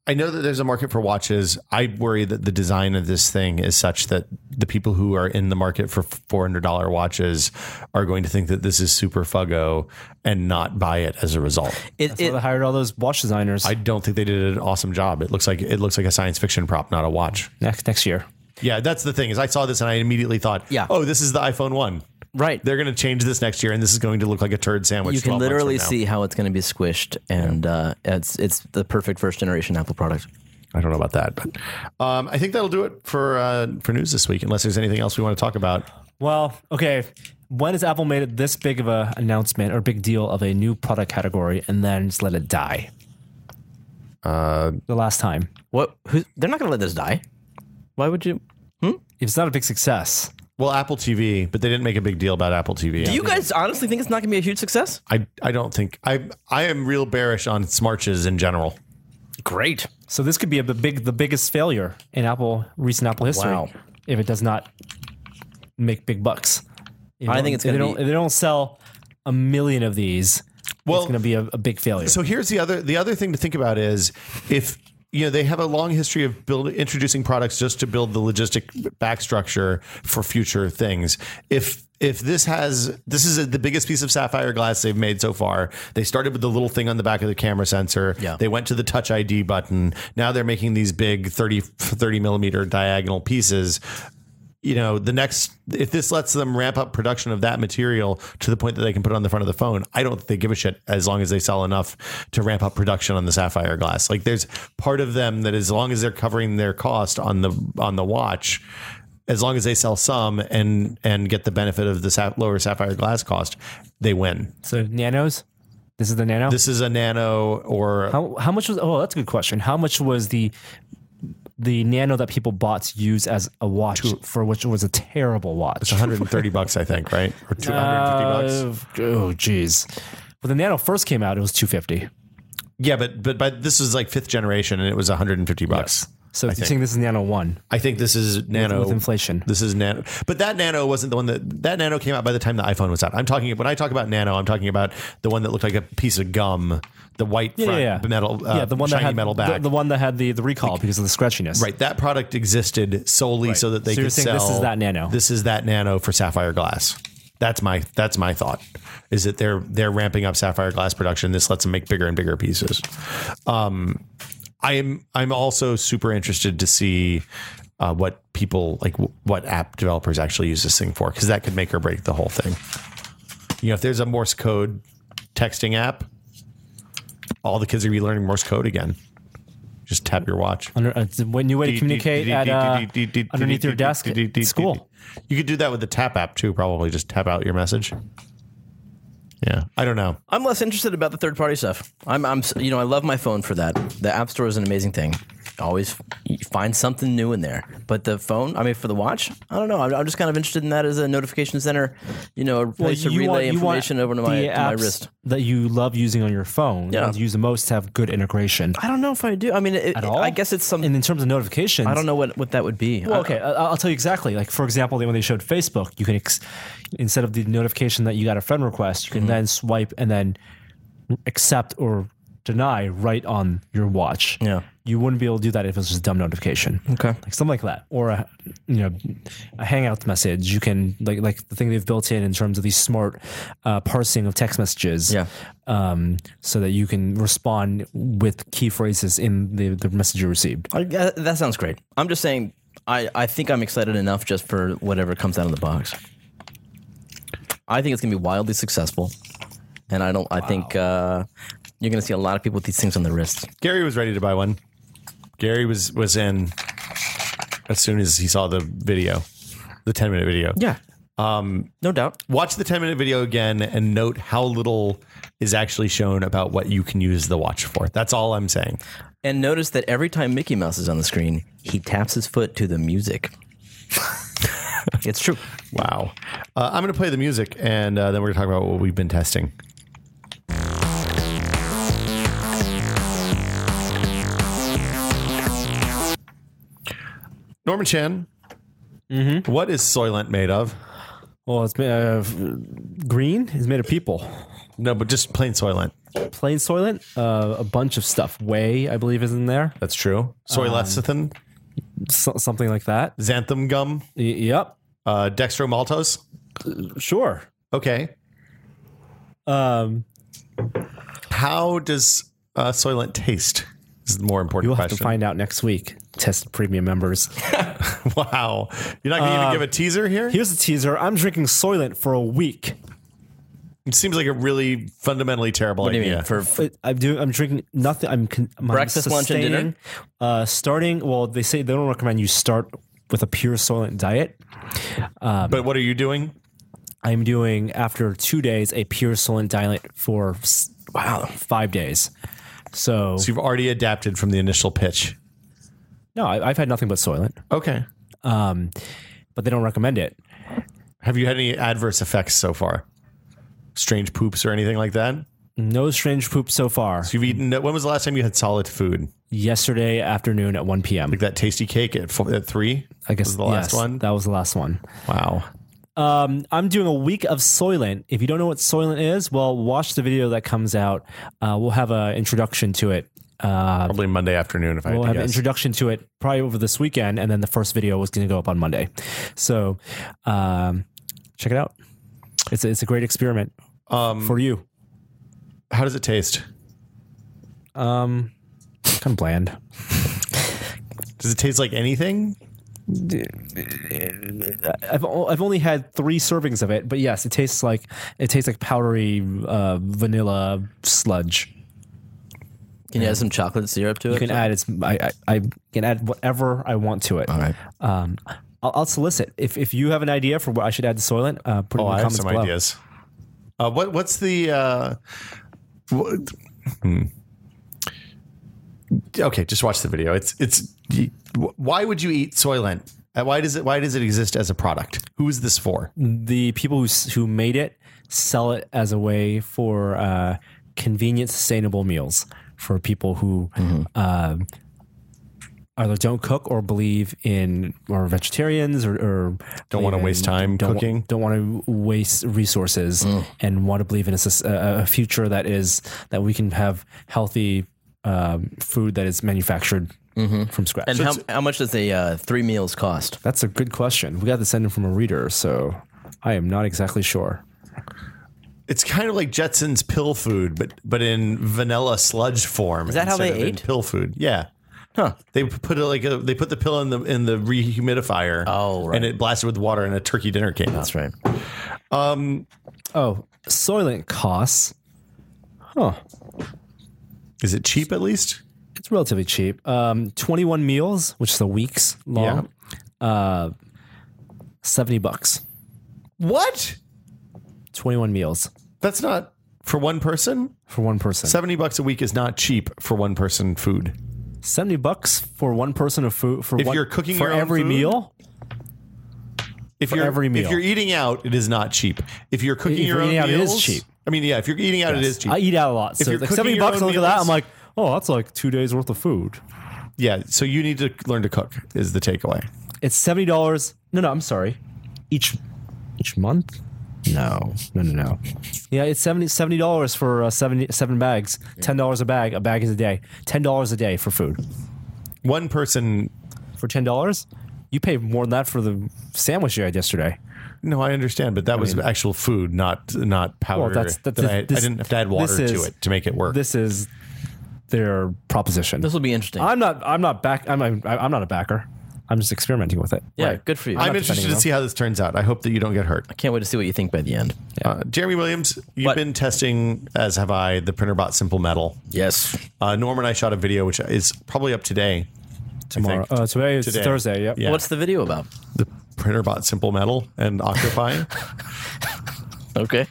[SPEAKER 2] I know that there's a market for watches. I worry that the design of this thing is such that the people who are in the market for four hundred dollar watches are going to think that this is super fuggo and not buy it as a result.
[SPEAKER 4] It,
[SPEAKER 3] They
[SPEAKER 4] it,
[SPEAKER 3] hired all those watch designers
[SPEAKER 2] I don't think they did an awesome job. It looks like it looks like a science fiction prop, not a watch.
[SPEAKER 3] next next year.
[SPEAKER 2] Yeah, that's the thing is I saw this and I immediately thought,
[SPEAKER 4] Yeah.
[SPEAKER 2] oh, this is the iPhone one.
[SPEAKER 4] right.
[SPEAKER 2] They're going to change this next year, and this is going to look like a turd sandwich.
[SPEAKER 4] you can
[SPEAKER 2] 12 months from
[SPEAKER 4] literally
[SPEAKER 2] now.
[SPEAKER 4] see how it's going to be squished, and uh, it's it's the perfect first generation Apple product.
[SPEAKER 2] I don't know about that, but um, I think that'll do it for uh, for news this week. Unless there's anything else we want to talk about.
[SPEAKER 3] Well, okay. When has Apple made it this big of a announcement or big deal of a new product category and then just let it die? Uh, the last time.
[SPEAKER 4] What? Who, they're not going to let this die. Why would you?
[SPEAKER 3] If it's not a big success,
[SPEAKER 2] Well, Apple TV, but they didn't make a big deal about Apple TV.
[SPEAKER 4] Do you guys honestly think it's not going to be a huge success?
[SPEAKER 2] I I don't think I I am real bearish on smarches in general.
[SPEAKER 4] Great.
[SPEAKER 3] so this could be a big, the biggest failure in Apple recent Apple history.
[SPEAKER 4] Wow.
[SPEAKER 3] If it does not make big bucks, If they
[SPEAKER 4] I think
[SPEAKER 3] don't-
[SPEAKER 4] it's
[SPEAKER 3] if they
[SPEAKER 4] gonna
[SPEAKER 3] don't
[SPEAKER 4] be-
[SPEAKER 3] if they don't sell a million of these.
[SPEAKER 2] Well,
[SPEAKER 3] it's going to be a, a big failure.
[SPEAKER 2] So here's the other the other thing to think about is if you know they have a long history of build, introducing products just to build the logistic back structure for future things. If if this has this is the biggest piece of sapphire glass they've made so far. They started with the little thing on the back of the camera sensor.
[SPEAKER 4] Yeah.
[SPEAKER 2] They went to the touch ID button. Now they're making these big 30 30 millimeter diagonal pieces you know the next if this lets them ramp up production of that material to the point that they can put it on the front of the phone i don't think they give a shit as long as they sell enough to ramp up production on the sapphire glass like there's part of them that as long as they're covering their cost on the on the watch as long as they sell some and and get the benefit of the sa- lower sapphire glass cost they win
[SPEAKER 3] So nanos. This is the nano.
[SPEAKER 2] this is a nano or
[SPEAKER 3] How, how much was? Oh, that's a good question. How much was the the Nano that people bought to use as a watch for which was a terrible watch? [LAUGHS]
[SPEAKER 2] 130 bucks i think right or 250 bucks
[SPEAKER 3] Uh, oh, jeez. When the Nano first came out, it was two fifty.
[SPEAKER 2] yeah but but but this was like fifth generation and it was 150 bucks
[SPEAKER 3] So you're saying this is Nano one
[SPEAKER 2] I think this is nano
[SPEAKER 3] with inflation.
[SPEAKER 2] This is nano, but that nano wasn't the one that that nano came out by the time the iPhone was out. I'm talking when I talk about nano, I'm talking about the one that looked like a piece of gum, the white front metal, uh,
[SPEAKER 3] yeah, the one
[SPEAKER 2] shiny
[SPEAKER 3] that had
[SPEAKER 2] metal back.
[SPEAKER 3] The, the one that had the, the recall because of the scratchiness.
[SPEAKER 2] right, that product existed solely so that they
[SPEAKER 3] So you're
[SPEAKER 2] could
[SPEAKER 3] saying
[SPEAKER 2] sell.
[SPEAKER 3] this is that Nano.
[SPEAKER 2] This is that nano for sapphire glass. That's my that's my thought. Is that they're they're ramping up sapphire glass production. This lets them make bigger and bigger pieces. I'm I'm also super interested to see uh, what people like w- what app developers actually use this thing for because that could make or break the whole thing. You know, if there's a Morse code texting app, all the kids are gonna be learning Morse code again. Just tap your watch.
[SPEAKER 3] Under, uh, when you way to communicate at, uh, underneath your desk at school.
[SPEAKER 2] You could do that with the tap app too. Probably just tap out your message. Yeah, I don't know.
[SPEAKER 4] I'm less interested about the third party stuff. I'm, I'm, you know, I love my phone for that. The App Store is an amazing thing. Always you find something new in there. But the phone, I mean, for the watch, I don't know. I'm, I'm just kind of interested in that as a notification center, you know, a place to relay information over to my,
[SPEAKER 3] the
[SPEAKER 4] to my
[SPEAKER 3] apps
[SPEAKER 4] wrist.
[SPEAKER 3] that you love using on your phone. The
[SPEAKER 4] Yeah.
[SPEAKER 3] ones you use the most to have good integration.
[SPEAKER 4] I don't know if I do. I mean, it,
[SPEAKER 3] at
[SPEAKER 4] it-
[SPEAKER 3] all?
[SPEAKER 4] I guess it's some.
[SPEAKER 3] And in terms of notifications,
[SPEAKER 4] I don't know what, what that would be.
[SPEAKER 3] Well,
[SPEAKER 4] I-
[SPEAKER 3] okay, I- I'll tell you exactly. Like for example, they- when they showed Facebook, you can ex- instead
[SPEAKER 4] Mm-hmm.
[SPEAKER 3] of the notification that you got a friend request, you can then swipe and then accept or deny right on your watch.
[SPEAKER 4] Yeah.
[SPEAKER 3] You wouldn't be able to do that if it was just a dumb notification.
[SPEAKER 4] Okay.
[SPEAKER 3] Like something like that. Or a you know, a hangout message. You can like like the thing they've built in in terms of these smart uh, parsing of text messages.
[SPEAKER 4] Yeah.
[SPEAKER 3] Um, so that you can respond with key phrases in the, the message you received.
[SPEAKER 4] I, uh, that sounds great. I'm just saying, I, I think I'm excited enough just for whatever comes out of the box. I think it's going to be wildly successful, and I don't. I think uh, you're going to see a lot of people with these things on their wrists.
[SPEAKER 2] Gary was ready to buy one. Gary was was in as soon as he saw the video, the ten minute video.
[SPEAKER 4] Yeah. Um, no doubt.
[SPEAKER 2] Watch the ten minute video again and note how little is actually shown about what you can use the watch for. That's all I'm saying.
[SPEAKER 4] And notice that every time Mickey Mouse is on the screen, he taps his foot to the music. [LAUGHS] it's true.
[SPEAKER 2] Wow. Uh, I'm going to play the music and uh, then we're going to talk about what we've been testing. Norman Chan,
[SPEAKER 3] Mm-hmm.
[SPEAKER 2] what is Soylent made of?
[SPEAKER 3] Well, it's made of green. It's made of people.
[SPEAKER 2] No, but just plain Soylent.
[SPEAKER 3] Plain Soylent, uh, a bunch of stuff. Whey, I believe, is in there.
[SPEAKER 2] That's true. Soy
[SPEAKER 3] Um,
[SPEAKER 2] lecithin,
[SPEAKER 3] So, something like that.
[SPEAKER 2] xanthan gum,
[SPEAKER 3] Y- yep.
[SPEAKER 2] uh, dextromaltose.
[SPEAKER 3] Sure.
[SPEAKER 2] Okay.
[SPEAKER 3] Um,
[SPEAKER 2] How does uh, Soylent taste? Is the more important
[SPEAKER 3] you'll have to
[SPEAKER 2] question.
[SPEAKER 3] find out next week. Test premium members.
[SPEAKER 2] wow. You're not going to even give a teaser here?
[SPEAKER 3] Here's a teaser. I'm drinking Soylent for a week.
[SPEAKER 2] It seems like a really fundamentally terrible
[SPEAKER 4] What do you
[SPEAKER 2] idea.
[SPEAKER 4] mean? For
[SPEAKER 3] But I'm doing. I'm drinking nothing. I'm, con- I'm
[SPEAKER 4] Breakfast, lunch, and dinner?
[SPEAKER 3] sustaining, Uh, starting. Well, they say they don't recommend you start with a pure Soylent diet.
[SPEAKER 2] but what are you doing?
[SPEAKER 3] I'm doing after two days a pure Soylent diet for s- wow five days. So,
[SPEAKER 2] So you've already adapted from the initial pitch.
[SPEAKER 3] no, I, I've had nothing but Soylent,
[SPEAKER 2] Okay.
[SPEAKER 3] but they don't recommend it.
[SPEAKER 2] Have you had any adverse effects so far? Strange poops or anything like that?
[SPEAKER 3] No strange poop so far.
[SPEAKER 2] You've eaten. When was the last time you had solid food?
[SPEAKER 3] Yesterday afternoon at 1 p.m.
[SPEAKER 2] Like that tasty cake at, four, at three?
[SPEAKER 3] I guess
[SPEAKER 2] was the last
[SPEAKER 3] yes,
[SPEAKER 2] one.
[SPEAKER 3] That was the last one.
[SPEAKER 2] Wow.
[SPEAKER 3] I'm doing a week of Soylent. If you don't know what Soylent is, well, watch the video that comes out. Uh, we'll have an introduction to it. Uh,
[SPEAKER 2] Probably Monday afternoon, if I
[SPEAKER 3] we'll
[SPEAKER 2] had
[SPEAKER 3] have
[SPEAKER 2] to
[SPEAKER 3] an
[SPEAKER 2] guess.
[SPEAKER 3] introduction to it probably over this weekend, and then the first video was going to go up on Monday. So um, check it out. It's a, it's a great experiment
[SPEAKER 2] Um,
[SPEAKER 3] for you.
[SPEAKER 2] How does it taste?
[SPEAKER 3] Kind of bland.
[SPEAKER 2] Does it taste like anything?
[SPEAKER 3] I've o- I've only had three servings of it, but yes, it tastes like it tastes like powdery uh, vanilla sludge.
[SPEAKER 4] can you add some chocolate syrup to it?
[SPEAKER 3] You can add its I, I I can add whatever I want to it. All
[SPEAKER 4] right.
[SPEAKER 3] Um, I'll, I'll solicit if if you have an idea for what I should add to Soylent. Uh, put it
[SPEAKER 2] Oh,
[SPEAKER 3] in the
[SPEAKER 2] I have
[SPEAKER 3] comments
[SPEAKER 2] some
[SPEAKER 3] below.
[SPEAKER 2] ideas. Uh, what What's the? Uh, what, hmm. Okay, just watch the video. It's it's. y- Why would you eat Soylent? Uh, Why does it Why does it exist as a product? Who is this for?
[SPEAKER 3] The people who s- who made it sell it as a way for uh, convenient, sustainable meals for people who. Uh, Either don't cook or believe in, or vegetarians, or, or
[SPEAKER 2] Don't want to
[SPEAKER 3] believe in-
[SPEAKER 2] waste time
[SPEAKER 3] don't wa-
[SPEAKER 2] cooking.
[SPEAKER 3] don't want to waste resources and want to believe in a, sus- a a future that is that we can have healthy um, food that is manufactured from scratch.
[SPEAKER 4] And how, how much does the uh, three meals cost?
[SPEAKER 3] That's a good question. We got to send in from a reader, so I am not exactly sure.
[SPEAKER 2] It's kind of like Jetson's pill food, but but in vanilla sludge form. Is
[SPEAKER 4] that how they ate?
[SPEAKER 2] pill food? Yeah. Huh? They put it like a, they put the pill in the in the rehumidifier.
[SPEAKER 4] Oh, right.
[SPEAKER 2] And it blasted with water, and a turkey dinner came out.
[SPEAKER 4] That's right.
[SPEAKER 3] Oh, Soylent costs. Huh.
[SPEAKER 2] Is it cheap at least?
[SPEAKER 3] It's relatively cheap. Um, 21 meals, which is a week's long. Uh, 70 bucks.
[SPEAKER 2] What?
[SPEAKER 3] 21 meals
[SPEAKER 2] That's not for one person.
[SPEAKER 3] for one person.
[SPEAKER 2] 70 bucks a week is not cheap for one person food.
[SPEAKER 3] 70 bucks for one person of food for
[SPEAKER 2] If
[SPEAKER 3] one-
[SPEAKER 2] you're cooking
[SPEAKER 3] for
[SPEAKER 2] your own
[SPEAKER 3] every
[SPEAKER 2] food?
[SPEAKER 3] meal.
[SPEAKER 2] If
[SPEAKER 3] For
[SPEAKER 2] you're
[SPEAKER 3] every meal.
[SPEAKER 2] if you're eating out, it is not cheap. If you're cooking
[SPEAKER 3] If
[SPEAKER 2] your
[SPEAKER 3] you're
[SPEAKER 2] own
[SPEAKER 3] eating out, it is
[SPEAKER 2] meals,
[SPEAKER 3] cheap.
[SPEAKER 2] I mean, yeah, if you're eating out, it is cheap.
[SPEAKER 3] I eat out a lot. So
[SPEAKER 2] you're
[SPEAKER 3] like
[SPEAKER 2] cooking
[SPEAKER 3] 70
[SPEAKER 2] your
[SPEAKER 3] bucks, I
[SPEAKER 2] own
[SPEAKER 3] look at that.
[SPEAKER 2] meals-
[SPEAKER 3] I'm like, oh, that's like two days worth of food.
[SPEAKER 2] yeah, so you need to learn to cook is the takeaway.
[SPEAKER 3] It's $70. No, no, I'm sorry. Each each month? No, no, no, no. Yeah, it's 70 dollars for uh, 70, seven bags. Ten dollars a bag. A bag is a day. Ten dollars a day for food.
[SPEAKER 2] One person.
[SPEAKER 3] For ten dollars, you pay more than that for the sandwich you had yesterday.
[SPEAKER 2] No, I understand, but that was actual food, not not powder.
[SPEAKER 3] Well, that's- that's-
[SPEAKER 2] that I, I
[SPEAKER 3] this-
[SPEAKER 2] didn't have to add water
[SPEAKER 3] this
[SPEAKER 2] to
[SPEAKER 3] is-
[SPEAKER 2] it to make it work.
[SPEAKER 3] This is their proposition.
[SPEAKER 4] This will be interesting.
[SPEAKER 3] I'm not. I'm not back. I'm. I'm I'm not a backer. I'm just experimenting with it.
[SPEAKER 4] yeah, good for you.
[SPEAKER 2] I'm
[SPEAKER 4] I
[SPEAKER 2] interested to
[SPEAKER 3] defending
[SPEAKER 2] see how this turns out. I hope that you don't get hurt.
[SPEAKER 4] can't wait to see what you think by the end.
[SPEAKER 2] Uh, Jeremy Williams, you've
[SPEAKER 4] What?
[SPEAKER 2] been testing, as have I, the PrinterBot Simple Metal.
[SPEAKER 4] Yes.
[SPEAKER 2] Uh, Norm and I shot a video, which is probably up today.
[SPEAKER 3] Tomorrow.
[SPEAKER 2] I think.
[SPEAKER 3] Uh, today is
[SPEAKER 2] Today.
[SPEAKER 3] Thursday. Yep.
[SPEAKER 2] Yeah.
[SPEAKER 4] What's the video about?
[SPEAKER 2] the PrinterBot Simple Metal
[SPEAKER 4] [LAUGHS]
[SPEAKER 2] and Occupy.
[SPEAKER 4] Okay.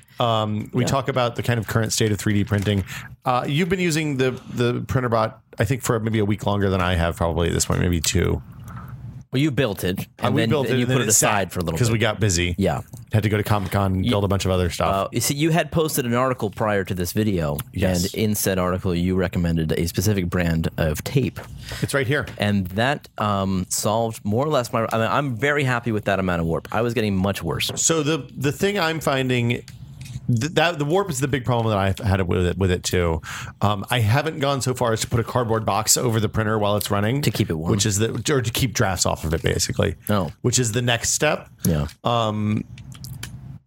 [SPEAKER 2] we talk about the kind of current state of 3D printing. Uh, you've been using the the PrinterBot, I think, for maybe a week longer than I have, probably at this point, maybe two.
[SPEAKER 4] well, you built it,
[SPEAKER 2] Uh,
[SPEAKER 4] and
[SPEAKER 2] we
[SPEAKER 4] then,
[SPEAKER 2] built
[SPEAKER 4] then
[SPEAKER 2] it
[SPEAKER 4] you
[SPEAKER 2] and
[SPEAKER 4] put
[SPEAKER 2] then
[SPEAKER 4] it aside for a little bit.
[SPEAKER 2] because we got busy.
[SPEAKER 4] Yeah.
[SPEAKER 2] had to go to Comic Con, build a bunch of other stuff.
[SPEAKER 4] Uh, you see, you had posted an article prior to this video,
[SPEAKER 2] Yes.
[SPEAKER 4] and in said article, you recommended a specific brand of tape,
[SPEAKER 2] it's right here.
[SPEAKER 4] and that um, solved more or less my. I mean, I'm very happy with that amount of warp. I was getting much worse.
[SPEAKER 2] So the the thing I'm finding th- that the warp is the big problem that I've had with it with it too. Um, I haven't gone so far as to put a cardboard box over the printer while it's running to
[SPEAKER 4] keep it warm. Oh.
[SPEAKER 2] which is the or to keep drafts off of it basically.
[SPEAKER 4] No.
[SPEAKER 2] which is the next step.
[SPEAKER 4] Yeah,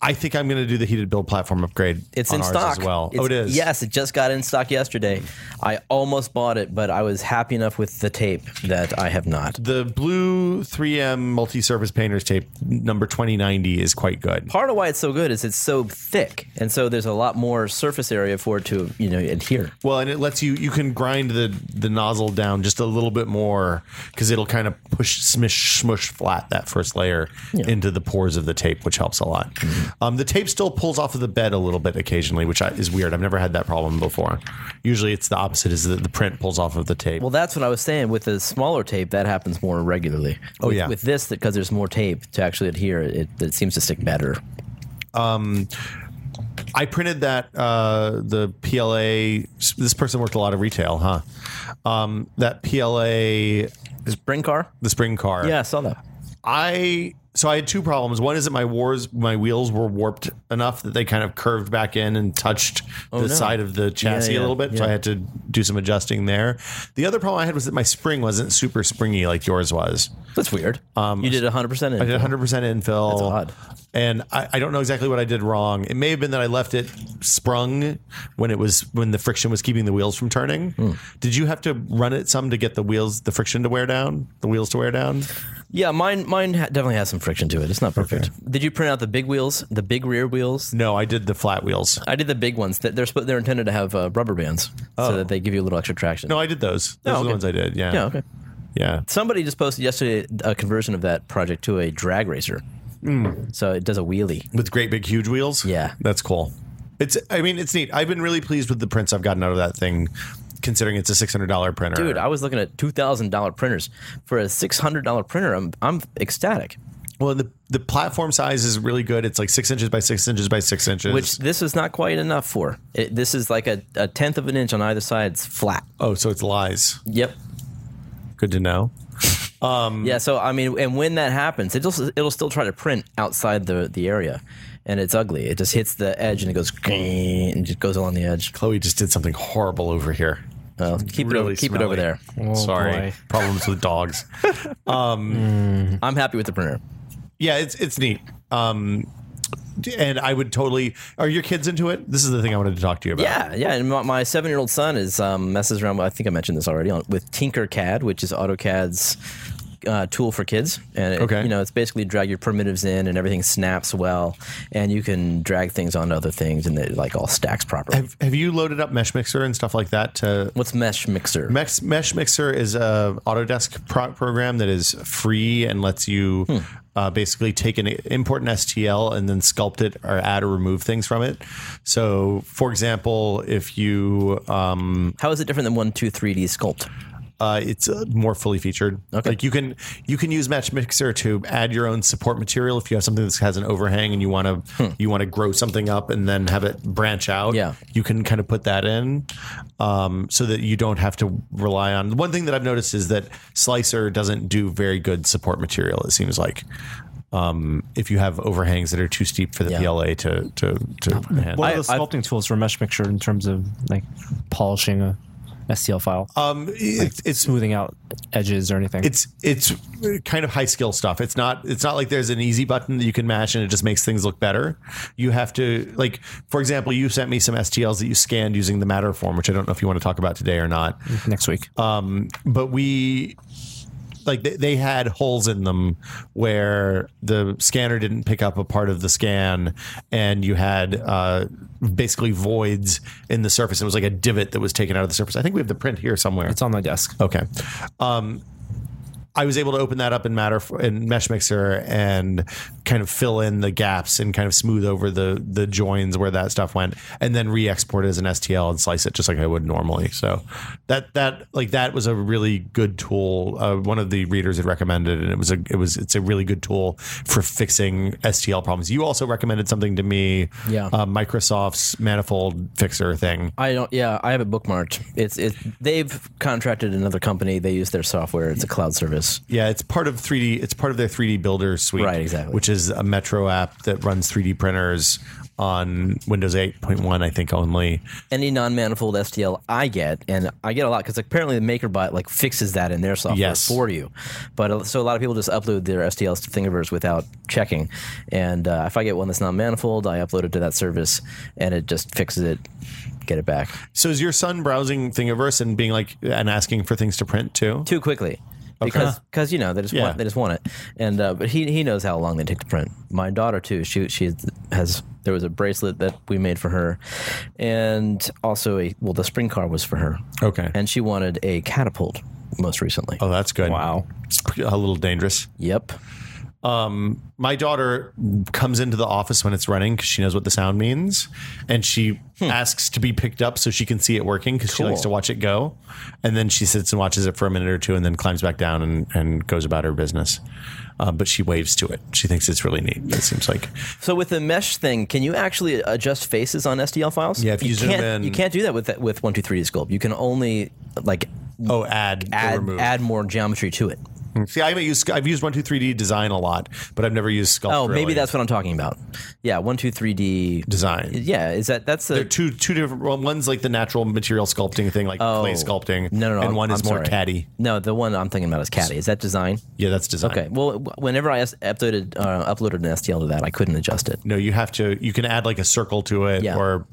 [SPEAKER 2] I think I'm going to do the heated build platform upgrade.
[SPEAKER 4] it's
[SPEAKER 2] on
[SPEAKER 4] in
[SPEAKER 2] ours
[SPEAKER 4] stock
[SPEAKER 2] as well.
[SPEAKER 4] It's-
[SPEAKER 2] oh, it is.
[SPEAKER 4] Yes, it just got in stock yesterday. I almost bought it, but I was happy enough with the tape that I have not.
[SPEAKER 2] The blue 3M multi-surface painters tape number 2090 is quite good.
[SPEAKER 4] Part of why it's so good is it's so thick, and so there's a lot more surface area for it to you know adhere.
[SPEAKER 2] Well, and it lets you you can grind the the nozzle down just a little bit more because it'll kind of push smish smush flat that first layer into the pores of the tape, which helps a lot. Um, the tape still pulls off of the bed a little bit occasionally, which I, is weird. I've never had that problem before. Usually, it's the opposite: is that the print pulls off of the tape.
[SPEAKER 4] Well, that's what I was saying. With the smaller tape, that happens more regularly. Oh with,
[SPEAKER 2] yeah.
[SPEAKER 4] With this, because there's more tape to actually adhere, it, it seems to stick better.
[SPEAKER 2] I printed that uh, the PLA. This person worked a lot of retail, huh? Um, that PLA,
[SPEAKER 4] This Brin car?
[SPEAKER 2] the spring car.
[SPEAKER 4] Yeah, I saw that.
[SPEAKER 2] I so I had two problems. One is that my wars my wheels were warped enough that they kind of curved back in and touched the side of the chassis
[SPEAKER 4] Oh, yeah,
[SPEAKER 2] a little bit. So I had to do some adjusting there. The other problem I had was that my spring wasn't super springy like yours was.
[SPEAKER 4] That's weird. you did 100% in.
[SPEAKER 2] Um, I did 100% infill. That's
[SPEAKER 4] odd.
[SPEAKER 2] And I, I don't know exactly what I did wrong. It may have been that I left it sprung when it was when the friction was keeping the wheels from turning.
[SPEAKER 4] Hmm.
[SPEAKER 2] Did you have to run it some to get the wheels the friction to wear down, the wheels to wear down?
[SPEAKER 4] Yeah, mine mine ha- definitely has some friction to it. It's not perfect. Did you print out the big wheels, the big rear wheels?
[SPEAKER 2] No, I did the flat wheels.
[SPEAKER 4] I did the big ones. That They're spo- they're intended to have uh, rubber bands so that they give you a little extra traction.
[SPEAKER 2] Oh. No, I did those. Those
[SPEAKER 4] Oh,
[SPEAKER 2] are the
[SPEAKER 4] okay.
[SPEAKER 2] ones I did. Yeah.
[SPEAKER 4] yeah, okay.
[SPEAKER 2] Yeah.
[SPEAKER 4] Somebody just posted yesterday a conversion of that project to a drag racer. So it does a wheelie.
[SPEAKER 2] With great big huge wheels.
[SPEAKER 4] Yeah.
[SPEAKER 2] That's cool. It's I mean, it's neat. I've been really pleased with the prints I've gotten out of that thing, considering it's a six hundred dollar printer.
[SPEAKER 4] Dude, I was looking at two thousand dollar printers for a six hundred dollar printer. I'm I'm ecstatic.
[SPEAKER 2] well the the platform size is really good. It's like six inches by six inches by six inches.
[SPEAKER 4] Which this is not quite enough for. It, this is like a, a tenth of an inch on either side. It's flat.
[SPEAKER 2] Oh, so it's lies.
[SPEAKER 4] Yep.
[SPEAKER 2] Good to know.
[SPEAKER 4] Yeah. So I mean, and when that happens, it'll it'll still try to print outside the the area, and it's ugly. It just hits the edge and it goes and just goes along the edge.
[SPEAKER 2] Chloe just did something horrible over here.
[SPEAKER 4] Well, keep it over, keep it over there.
[SPEAKER 2] Sorry.
[SPEAKER 3] boy.
[SPEAKER 2] Problems with dogs.
[SPEAKER 4] I'm happy with the printer.
[SPEAKER 2] Yeah, it's it's neat. Um and I would totally are your kids into it? This is the thing I wanted to talk to you about.
[SPEAKER 4] Yeah, yeah. And my, my seven-year-old son is um, messes around. With, I think I mentioned this already on with Tinkercad, which is AutoCAD's uh, tool for kids. And it,
[SPEAKER 2] Okay.
[SPEAKER 4] you know, it's basically drag your primitives in, and everything snaps well, and you can drag things onto other things, and it like all stacks properly.
[SPEAKER 2] Have, have you loaded up Mesh Mixer and stuff like that to
[SPEAKER 4] What's Mesh Mixer?
[SPEAKER 2] Mesh, Mesh Mixer is a Autodesk pro- program that is free and lets you uh, basically take an import an STL and then sculpt it or add or remove things from it. So, for example, if you um,
[SPEAKER 4] How is it different than one, two, three D sculpt?
[SPEAKER 2] uh, it's uh, more fully featured. Okay. Like you can you can use Mesh Mixer to add your own support material if you have something that has an overhang and you want to you want to grow something up and then have it branch out.
[SPEAKER 4] Hmm. Yeah.
[SPEAKER 2] you can kind of put that in um, so that you don't have to rely on. One thing that I've noticed is that Slicer doesn't do very good support material. It seems like. um, if you have overhangs that are too steep for the
[SPEAKER 4] Yeah.
[SPEAKER 2] PLA to to to handle.
[SPEAKER 3] What
[SPEAKER 4] I-
[SPEAKER 3] are the
[SPEAKER 4] I've-
[SPEAKER 3] sculpting tools for mesh mixture in terms of like polishing a STL file,
[SPEAKER 2] Um, it, it's
[SPEAKER 3] smoothing out edges or anything?
[SPEAKER 2] it's it's kind of high skill stuff. It's not it's not like there's an easy button that you can mash and it just makes things look better. You have to like for example, you sent me some STLs that you scanned using the matter form, which I don't know if you want to talk about today or not.
[SPEAKER 3] next week.
[SPEAKER 2] Um, but we like they, they had holes in them where the scanner didn't pick up a part of the scan and you had uh, basically voids in the surface. It was like a divot that was taken out of the surface. I think we have the print here somewhere.
[SPEAKER 3] it's on my desk.
[SPEAKER 2] Okay. Um, I was able to open that up in matter in mesh mixer and kind of fill in the gaps and kind of smooth over the the joins where that stuff went, and then re-export it as an STL and slice it just like I would normally. So that that like that was a really good tool. Uh, one of the readers had recommended, and it was a it was it's a really good tool for fixing STL problems. You also recommended something to me,
[SPEAKER 4] Yeah.
[SPEAKER 2] uh, Microsoft's manifold fixer thing.
[SPEAKER 4] I don't. Yeah, I have it bookmarked. It's it. They've contracted another company. They use their software. It's a cloud service.
[SPEAKER 2] Yeah, it's part of 3D. It's part of their 3D Builder suite,
[SPEAKER 4] Right, exactly.
[SPEAKER 2] Which is a Metro app that runs 3D printers on Windows 8.1, I think only.
[SPEAKER 4] Any non-manifold STL I get, and I get a lot because apparently the MakerBot like fixes that in their software
[SPEAKER 2] Yes.
[SPEAKER 4] for you. But uh, so a lot of people just upload their STLs to Thingiverse without checking. And uh, if I get one that's non-manifold, I upload it to that service, and it just fixes it. Get it back
[SPEAKER 2] So is your son browsing Thingiverse and being like and asking for things to print too?
[SPEAKER 4] too quickly. Because, because you know they just
[SPEAKER 2] Yeah.
[SPEAKER 4] want they just want it, and uh, but he he knows how long they take to print. My daughter too. She she has there was a bracelet that we made for her, and also a well the spring car was for her.
[SPEAKER 2] Okay.
[SPEAKER 4] and she wanted a catapult most recently.
[SPEAKER 2] Oh, that's good.
[SPEAKER 3] Wow.
[SPEAKER 2] It's a little dangerous.
[SPEAKER 4] Yep.
[SPEAKER 2] my daughter comes into the office when it's running because she knows what the sound means, and she
[SPEAKER 4] Hmm.
[SPEAKER 2] asks to be picked up so she can see it working because she likes to watch it go. And then she sits and watches it for a minute or two, and then climbs back down and, and goes about her business. Uh, but she waves to it. She thinks it's really neat. It seems like
[SPEAKER 4] So with the mesh thing, can you actually adjust faces on STL files?
[SPEAKER 2] Yeah, if you zoom
[SPEAKER 4] can't,
[SPEAKER 2] in-
[SPEAKER 4] you can't do that with that, with one two three D sculpt. You can only like
[SPEAKER 2] oh, add or
[SPEAKER 4] add
[SPEAKER 2] remove.
[SPEAKER 4] add more geometry to it.
[SPEAKER 2] See, I haven't used I've used one two three D design a lot, but I've never used sculpt.
[SPEAKER 4] Oh, maybe
[SPEAKER 2] really.
[SPEAKER 4] that's what I'm talking about. Yeah, one two three D
[SPEAKER 2] design.
[SPEAKER 4] Yeah, is that that's the
[SPEAKER 2] They're two two different. Well, one's like the natural material sculpting thing, like clay sculpting.
[SPEAKER 4] Oh. No, no, no.
[SPEAKER 2] And one
[SPEAKER 4] I'm
[SPEAKER 2] is more
[SPEAKER 4] sorry.
[SPEAKER 2] caddy.
[SPEAKER 4] No, the one I'm thinking about is caddy. Is that design?
[SPEAKER 2] Yeah, that's design.
[SPEAKER 4] Okay. Well, w- whenever I s- uploaded uh, uploaded an STL to that, I couldn't adjust it.
[SPEAKER 2] No, you have to. You can add like a circle to it
[SPEAKER 4] Yeah.
[SPEAKER 2] or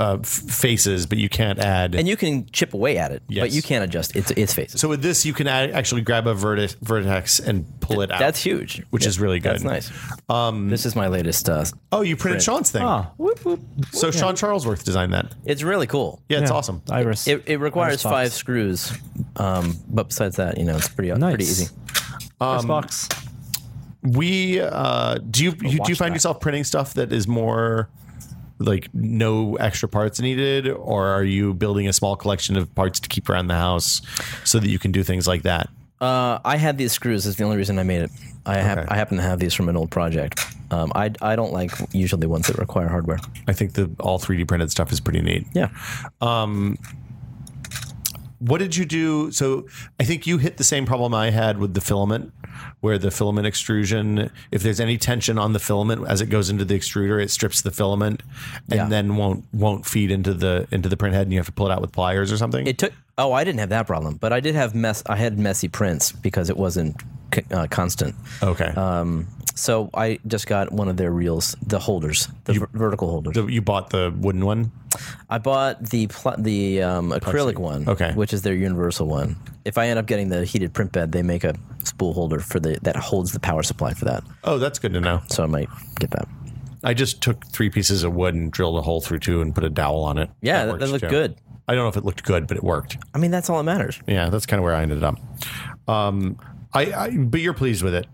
[SPEAKER 2] uh, f- faces, but you can't add.
[SPEAKER 4] And you can chip away at it, but
[SPEAKER 2] Yes.
[SPEAKER 4] you can't adjust its its faces.
[SPEAKER 2] so with this, you can add, actually grab a verti- vertex and pull it out.
[SPEAKER 4] that's huge,
[SPEAKER 2] which is really good. Um,
[SPEAKER 4] That's nice. this is my latest. Uh,
[SPEAKER 2] Oh, you printed Sean's thing.
[SPEAKER 3] Ah, whoop, whoop.
[SPEAKER 2] So Sean Charlesworth designed that.
[SPEAKER 4] it's really cool.
[SPEAKER 2] Yeah, it's awesome.
[SPEAKER 3] Iris.
[SPEAKER 4] It, it requires
[SPEAKER 3] Iris Fox.
[SPEAKER 4] five screws, um, but besides that, you know, it's pretty
[SPEAKER 3] nice.
[SPEAKER 4] pretty easy.
[SPEAKER 2] Um,
[SPEAKER 3] Iris Fox.
[SPEAKER 2] We uh, do you, you do you
[SPEAKER 3] watch
[SPEAKER 2] find
[SPEAKER 3] that.
[SPEAKER 2] yourself printing stuff that is more like no extra parts needed, or are you building a small collection of parts to keep around the house so that you can do things like that?
[SPEAKER 4] Uh, I had these screws. Is the only reason I made it. I hap-
[SPEAKER 2] Okay.
[SPEAKER 4] I happen to have these from an old project. Um, I I don't like usually ones that require hardware.
[SPEAKER 2] I think the all 3D printed stuff is pretty neat.
[SPEAKER 4] Yeah.
[SPEAKER 2] what did you do? So I think you hit the same problem I had with the filament, where the filament extrusion, if there's any tension on the filament as it goes into the extruder, it strips the filament and
[SPEAKER 4] Yeah.
[SPEAKER 2] then won't won't feed into the into the print head and you have to pull it out with pliers or something.
[SPEAKER 4] It took. Oh, I didn't have that problem, but I did have mess. I had messy prints because it wasn't c- uh, constant.
[SPEAKER 2] okay.
[SPEAKER 4] um, So I just got one of their reels, the holders, the ver- vertical holders.
[SPEAKER 2] So you bought the wooden one?
[SPEAKER 4] I bought the pl- the um, acrylic one,
[SPEAKER 2] Okay.
[SPEAKER 4] which is their universal one. If I end up getting the heated print bed, they make a spool holder for the that holds the power supply for that.
[SPEAKER 2] Oh, that's good to know.
[SPEAKER 4] So I might get that.
[SPEAKER 2] I just took three pieces of wood and drilled a hole through two and put a dowel on it.
[SPEAKER 4] Yeah, that,
[SPEAKER 2] works,
[SPEAKER 4] that looked
[SPEAKER 2] too.
[SPEAKER 4] good.
[SPEAKER 2] I don't know if it looked good, but it worked.
[SPEAKER 4] I mean, that's all that matters.
[SPEAKER 2] Yeah, that's kind of where I ended up. Um, I, I but you're pleased with it.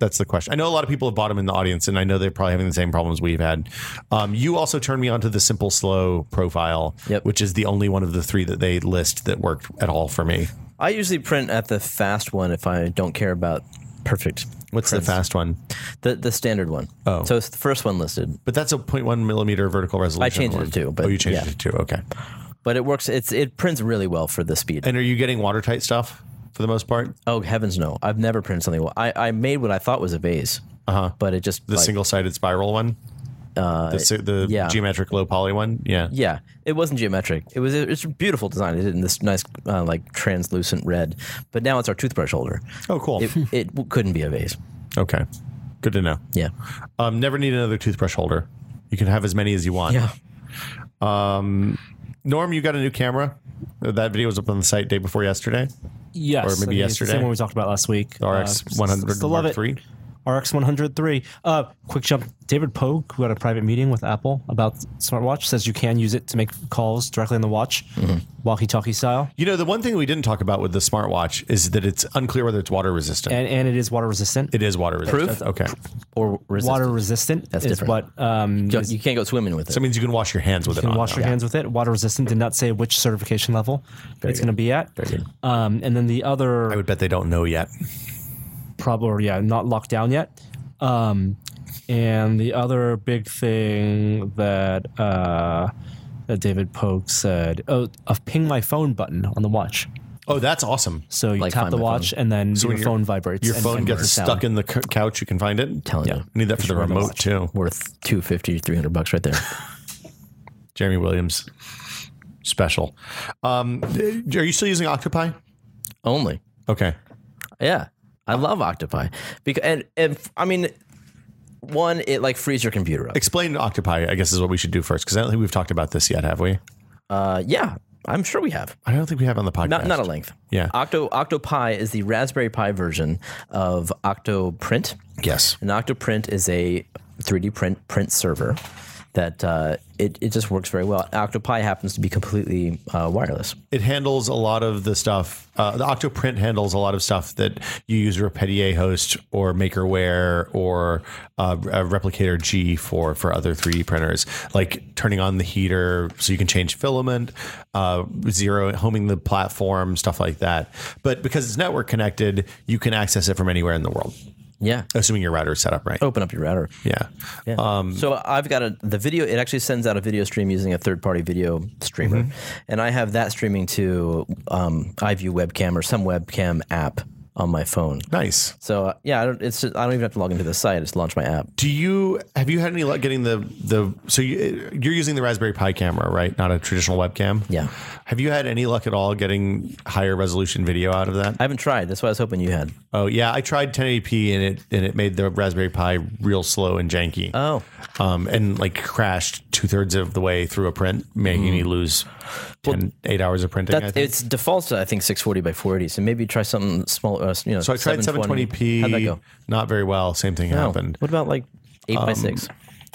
[SPEAKER 2] That's the question. I know a lot of people have bought them in the audience, and I know they're probably having the same problems we've had. Um, you also turned me onto the Simple Slow profile,
[SPEAKER 4] Yep.
[SPEAKER 2] which is the only one of the three that they list that worked at all for me.
[SPEAKER 4] I usually print at the fast one if I don't care about perfect.
[SPEAKER 2] What's
[SPEAKER 4] prints.
[SPEAKER 2] the fast one?
[SPEAKER 4] The the standard one.
[SPEAKER 2] Oh.
[SPEAKER 4] so it's the first one listed.
[SPEAKER 2] But that's a 0.1 millimeter vertical resolution.
[SPEAKER 4] changed it
[SPEAKER 2] one.
[SPEAKER 4] to two, but
[SPEAKER 2] oh, you changed
[SPEAKER 4] yeah.
[SPEAKER 2] it to two. Okay.
[SPEAKER 4] but it works. It's it prints really well for the speed.
[SPEAKER 2] And are you getting watertight stuff for the most part?
[SPEAKER 4] oh heavens no! I've never printed something well. I, I made what I thought was a vase, but it just
[SPEAKER 2] Uh-huh. the
[SPEAKER 4] like,
[SPEAKER 2] single sided spiral one. Uh, the si- the
[SPEAKER 4] yeah.
[SPEAKER 2] geometric low poly one. Yeah.
[SPEAKER 4] Yeah, it wasn't geometric. It was it's a beautiful design. It did in this nice uh, like translucent red, but now it's our toothbrush holder.
[SPEAKER 2] Oh, cool. [LAUGHS]
[SPEAKER 4] It, it w- couldn't be a vase.
[SPEAKER 2] okay. Good to know.
[SPEAKER 4] Yeah,
[SPEAKER 2] Um, never need another toothbrush holder. You can have as many as you want. Um,
[SPEAKER 4] yeah.
[SPEAKER 2] Norm, you got a new camera. That video was up on the site day before yesterday.
[SPEAKER 3] Yes,
[SPEAKER 2] Or maybe
[SPEAKER 3] I think it's The
[SPEAKER 2] yesterday.
[SPEAKER 3] same one we talked about last week.
[SPEAKER 2] The RX
[SPEAKER 3] Uh,
[SPEAKER 2] one hundred
[SPEAKER 3] still love
[SPEAKER 2] Mark
[SPEAKER 3] it.
[SPEAKER 2] three.
[SPEAKER 3] RX 103. Uh, quick jump. David Pogue, who had a private meeting with Apple about smartwatch, says you can use it to make calls directly on the watch,
[SPEAKER 4] Mm-hmm.
[SPEAKER 3] walkie-talkie style,
[SPEAKER 2] You know, the one thing we didn't talk about with the smartwatch is that it's unclear whether it's water resistant.
[SPEAKER 3] and and it is water resistant.
[SPEAKER 2] it is water resistant.
[SPEAKER 4] Proof?
[SPEAKER 2] Okay.
[SPEAKER 4] Or resistant.
[SPEAKER 3] water resistant
[SPEAKER 4] That's
[SPEAKER 3] is
[SPEAKER 4] different.
[SPEAKER 3] what um,
[SPEAKER 4] You, you can't go swimming with it.
[SPEAKER 2] So it means you can wash your hands with it.
[SPEAKER 3] can
[SPEAKER 2] on now.
[SPEAKER 3] wash your hands with it. Water resistant did not say which certification level it's going to be at. Very good. Um, and then the
[SPEAKER 2] I
[SPEAKER 3] other
[SPEAKER 2] would bet they don't know yet.
[SPEAKER 3] probably or yeah not locked down yet. Um, and the other big thing that uh, that David Polk said oh a ping my phone button on the watch.
[SPEAKER 2] Oh, that's awesome.
[SPEAKER 3] So you
[SPEAKER 4] Like
[SPEAKER 3] tap
[SPEAKER 4] Find
[SPEAKER 3] the
[SPEAKER 4] My
[SPEAKER 3] watch and then
[SPEAKER 2] when
[SPEAKER 3] your
[SPEAKER 2] your-
[SPEAKER 3] phone vibrates.
[SPEAKER 2] Your
[SPEAKER 3] and
[SPEAKER 2] phone
[SPEAKER 3] and
[SPEAKER 2] gets
[SPEAKER 3] the sound.
[SPEAKER 2] stuck in the c- couch. You can find it.
[SPEAKER 4] Telling
[SPEAKER 2] yeah.
[SPEAKER 4] you.
[SPEAKER 2] need that for the remote too.
[SPEAKER 4] worth 250 300
[SPEAKER 2] [LAUGHS]
[SPEAKER 4] bucks right there.
[SPEAKER 2] Jeremy Williams special. Um, are you still using Occupy?
[SPEAKER 4] Only.
[SPEAKER 2] Okay.
[SPEAKER 4] Yeah. I love Octopi. Because and and f- I mean one it like frees your computer up.
[SPEAKER 2] Explain Occupy, I guess is what we should do first because I don't think we've talked about this yet, have we?
[SPEAKER 4] Uh, yeah, I'm sure we have.
[SPEAKER 2] I don't think we have on the podcast.
[SPEAKER 4] Not not at length.
[SPEAKER 2] Yeah.
[SPEAKER 4] Octo Octopi is the Raspberry Pi version of Octoprint.
[SPEAKER 2] Yes.
[SPEAKER 4] An Octoprint is a 3D print print server that uh, it, it just works very well. Octopi happens to be completely uh, wireless.
[SPEAKER 2] It handles a lot of the stuff. Uh, the Octoprint handles a lot of stuff that you use Repetier host or Makerware or uh, a Replicator G for for other 3D printers, like turning on the heater so you can change filament, uh, zero homing the platform, stuff like that. But because it's network connected, you can access it from anywhere in the world,
[SPEAKER 4] Yeah.
[SPEAKER 2] assuming your router is set up right.
[SPEAKER 4] Open up your router.
[SPEAKER 2] Yeah.
[SPEAKER 4] Oh. Yeah. Um, so I've got a the video. It actually sends out a video stream using a third party video streamer, and I have that streaming to um, iView webcam or some webcam app on my phone.
[SPEAKER 2] Nice.
[SPEAKER 4] So uh, yeah, I don't. It's just, I don't even have to log into the site. It's launch my app.
[SPEAKER 2] Do you have you had any luck getting the the so you, you're using the Raspberry Pi camera, right? Not a traditional webcam.
[SPEAKER 4] Yeah.
[SPEAKER 2] Have you had any luck at all getting higher resolution video out of that?
[SPEAKER 4] I haven't tried. That's what I was hoping you had.
[SPEAKER 2] oh yeah, I tried 1080p and it and it made the Raspberry Pi real slow and janky.
[SPEAKER 4] Oh,
[SPEAKER 2] Um, and like crashed two thirds of the way through a print, making me lose 10, eight hours of printing. I
[SPEAKER 4] Mm. that's,
[SPEAKER 2] think.
[SPEAKER 4] it's defaults to I think 640 by 480. So maybe try something small. Uh, you know,
[SPEAKER 2] So I tried 720p.
[SPEAKER 4] How'd that go?
[SPEAKER 2] Not very well. Same thing
[SPEAKER 4] Oh,
[SPEAKER 2] happened. Um,
[SPEAKER 4] What about like eight by six?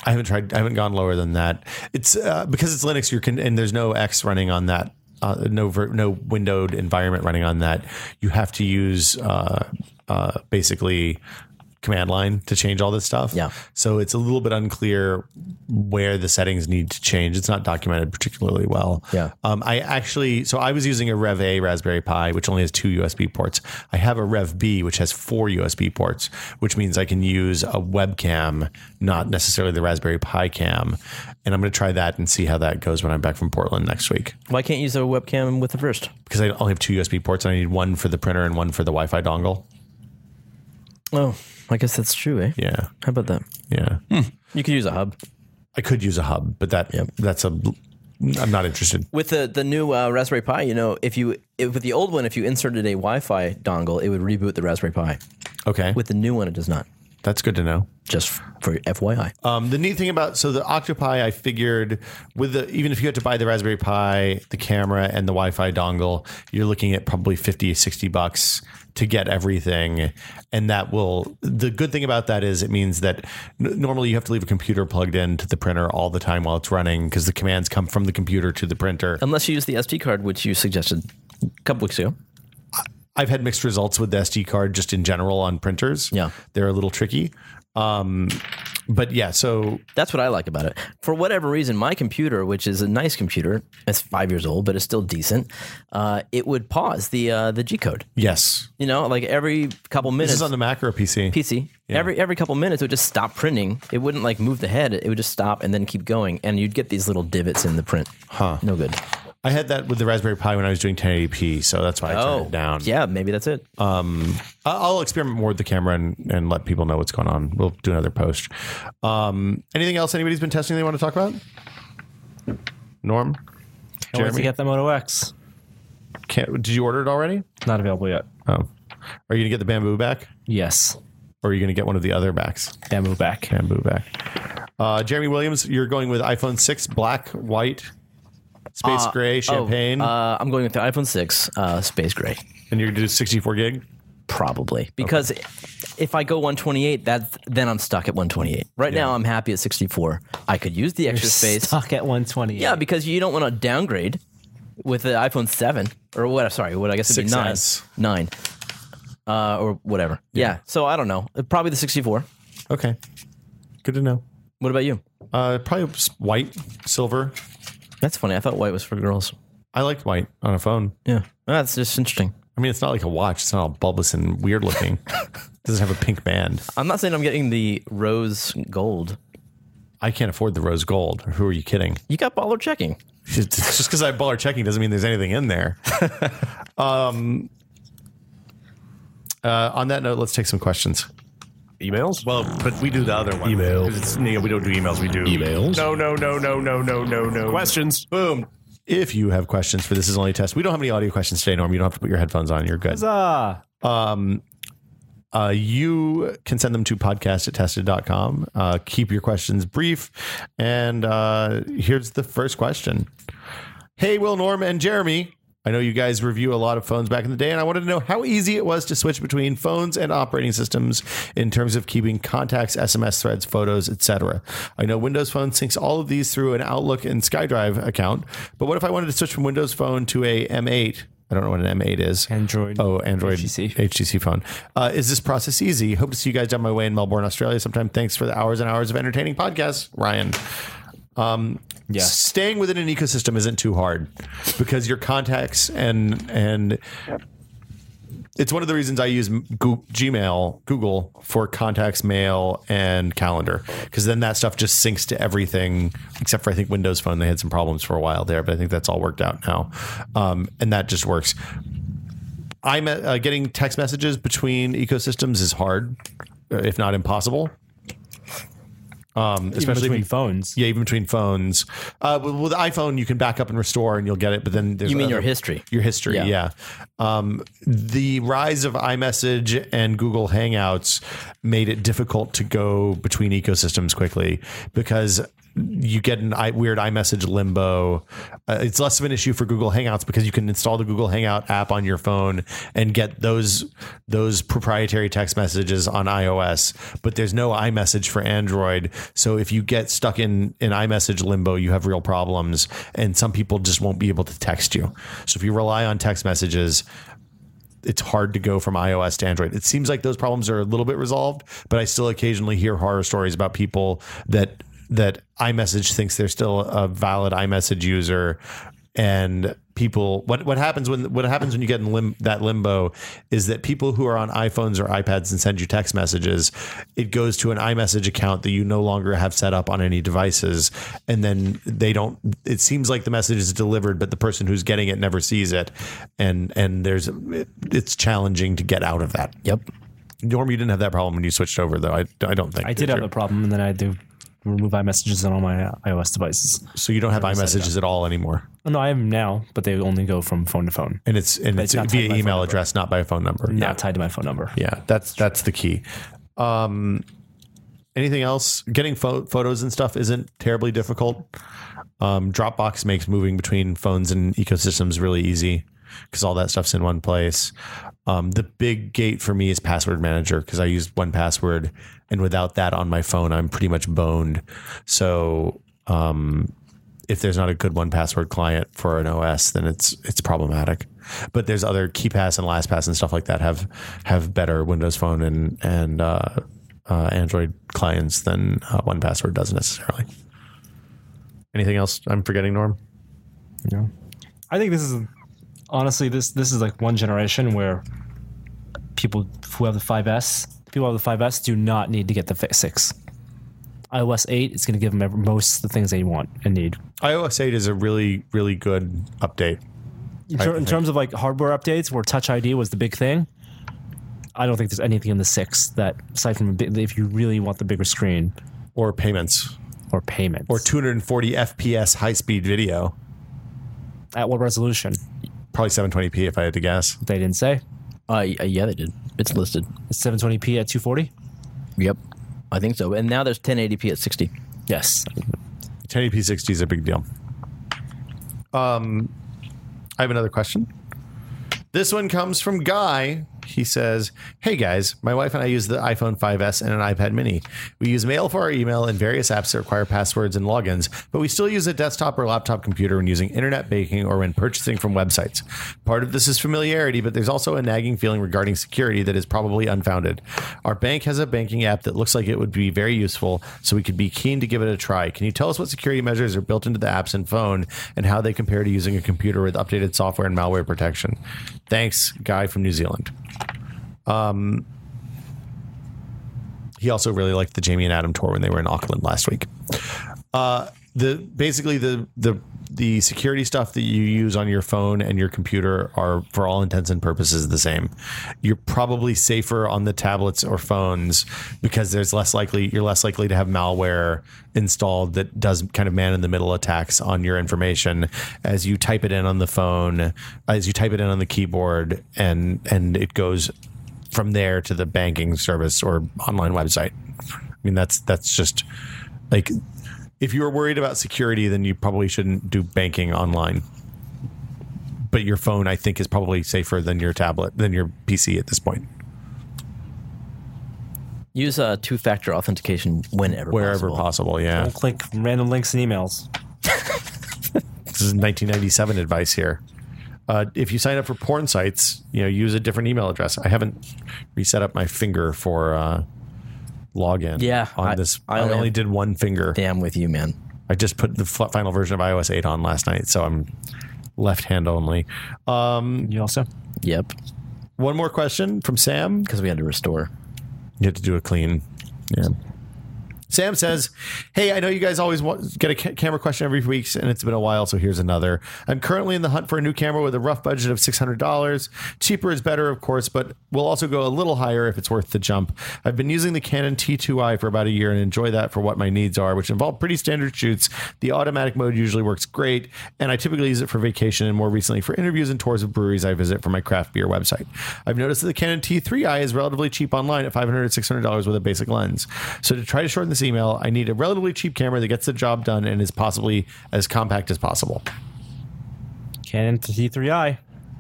[SPEAKER 2] I haven't tried. I haven't gone lower than that. It's uh, because it's Linux. You can and there's no X running on that. Uh, no ver- no windowed environment running on that. You have to use uh, uh, basically command line to change all this stuff.
[SPEAKER 4] Yeah.
[SPEAKER 2] So it's a little bit unclear where the settings need to change. It's not documented particularly well.
[SPEAKER 4] Yeah.
[SPEAKER 2] Um, I actually, so I was using a Rev A Raspberry Pi, which only has two USB ports. I have a Rev B, which has four USB ports, which means I can use a webcam, not necessarily the Raspberry Pi cam. And I'm going to try that and see how that goes when I'm back from Portland next week
[SPEAKER 4] Why can't you use a webcam with the first?
[SPEAKER 2] because I only have two USB ports and I need one for the printer and one for the Wi Fi dongle.
[SPEAKER 4] Oh, I guess that's true, eh?
[SPEAKER 2] Yeah.
[SPEAKER 4] How about that?
[SPEAKER 2] Yeah.
[SPEAKER 4] You could use a hub.
[SPEAKER 2] I could use a hub, but that that's a, I'm not interested.
[SPEAKER 4] with the the new uh, Raspberry Pi, you know, if you if, with the old one, if you inserted a Wi-Fi dongle, it would reboot the Raspberry Pi.
[SPEAKER 2] Okay.
[SPEAKER 4] With the new one, it does not.
[SPEAKER 2] that's good to know.
[SPEAKER 4] Just for FYI,
[SPEAKER 2] Um, the neat thing about so the Octopi, I figured with the even if you had to buy the Raspberry Pi, the camera, and the Wi-Fi dongle, you're looking at probably 50, 60 bucks to get everything, and that will. The good thing about that is it means that n- normally you have to leave a computer plugged into the printer all the time while it's running because the commands come from the computer to the printer.
[SPEAKER 4] unless you use the SD card, which you suggested a couple weeks ago.
[SPEAKER 2] I've had mixed results with the SD card just in general on printers.
[SPEAKER 4] Yeah.
[SPEAKER 2] they're a little tricky. Um, but yeah, so
[SPEAKER 4] That's what I like about it. For whatever reason, my computer, which is a nice computer, it's five years old, but it's still decent. Uh, it would pause the uh, the G code.
[SPEAKER 2] yes,
[SPEAKER 4] You know, like every couple minutes.
[SPEAKER 2] this is on the Mac or a PC.
[SPEAKER 4] PC. Every every couple minutes, it would just stop printing. It wouldn't like move the head. It would just stop and then keep going, and you'd get these little divots in the print. Huh. No good.
[SPEAKER 2] I had that with the Raspberry Pi when I was doing 1080p, so that's why I turned it down.
[SPEAKER 4] Oh, yeah, maybe that's it.
[SPEAKER 2] I- I'll experiment more with the camera and, and let people know what's going on. We'll do another post. Um, anything else anybody's been testing they want to talk about? Norm,
[SPEAKER 3] Can't wait to
[SPEAKER 2] Jeremy?
[SPEAKER 3] get the Moto X.
[SPEAKER 2] can't, did you order it already?
[SPEAKER 3] Not available yet.
[SPEAKER 2] Oh, are you gonna get the bamboo back,
[SPEAKER 3] Yes.
[SPEAKER 2] or are you gonna get one of the other backs?
[SPEAKER 3] Bamboo back.
[SPEAKER 2] Bamboo back. Uh, Jeremy Williams, you're going with iPhone six, black, white, space
[SPEAKER 4] Uh,
[SPEAKER 2] gray, champagne,
[SPEAKER 4] Oh, uh, I'm going with the iPhone 6 uh, Space Gray,
[SPEAKER 2] and you're gonna do 64 gig.
[SPEAKER 4] probably because if I go 128, that then I'm stuck at 128. Right now, I'm happy at 64. I could use the extra space.
[SPEAKER 3] Stuck at 120.
[SPEAKER 4] Yeah, because you don't want to downgrade with the iPhone 7 or what? Sorry, what I guess it'd be 9.
[SPEAKER 2] 6S.
[SPEAKER 4] 9. Uh, or whatever. Yeah. So I don't know. Uh, Probably the 64.
[SPEAKER 2] Okay, good to know.
[SPEAKER 4] What about you?
[SPEAKER 2] Uh, probably s- white, silver.
[SPEAKER 4] That's funny. I thought white was for girls.
[SPEAKER 2] I liked white on a phone.
[SPEAKER 4] Yeah. That's just interesting.
[SPEAKER 2] I mean, it's not like a watch. It's not all bulbous and weird looking. it doesn't have a pink band.
[SPEAKER 4] I'm not saying I'm getting the rose gold.
[SPEAKER 2] I can't afford the rose gold. Who are you kidding?
[SPEAKER 4] You got baller checking.
[SPEAKER 2] Just because I baller checking doesn't mean there's anything in there. um, uh, on that note, let's take some questions.
[SPEAKER 1] Emails?
[SPEAKER 5] Well, but we do the other one.
[SPEAKER 1] Email.
[SPEAKER 5] 'Cause It's, yeah, we don't do emails. We do
[SPEAKER 1] Emails?
[SPEAKER 5] No, no, no, no, no, no, no, no.
[SPEAKER 1] Questions?
[SPEAKER 2] Boom. If you have questions for this is only a test, we don't have any audio questions today, Norm. You don't have to put your headphones on. You're good.
[SPEAKER 3] Huzzah.
[SPEAKER 2] Uh, you can send them to podcast at tested.com. Uh, keep your questions brief. And uh, here's the first question Hey, Will, Norm, and Jeremy. I know you guys review a lot of phones back in the day, and I wanted to know how easy it was to switch between phones and operating systems in terms of keeping contacts, SMS threads, photos, etc. I know Windows Phone syncs all of these through an Outlook and SkyDrive account, but what if I wanted to switch from Windows Phone to a M8? I don't know what an M8 is.
[SPEAKER 3] Android.
[SPEAKER 2] Oh, Android
[SPEAKER 3] HTC.
[SPEAKER 2] HTC phone. Uh, is this process easy? Hope to see you guys down my way in Melbourne, Australia sometime. Thanks for the hours and hours of entertaining podcasts, Ryan. Um,
[SPEAKER 3] Yeah.
[SPEAKER 2] Staying within an ecosystem isn't too hard because your contacts and and it's one of the reasons I use Goo- Gmail, Google for contacts, mail, and calendar because then that stuff just syncs to everything except for I think Windows Phone. They had some problems for a while there, but I think that's all worked out now, um, and that just works. I'm uh, getting text messages between ecosystems is hard, uh, if not impossible. Um, especially
[SPEAKER 3] Especially
[SPEAKER 2] if you-
[SPEAKER 3] between phones.
[SPEAKER 2] yeah, even between phones. Uh, with, with iPhone, you can back up and restore, and you'll get it. But then there's
[SPEAKER 4] You mean your
[SPEAKER 2] other-
[SPEAKER 4] history.
[SPEAKER 2] Your history, yeah.
[SPEAKER 4] Yeah.
[SPEAKER 2] Um, the rise of iMessage and Google Hangouts made it difficult to go between ecosystems quickly because you get an I, weird iMessage limbo. Uh, it's less of an issue for Google Hangouts because you can install the Google Hangout app on your phone and get those those proprietary text messages on iOS. But there's no iMessage for Android, so if you get stuck in in iMessage limbo, you have real problems. And some people just won't be able to text you. So if you rely on text messages, it's hard to go from iOS to Android. It seems like those problems are a little bit resolved, but I still occasionally hear horror stories about people that that iMessage thinks they're still a valid iMessage user and people what what happens when what happens when you get in lim- that limbo is that people who are on iPhones or iPads and send you text messages it goes to an iMessage account that you no longer have set up on any devices and then they don't it seems like the message is delivered but the person who's getting it never sees it and and there's it, it's challenging to get out of that
[SPEAKER 4] Yep.
[SPEAKER 2] Norm you didn't have that problem when you switched over though I, I don't think
[SPEAKER 3] I did have the problem, and then I had to remove iMessages on all my iOS devices.
[SPEAKER 2] so you don't have iMessages at all anymore
[SPEAKER 3] Oh, no, I have them now, but they only go from phone to phone,
[SPEAKER 2] and it's and it's,
[SPEAKER 3] it's not tied to
[SPEAKER 2] via
[SPEAKER 3] my phone
[SPEAKER 2] email
[SPEAKER 3] number.
[SPEAKER 2] address not by a phone number
[SPEAKER 3] not tied to my phone number.
[SPEAKER 2] yeah that's that's the key um anything else getting pho- photos and stuff isn't terribly difficult um dropbox makes moving between phones and ecosystems really easy because all that stuff's in one place um the big gate for me is password manager because i use one password and without that on my phone i'm pretty much boned so um if there's not a good one password client for an OS, then it's it's problematic. But there's other KeyPass and LastPass and stuff like that have have better Windows Phone and and uh, uh, Android clients than uh, one password does necessarily. Anything else I'm forgetting, Norm?
[SPEAKER 3] You know? I think this is honestly this this is like one generation where people who have the 5S, people who have the 5S do not need to get the fi- 6. I iOS 8, it's going to give them every- most of the things they want and need.
[SPEAKER 2] iOS 8 is a really, really good update.
[SPEAKER 3] In, ter- in terms of like hardware updates, where Touch ID was the big thing, I don't think there's anything in the six that, aside from a big, if you really want the bigger screen
[SPEAKER 2] Or payments.
[SPEAKER 3] or payments
[SPEAKER 2] Or 240 FPS high speed video.
[SPEAKER 3] at what resolution?
[SPEAKER 2] Probably 720p if I had to guess.
[SPEAKER 3] They didn't say.
[SPEAKER 4] Uh, y- uh, yeah, they did. It's listed.
[SPEAKER 3] It's 720p at 240.
[SPEAKER 4] Yep, I think so. And now there's 1080p at 60.
[SPEAKER 3] Yes,
[SPEAKER 2] 1080p 60 is a big deal. Um, I have another question. This one comes from Guy. He says, Hey guys, my wife and I use the iPhone 5S and an iPad mini. We use mail for our email and various apps that require passwords and logins, but we still use a desktop or laptop computer when using internet banking or when purchasing from websites. Part of this is familiarity, but there's also a nagging feeling regarding security that is probably unfounded. Our bank has a banking app that looks like it would be very useful, so we could be keen to give it a try. Can you tell us what security measures are built into the apps and phone and how they compare to using a computer with updated software and malware protection? Thanks, guy from New Zealand. Um, he also really liked the Jamie and Adam tour when they were in Auckland last week. Uh, the basically the the the security stuff that you use on your phone and your computer are for all intents and purposes the same. You're probably safer on the tablets or phones because there's less likely you're less likely to have malware installed that does kind of man in the middle attacks on your information as you type it in on the phone, as you type it in on the keyboard and and it goes from there to the banking service or online website. I mean that's that's just like if you're worried about security, then you probably shouldn't do banking online. But your phone, I think, is probably safer than your tablet, than your PC at this point.
[SPEAKER 4] Use uh, two-factor authentication whenever,
[SPEAKER 2] Wherever possible, yeah.
[SPEAKER 3] Don't click random links and emails.
[SPEAKER 2] This is 1997 advice here. Uh, if you sign up for porn sites, you know, use a different email address. I haven't reset up my finger for uh, login.
[SPEAKER 4] Yeah,
[SPEAKER 2] on
[SPEAKER 4] I-
[SPEAKER 2] this, I,
[SPEAKER 4] I only-
[SPEAKER 2] only did one finger.
[SPEAKER 4] Damn with you, man.
[SPEAKER 2] I just put the f- final version of iOS 8 on last night, so I'm left hand only. Um,
[SPEAKER 3] You also?
[SPEAKER 4] Yep,
[SPEAKER 2] one more question from Sam.
[SPEAKER 4] because we had to restore.
[SPEAKER 2] You have to do a clean. Yeah. Sam says, "Hey, I know you guys always want, get a ca- camera question every week, and it's been a while, so here's another. I'm currently in the hunt for a new camera with a rough budget of $600. Cheaper is better, of course, but we'll also go a little higher if it's worth the jump. I've been using the Canon T2i for about a year and enjoy that for what my needs are, which involve pretty standard shoots. The automatic mode usually works great, and I typically use it for vacation and more recently for interviews and tours of breweries I visit for my craft beer website. I've noticed that the Canon T3i is relatively cheap online at $500 $600 with a basic lens. So to try to shorten this email, I need a relatively cheap camera that gets the job done and is possibly as compact as possible.
[SPEAKER 3] Canon T3i.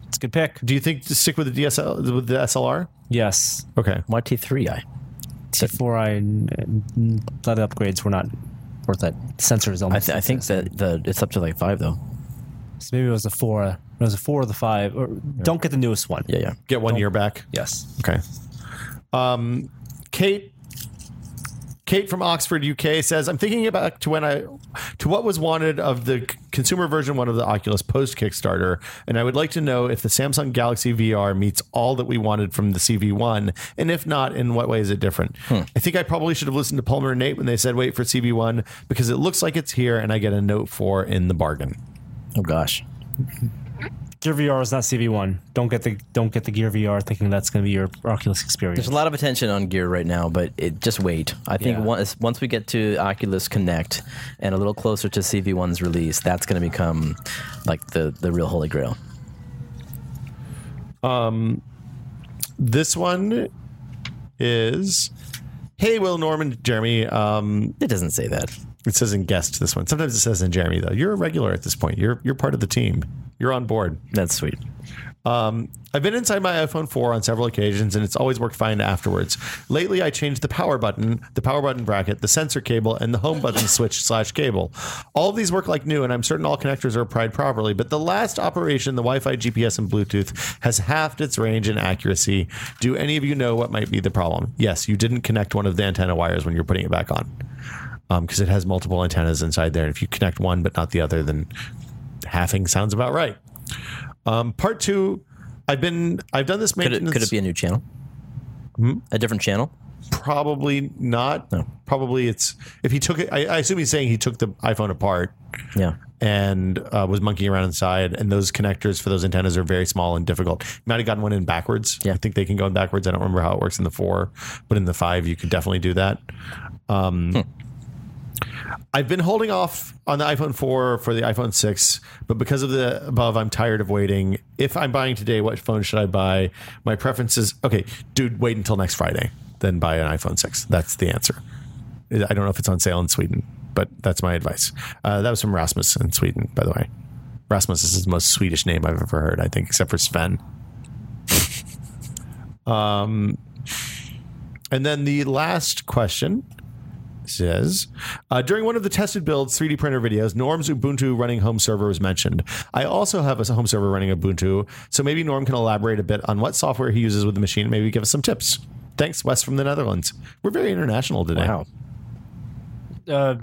[SPEAKER 3] It's a good pick.
[SPEAKER 2] Do you think to stick with the DSL with the SLR?
[SPEAKER 3] Yes.
[SPEAKER 2] Okay.
[SPEAKER 4] YT3i.
[SPEAKER 3] T4i, n- a lot of upgrades were not worth it. Sensor is
[SPEAKER 4] I,
[SPEAKER 3] almost.
[SPEAKER 4] th- I think that the it's up to like five though.
[SPEAKER 3] so maybe it was a four. It was a four or the five. Or Don't get the newest one.
[SPEAKER 4] Yeah, yeah.
[SPEAKER 2] Get one year back.
[SPEAKER 3] Yes.
[SPEAKER 2] Okay. Um, Kate. Kate from Oxford, UK says, "I'm thinking about to when I, to what was wanted of the c- consumer version one of the Oculus post Kickstarter, and I would like to know if the Samsung Galaxy VR meets all that we wanted from the CV1, and if not, in what way is it different? I think I probably should have listened to Palmer and Nate when they said wait for CV1 because it looks like it's here, and I get a note for in the bargain.
[SPEAKER 4] Oh gosh.
[SPEAKER 3] Gear VR is not CV1. Don't get the don't get the Gear VR thinking that's going to be your Oculus experience.
[SPEAKER 4] There's a lot of attention on gear right now, but it just wait. I think
[SPEAKER 3] Yeah.
[SPEAKER 4] once once we get to Oculus Connect and a little closer to CV1's release, that's going to become like the the real holy grail.
[SPEAKER 2] This one is." Hey, Will Norman, Jeremy. Um,
[SPEAKER 4] It doesn't say that.
[SPEAKER 2] It says in guest this one. Sometimes it says in Jeremy though. You're a regular at this point. You're you're part of the team. You're on board.
[SPEAKER 4] That's sweet.
[SPEAKER 2] I've been inside my iPhone 4 on several occasions and it's always worked fine afterwards. Lately, I changed the power button, the power button bracket, the sensor cable, and the home button switch slash cable. All of these work like new, and I'm certain all connectors are applied properly. But the last operation, the Wi Fi, GPS, and Bluetooth, has halved its range and accuracy. Do any of you know what might be the problem? Yes, you didn't connect one of the antenna wires when you're putting it back on because um, it has multiple antennas inside there. And if you connect one but not the other, then halving sounds about right. Um, part two, I've been I've done this
[SPEAKER 4] Could
[SPEAKER 2] maintenance. Hmm?
[SPEAKER 4] it could it be a new channel? A different channel?
[SPEAKER 2] probably not?
[SPEAKER 4] No.
[SPEAKER 2] probably it's if he took it. I, I assume he's saying he took the iPhone apart
[SPEAKER 4] Yeah.
[SPEAKER 2] and uh, was monkeying around inside. And those connectors for those antennas are very small and difficult. You might have gotten one in backwards.
[SPEAKER 4] Yeah.
[SPEAKER 2] I think they can go in backwards. I don't remember how it works in the four, but in the five, you could definitely do that. Um, I've been holding off on the iPhone 4 for the iPhone 6, but because of the above, I'm tired of waiting. If I'm buying today, what phone should I buy? My preference is okay, dude, wait until next Friday, then buy an iPhone 6. That's the answer. I don't know if it's on sale in Sweden, but that's my advice. Uh, that was from Rasmus in Sweden, by the way. Rasmus is the most Swedish name I've ever heard, I think, except for Sven. [LAUGHS] Um, And then the last question says uh, During one of the tested builds 3D printer videos, Norm's Ubuntu running home server was mentioned. I also have a home server running Ubuntu, so maybe Norm can elaborate a bit on what software he uses with the machine and maybe give us some tips. Thanks, Wes from the Netherlands. We're very international today.
[SPEAKER 4] Wow.
[SPEAKER 3] Uh,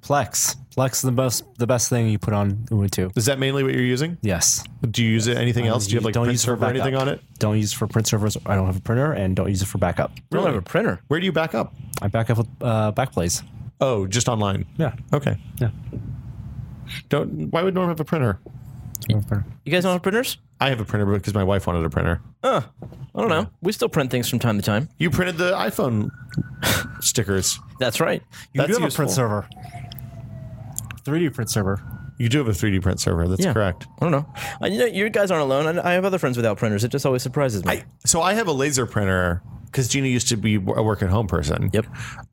[SPEAKER 3] Plex. Plex is the best the best thing you put on Ubuntu.
[SPEAKER 2] Is that mainly what you're using?
[SPEAKER 3] Yes.
[SPEAKER 2] Do you use it anything else? Do you have like
[SPEAKER 3] Don't
[SPEAKER 2] print
[SPEAKER 3] use it for
[SPEAKER 2] server or
[SPEAKER 3] backup.
[SPEAKER 2] anything on it?
[SPEAKER 3] Don't use it for print servers. I don't have a printer, and don't use it for backup.
[SPEAKER 4] We don't have a printer.
[SPEAKER 2] Where do you back up?
[SPEAKER 3] I back up with uh, Backblaze.
[SPEAKER 2] Oh, just online.
[SPEAKER 3] Yeah.
[SPEAKER 2] Okay.
[SPEAKER 3] Yeah.
[SPEAKER 2] Don't. Why would Norm have a printer?
[SPEAKER 4] You guys don't have printers?
[SPEAKER 2] I have a printer because my wife wanted a printer.
[SPEAKER 4] I don't know. We still print things from time to time.
[SPEAKER 2] You printed the iPhone [LAUGHS] stickers.
[SPEAKER 4] That's right.
[SPEAKER 3] You
[SPEAKER 2] That's
[SPEAKER 3] do have a
[SPEAKER 2] useful.
[SPEAKER 3] print server. 3D print server.
[SPEAKER 2] You do have a 3D print server. That's
[SPEAKER 4] Yeah.
[SPEAKER 2] correct.
[SPEAKER 4] I don't know. I, you know, you guys aren't alone. I, I have other friends without printers. It just always surprises me.
[SPEAKER 2] So I have a laser printer because Gina used to be a work at home person.
[SPEAKER 4] Yep.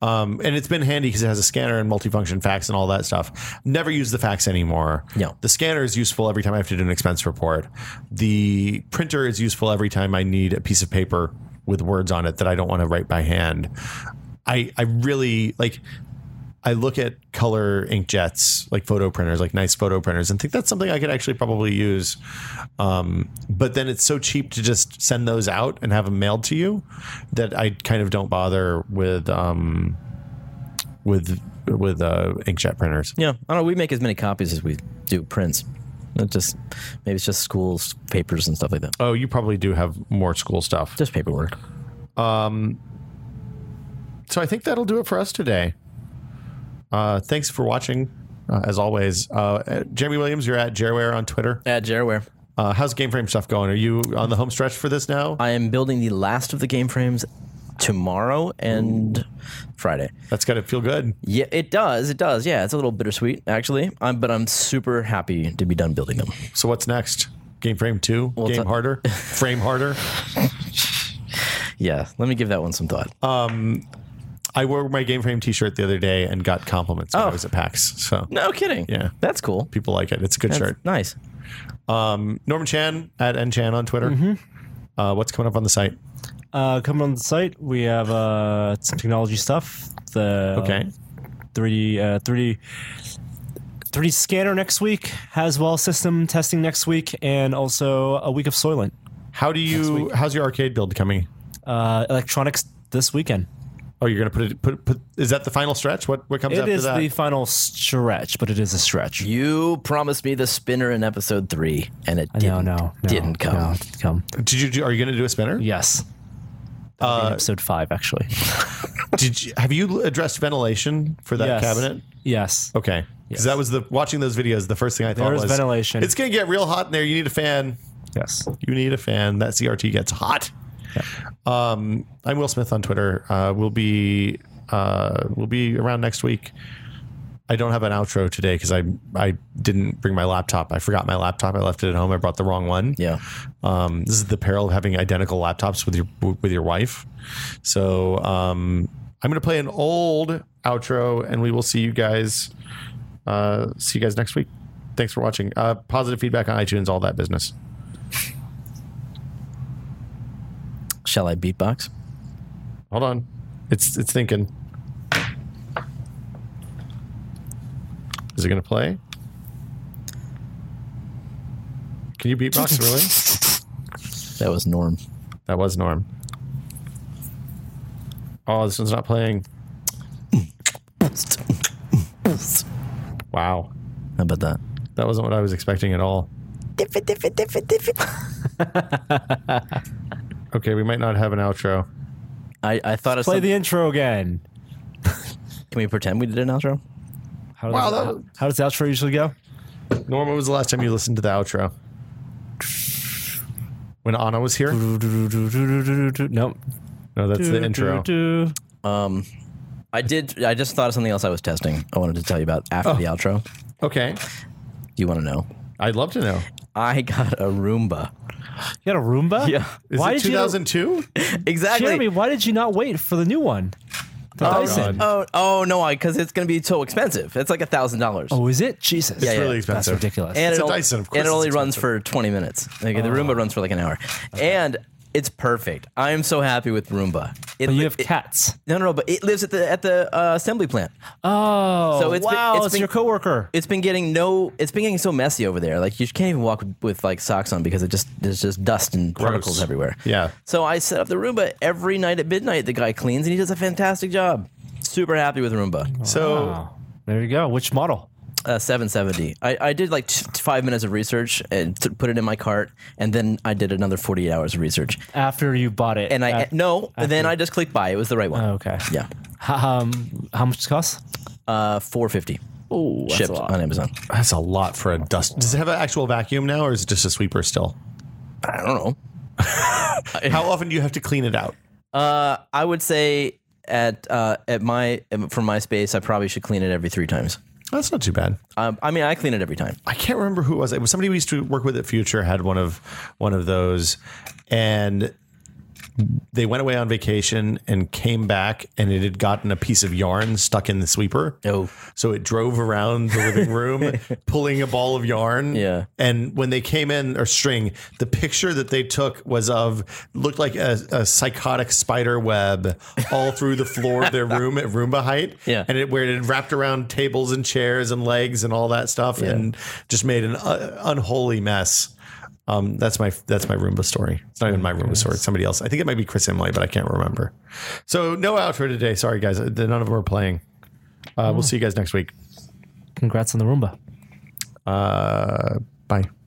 [SPEAKER 2] Um, and it's been handy because it has a scanner and multifunction fax and all that stuff. Never use the fax anymore.
[SPEAKER 4] No.
[SPEAKER 2] The scanner is useful every time I have to do an expense report. The printer is useful every time I need a piece of paper with words on it that I don't want to write by hand. I I really like I look at color inkjets, like photo printers, like nice photo printers, and think that's something I could actually probably use. Um, but then it's so cheap to just send those out and have them mailed to you that I kind of don't bother with um, with with uh, inkjet printers.
[SPEAKER 4] Yeah. I don't know. We make as many copies as we do prints. It just maybe it's just schools, papers, and stuff like that.
[SPEAKER 2] Oh, you probably do have more school stuff.
[SPEAKER 4] Just paperwork.
[SPEAKER 2] So I think that'll do it for us today. Uh, thanks for watching. Uh, as always, uh, Jeremy Williams, you're at Jerware on Twitter.
[SPEAKER 4] At Jareware.
[SPEAKER 2] Uh, how's game frame stuff going? Are you on the home stretch for this now?
[SPEAKER 4] I am building the last of the game frames tomorrow and Friday.
[SPEAKER 2] That's got to feel good.
[SPEAKER 4] Yeah, it does. It does. Yeah, it's a little bittersweet actually. Um, but I'm super happy to be done building them.
[SPEAKER 2] So what's next? Game frame two,
[SPEAKER 4] Well,
[SPEAKER 2] game
[SPEAKER 4] t-
[SPEAKER 2] harder,
[SPEAKER 3] [LAUGHS]
[SPEAKER 2] frame harder.
[SPEAKER 4] Yeah, let me give that one some thought.
[SPEAKER 2] I wore my game frame T-shirt the other day and got compliments when I
[SPEAKER 4] Oh.
[SPEAKER 2] was at PAX. So
[SPEAKER 4] no kidding.
[SPEAKER 2] yeah.
[SPEAKER 4] that's cool.
[SPEAKER 2] people like it. It's a good
[SPEAKER 4] That's
[SPEAKER 2] shirt.
[SPEAKER 4] nice.
[SPEAKER 2] Norman Chan at nchan on Twitter.
[SPEAKER 3] Mm-hmm.
[SPEAKER 2] Uh, what's coming up on the site?
[SPEAKER 3] Uh, coming on the site, we have uh, some technology stuff. The
[SPEAKER 2] Okay,
[SPEAKER 3] 3D uh, 3D 3D scanner next week, Haswell system testing next week, and also a week of Soylent
[SPEAKER 2] how do you? How's your arcade build coming?
[SPEAKER 3] uh, electronics this weekend.
[SPEAKER 2] Oh, you're gonna put it. Put, put is that the final stretch? What what comes
[SPEAKER 3] It
[SPEAKER 2] after
[SPEAKER 3] is
[SPEAKER 2] that?
[SPEAKER 3] the final stretch, but it is a stretch.
[SPEAKER 4] You promised me the spinner in episode three, and it didn't.
[SPEAKER 3] no, no, no,
[SPEAKER 4] didn't come.
[SPEAKER 3] no, didn't come.
[SPEAKER 2] Did you? do- Are you gonna do a spinner?
[SPEAKER 3] Yes. That'll
[SPEAKER 2] Uh,
[SPEAKER 3] be in episode five, actually.
[SPEAKER 2] Did you, have you addressed ventilation for that
[SPEAKER 3] Yes.
[SPEAKER 2] cabinet? Oh,
[SPEAKER 3] Yes.
[SPEAKER 2] Okay. Because that was the watching those videos. The first thing I thought
[SPEAKER 3] There is
[SPEAKER 2] was
[SPEAKER 3] ventilation.
[SPEAKER 2] It's gonna get real hot in there. You need a fan.
[SPEAKER 3] Yes.
[SPEAKER 2] You need a fan. That CRT gets hot. Um, I'm Will Smith on Twitter. Uh, we'll be uh, we'll be around next week. I don't have an outro today because I I didn't bring my laptop. I forgot my laptop. I left it at home. I brought the wrong one.
[SPEAKER 4] Yeah.
[SPEAKER 2] Um, this is the peril of having identical laptops with your with your wife. So um, I'm going to play an old outro, and we will see you guys. Uh, see you guys next week. Thanks for watching. Uh, positive feedback on iTunes, all that business.
[SPEAKER 4] Shall I beatbox?
[SPEAKER 2] Hold on, it's it's thinking. Is it going to play? Can you beatbox really?
[SPEAKER 4] That was Norm.
[SPEAKER 2] That was Norm. Oh, this one's not playing. Wow.
[SPEAKER 4] How about that?
[SPEAKER 2] That wasn't what I was expecting at all. [LAUGHS] Okay, we might not have an outro.
[SPEAKER 4] I, I thought of
[SPEAKER 3] Play
[SPEAKER 4] something.
[SPEAKER 3] the intro again.
[SPEAKER 4] Can we pretend we did an outro?
[SPEAKER 3] How does,
[SPEAKER 2] Wow, that
[SPEAKER 3] how,
[SPEAKER 2] was-
[SPEAKER 3] how does the outro usually go?
[SPEAKER 2] Norm, when was the last time you listened to the outro? When Anna was here?
[SPEAKER 3] Nope.
[SPEAKER 2] No, that's the intro.
[SPEAKER 4] I did. I just thought of something else I was testing. I wanted to tell you about after
[SPEAKER 3] Oh.
[SPEAKER 4] the outro. Do
[SPEAKER 2] Okay.
[SPEAKER 4] you want to know?
[SPEAKER 2] I'd love to know.
[SPEAKER 4] I got a Roomba.
[SPEAKER 3] You got a Roomba?
[SPEAKER 4] Yeah.
[SPEAKER 2] Is
[SPEAKER 3] why
[SPEAKER 2] it
[SPEAKER 3] did you?
[SPEAKER 2] 2002?
[SPEAKER 4] Exactly.
[SPEAKER 3] Jeremy, why did you not wait for the new one? The
[SPEAKER 2] Oh,
[SPEAKER 3] Dyson.
[SPEAKER 2] God.
[SPEAKER 4] Oh, oh no! I because it's going to be so expensive. It's like a thousand dollars.
[SPEAKER 3] Oh, is it? Jesus.
[SPEAKER 4] Yeah, yeah.
[SPEAKER 2] really
[SPEAKER 3] That's
[SPEAKER 2] expensive.
[SPEAKER 3] ridiculous.
[SPEAKER 4] and
[SPEAKER 2] It's
[SPEAKER 4] it
[SPEAKER 2] a
[SPEAKER 4] al-
[SPEAKER 2] Dyson, Oh. of course
[SPEAKER 4] and it
[SPEAKER 2] it's
[SPEAKER 4] only runs for 20 minutes. Like, The Roomba runs for like an hour, and it's perfect. I am so happy with Roomba. It,
[SPEAKER 3] but
[SPEAKER 4] li-
[SPEAKER 3] you have
[SPEAKER 4] it-
[SPEAKER 3] cats.
[SPEAKER 4] No, no, no, but it lives at the at the uh, assembly plant.
[SPEAKER 3] Oh,
[SPEAKER 4] So it's been-
[SPEAKER 3] wow.
[SPEAKER 4] it's
[SPEAKER 3] it's
[SPEAKER 4] been-
[SPEAKER 3] your coworker.
[SPEAKER 4] It's been getting no. It's been getting so messy over there. Like you can't even walk with, with like socks on because it just there's just dust and particles everywhere.
[SPEAKER 2] Yeah.
[SPEAKER 4] So I set up the Roomba every night at midnight. The guy cleans and he does a fantastic job. Super happy with Roomba.
[SPEAKER 2] So
[SPEAKER 3] Wow. There you go. Which model?
[SPEAKER 4] Uh, 770. I, I did like t- five minutes of research and t- put it in my cart, and then I did another 48 hours of research.
[SPEAKER 3] After you bought it.
[SPEAKER 4] And I
[SPEAKER 3] Af-
[SPEAKER 4] no, and then I just clicked buy. It was the right one.
[SPEAKER 3] Okay.
[SPEAKER 4] Yeah,
[SPEAKER 3] How, um, how much does it cost?
[SPEAKER 4] uh, 450
[SPEAKER 3] Oh,
[SPEAKER 4] shipped on Amazon.
[SPEAKER 2] that's a lot for a dust. Does it have an actual vacuum now or is it just a sweeper still?
[SPEAKER 4] I don't know.
[SPEAKER 2] How often do you have to clean it out?
[SPEAKER 4] I would say at uh, at my from my space, I probably should clean it every three times.
[SPEAKER 2] That's not too bad.
[SPEAKER 4] Um, I mean, I clean it every time.
[SPEAKER 2] I can't remember who it was. It was somebody we used to work with at Future had one of one of those, and they went away on vacation and came back, and it had gotten a piece of yarn stuck in the sweeper.
[SPEAKER 4] Oh.
[SPEAKER 2] so it drove around the living room pulling a ball of yarn.
[SPEAKER 4] Yeah.
[SPEAKER 2] and when they came in or string, the picture that they took was of looked like a, a psychotic spider web all through the floor of their room at Roomba height.
[SPEAKER 4] Yeah.
[SPEAKER 2] and it where it had wrapped around tables and chairs and legs and all that stuff and just made an uh, unholy mess. Um, that's my that's my Roomba story. It's not even my Roomba story. It's somebody else. I think it might be Chris Emily, but I can't remember. So no outro today. Sorry guys, Uh, none of them are playing. Uh, We'll see you guys next week.
[SPEAKER 3] Congrats on the Roomba.
[SPEAKER 2] Uh, bye.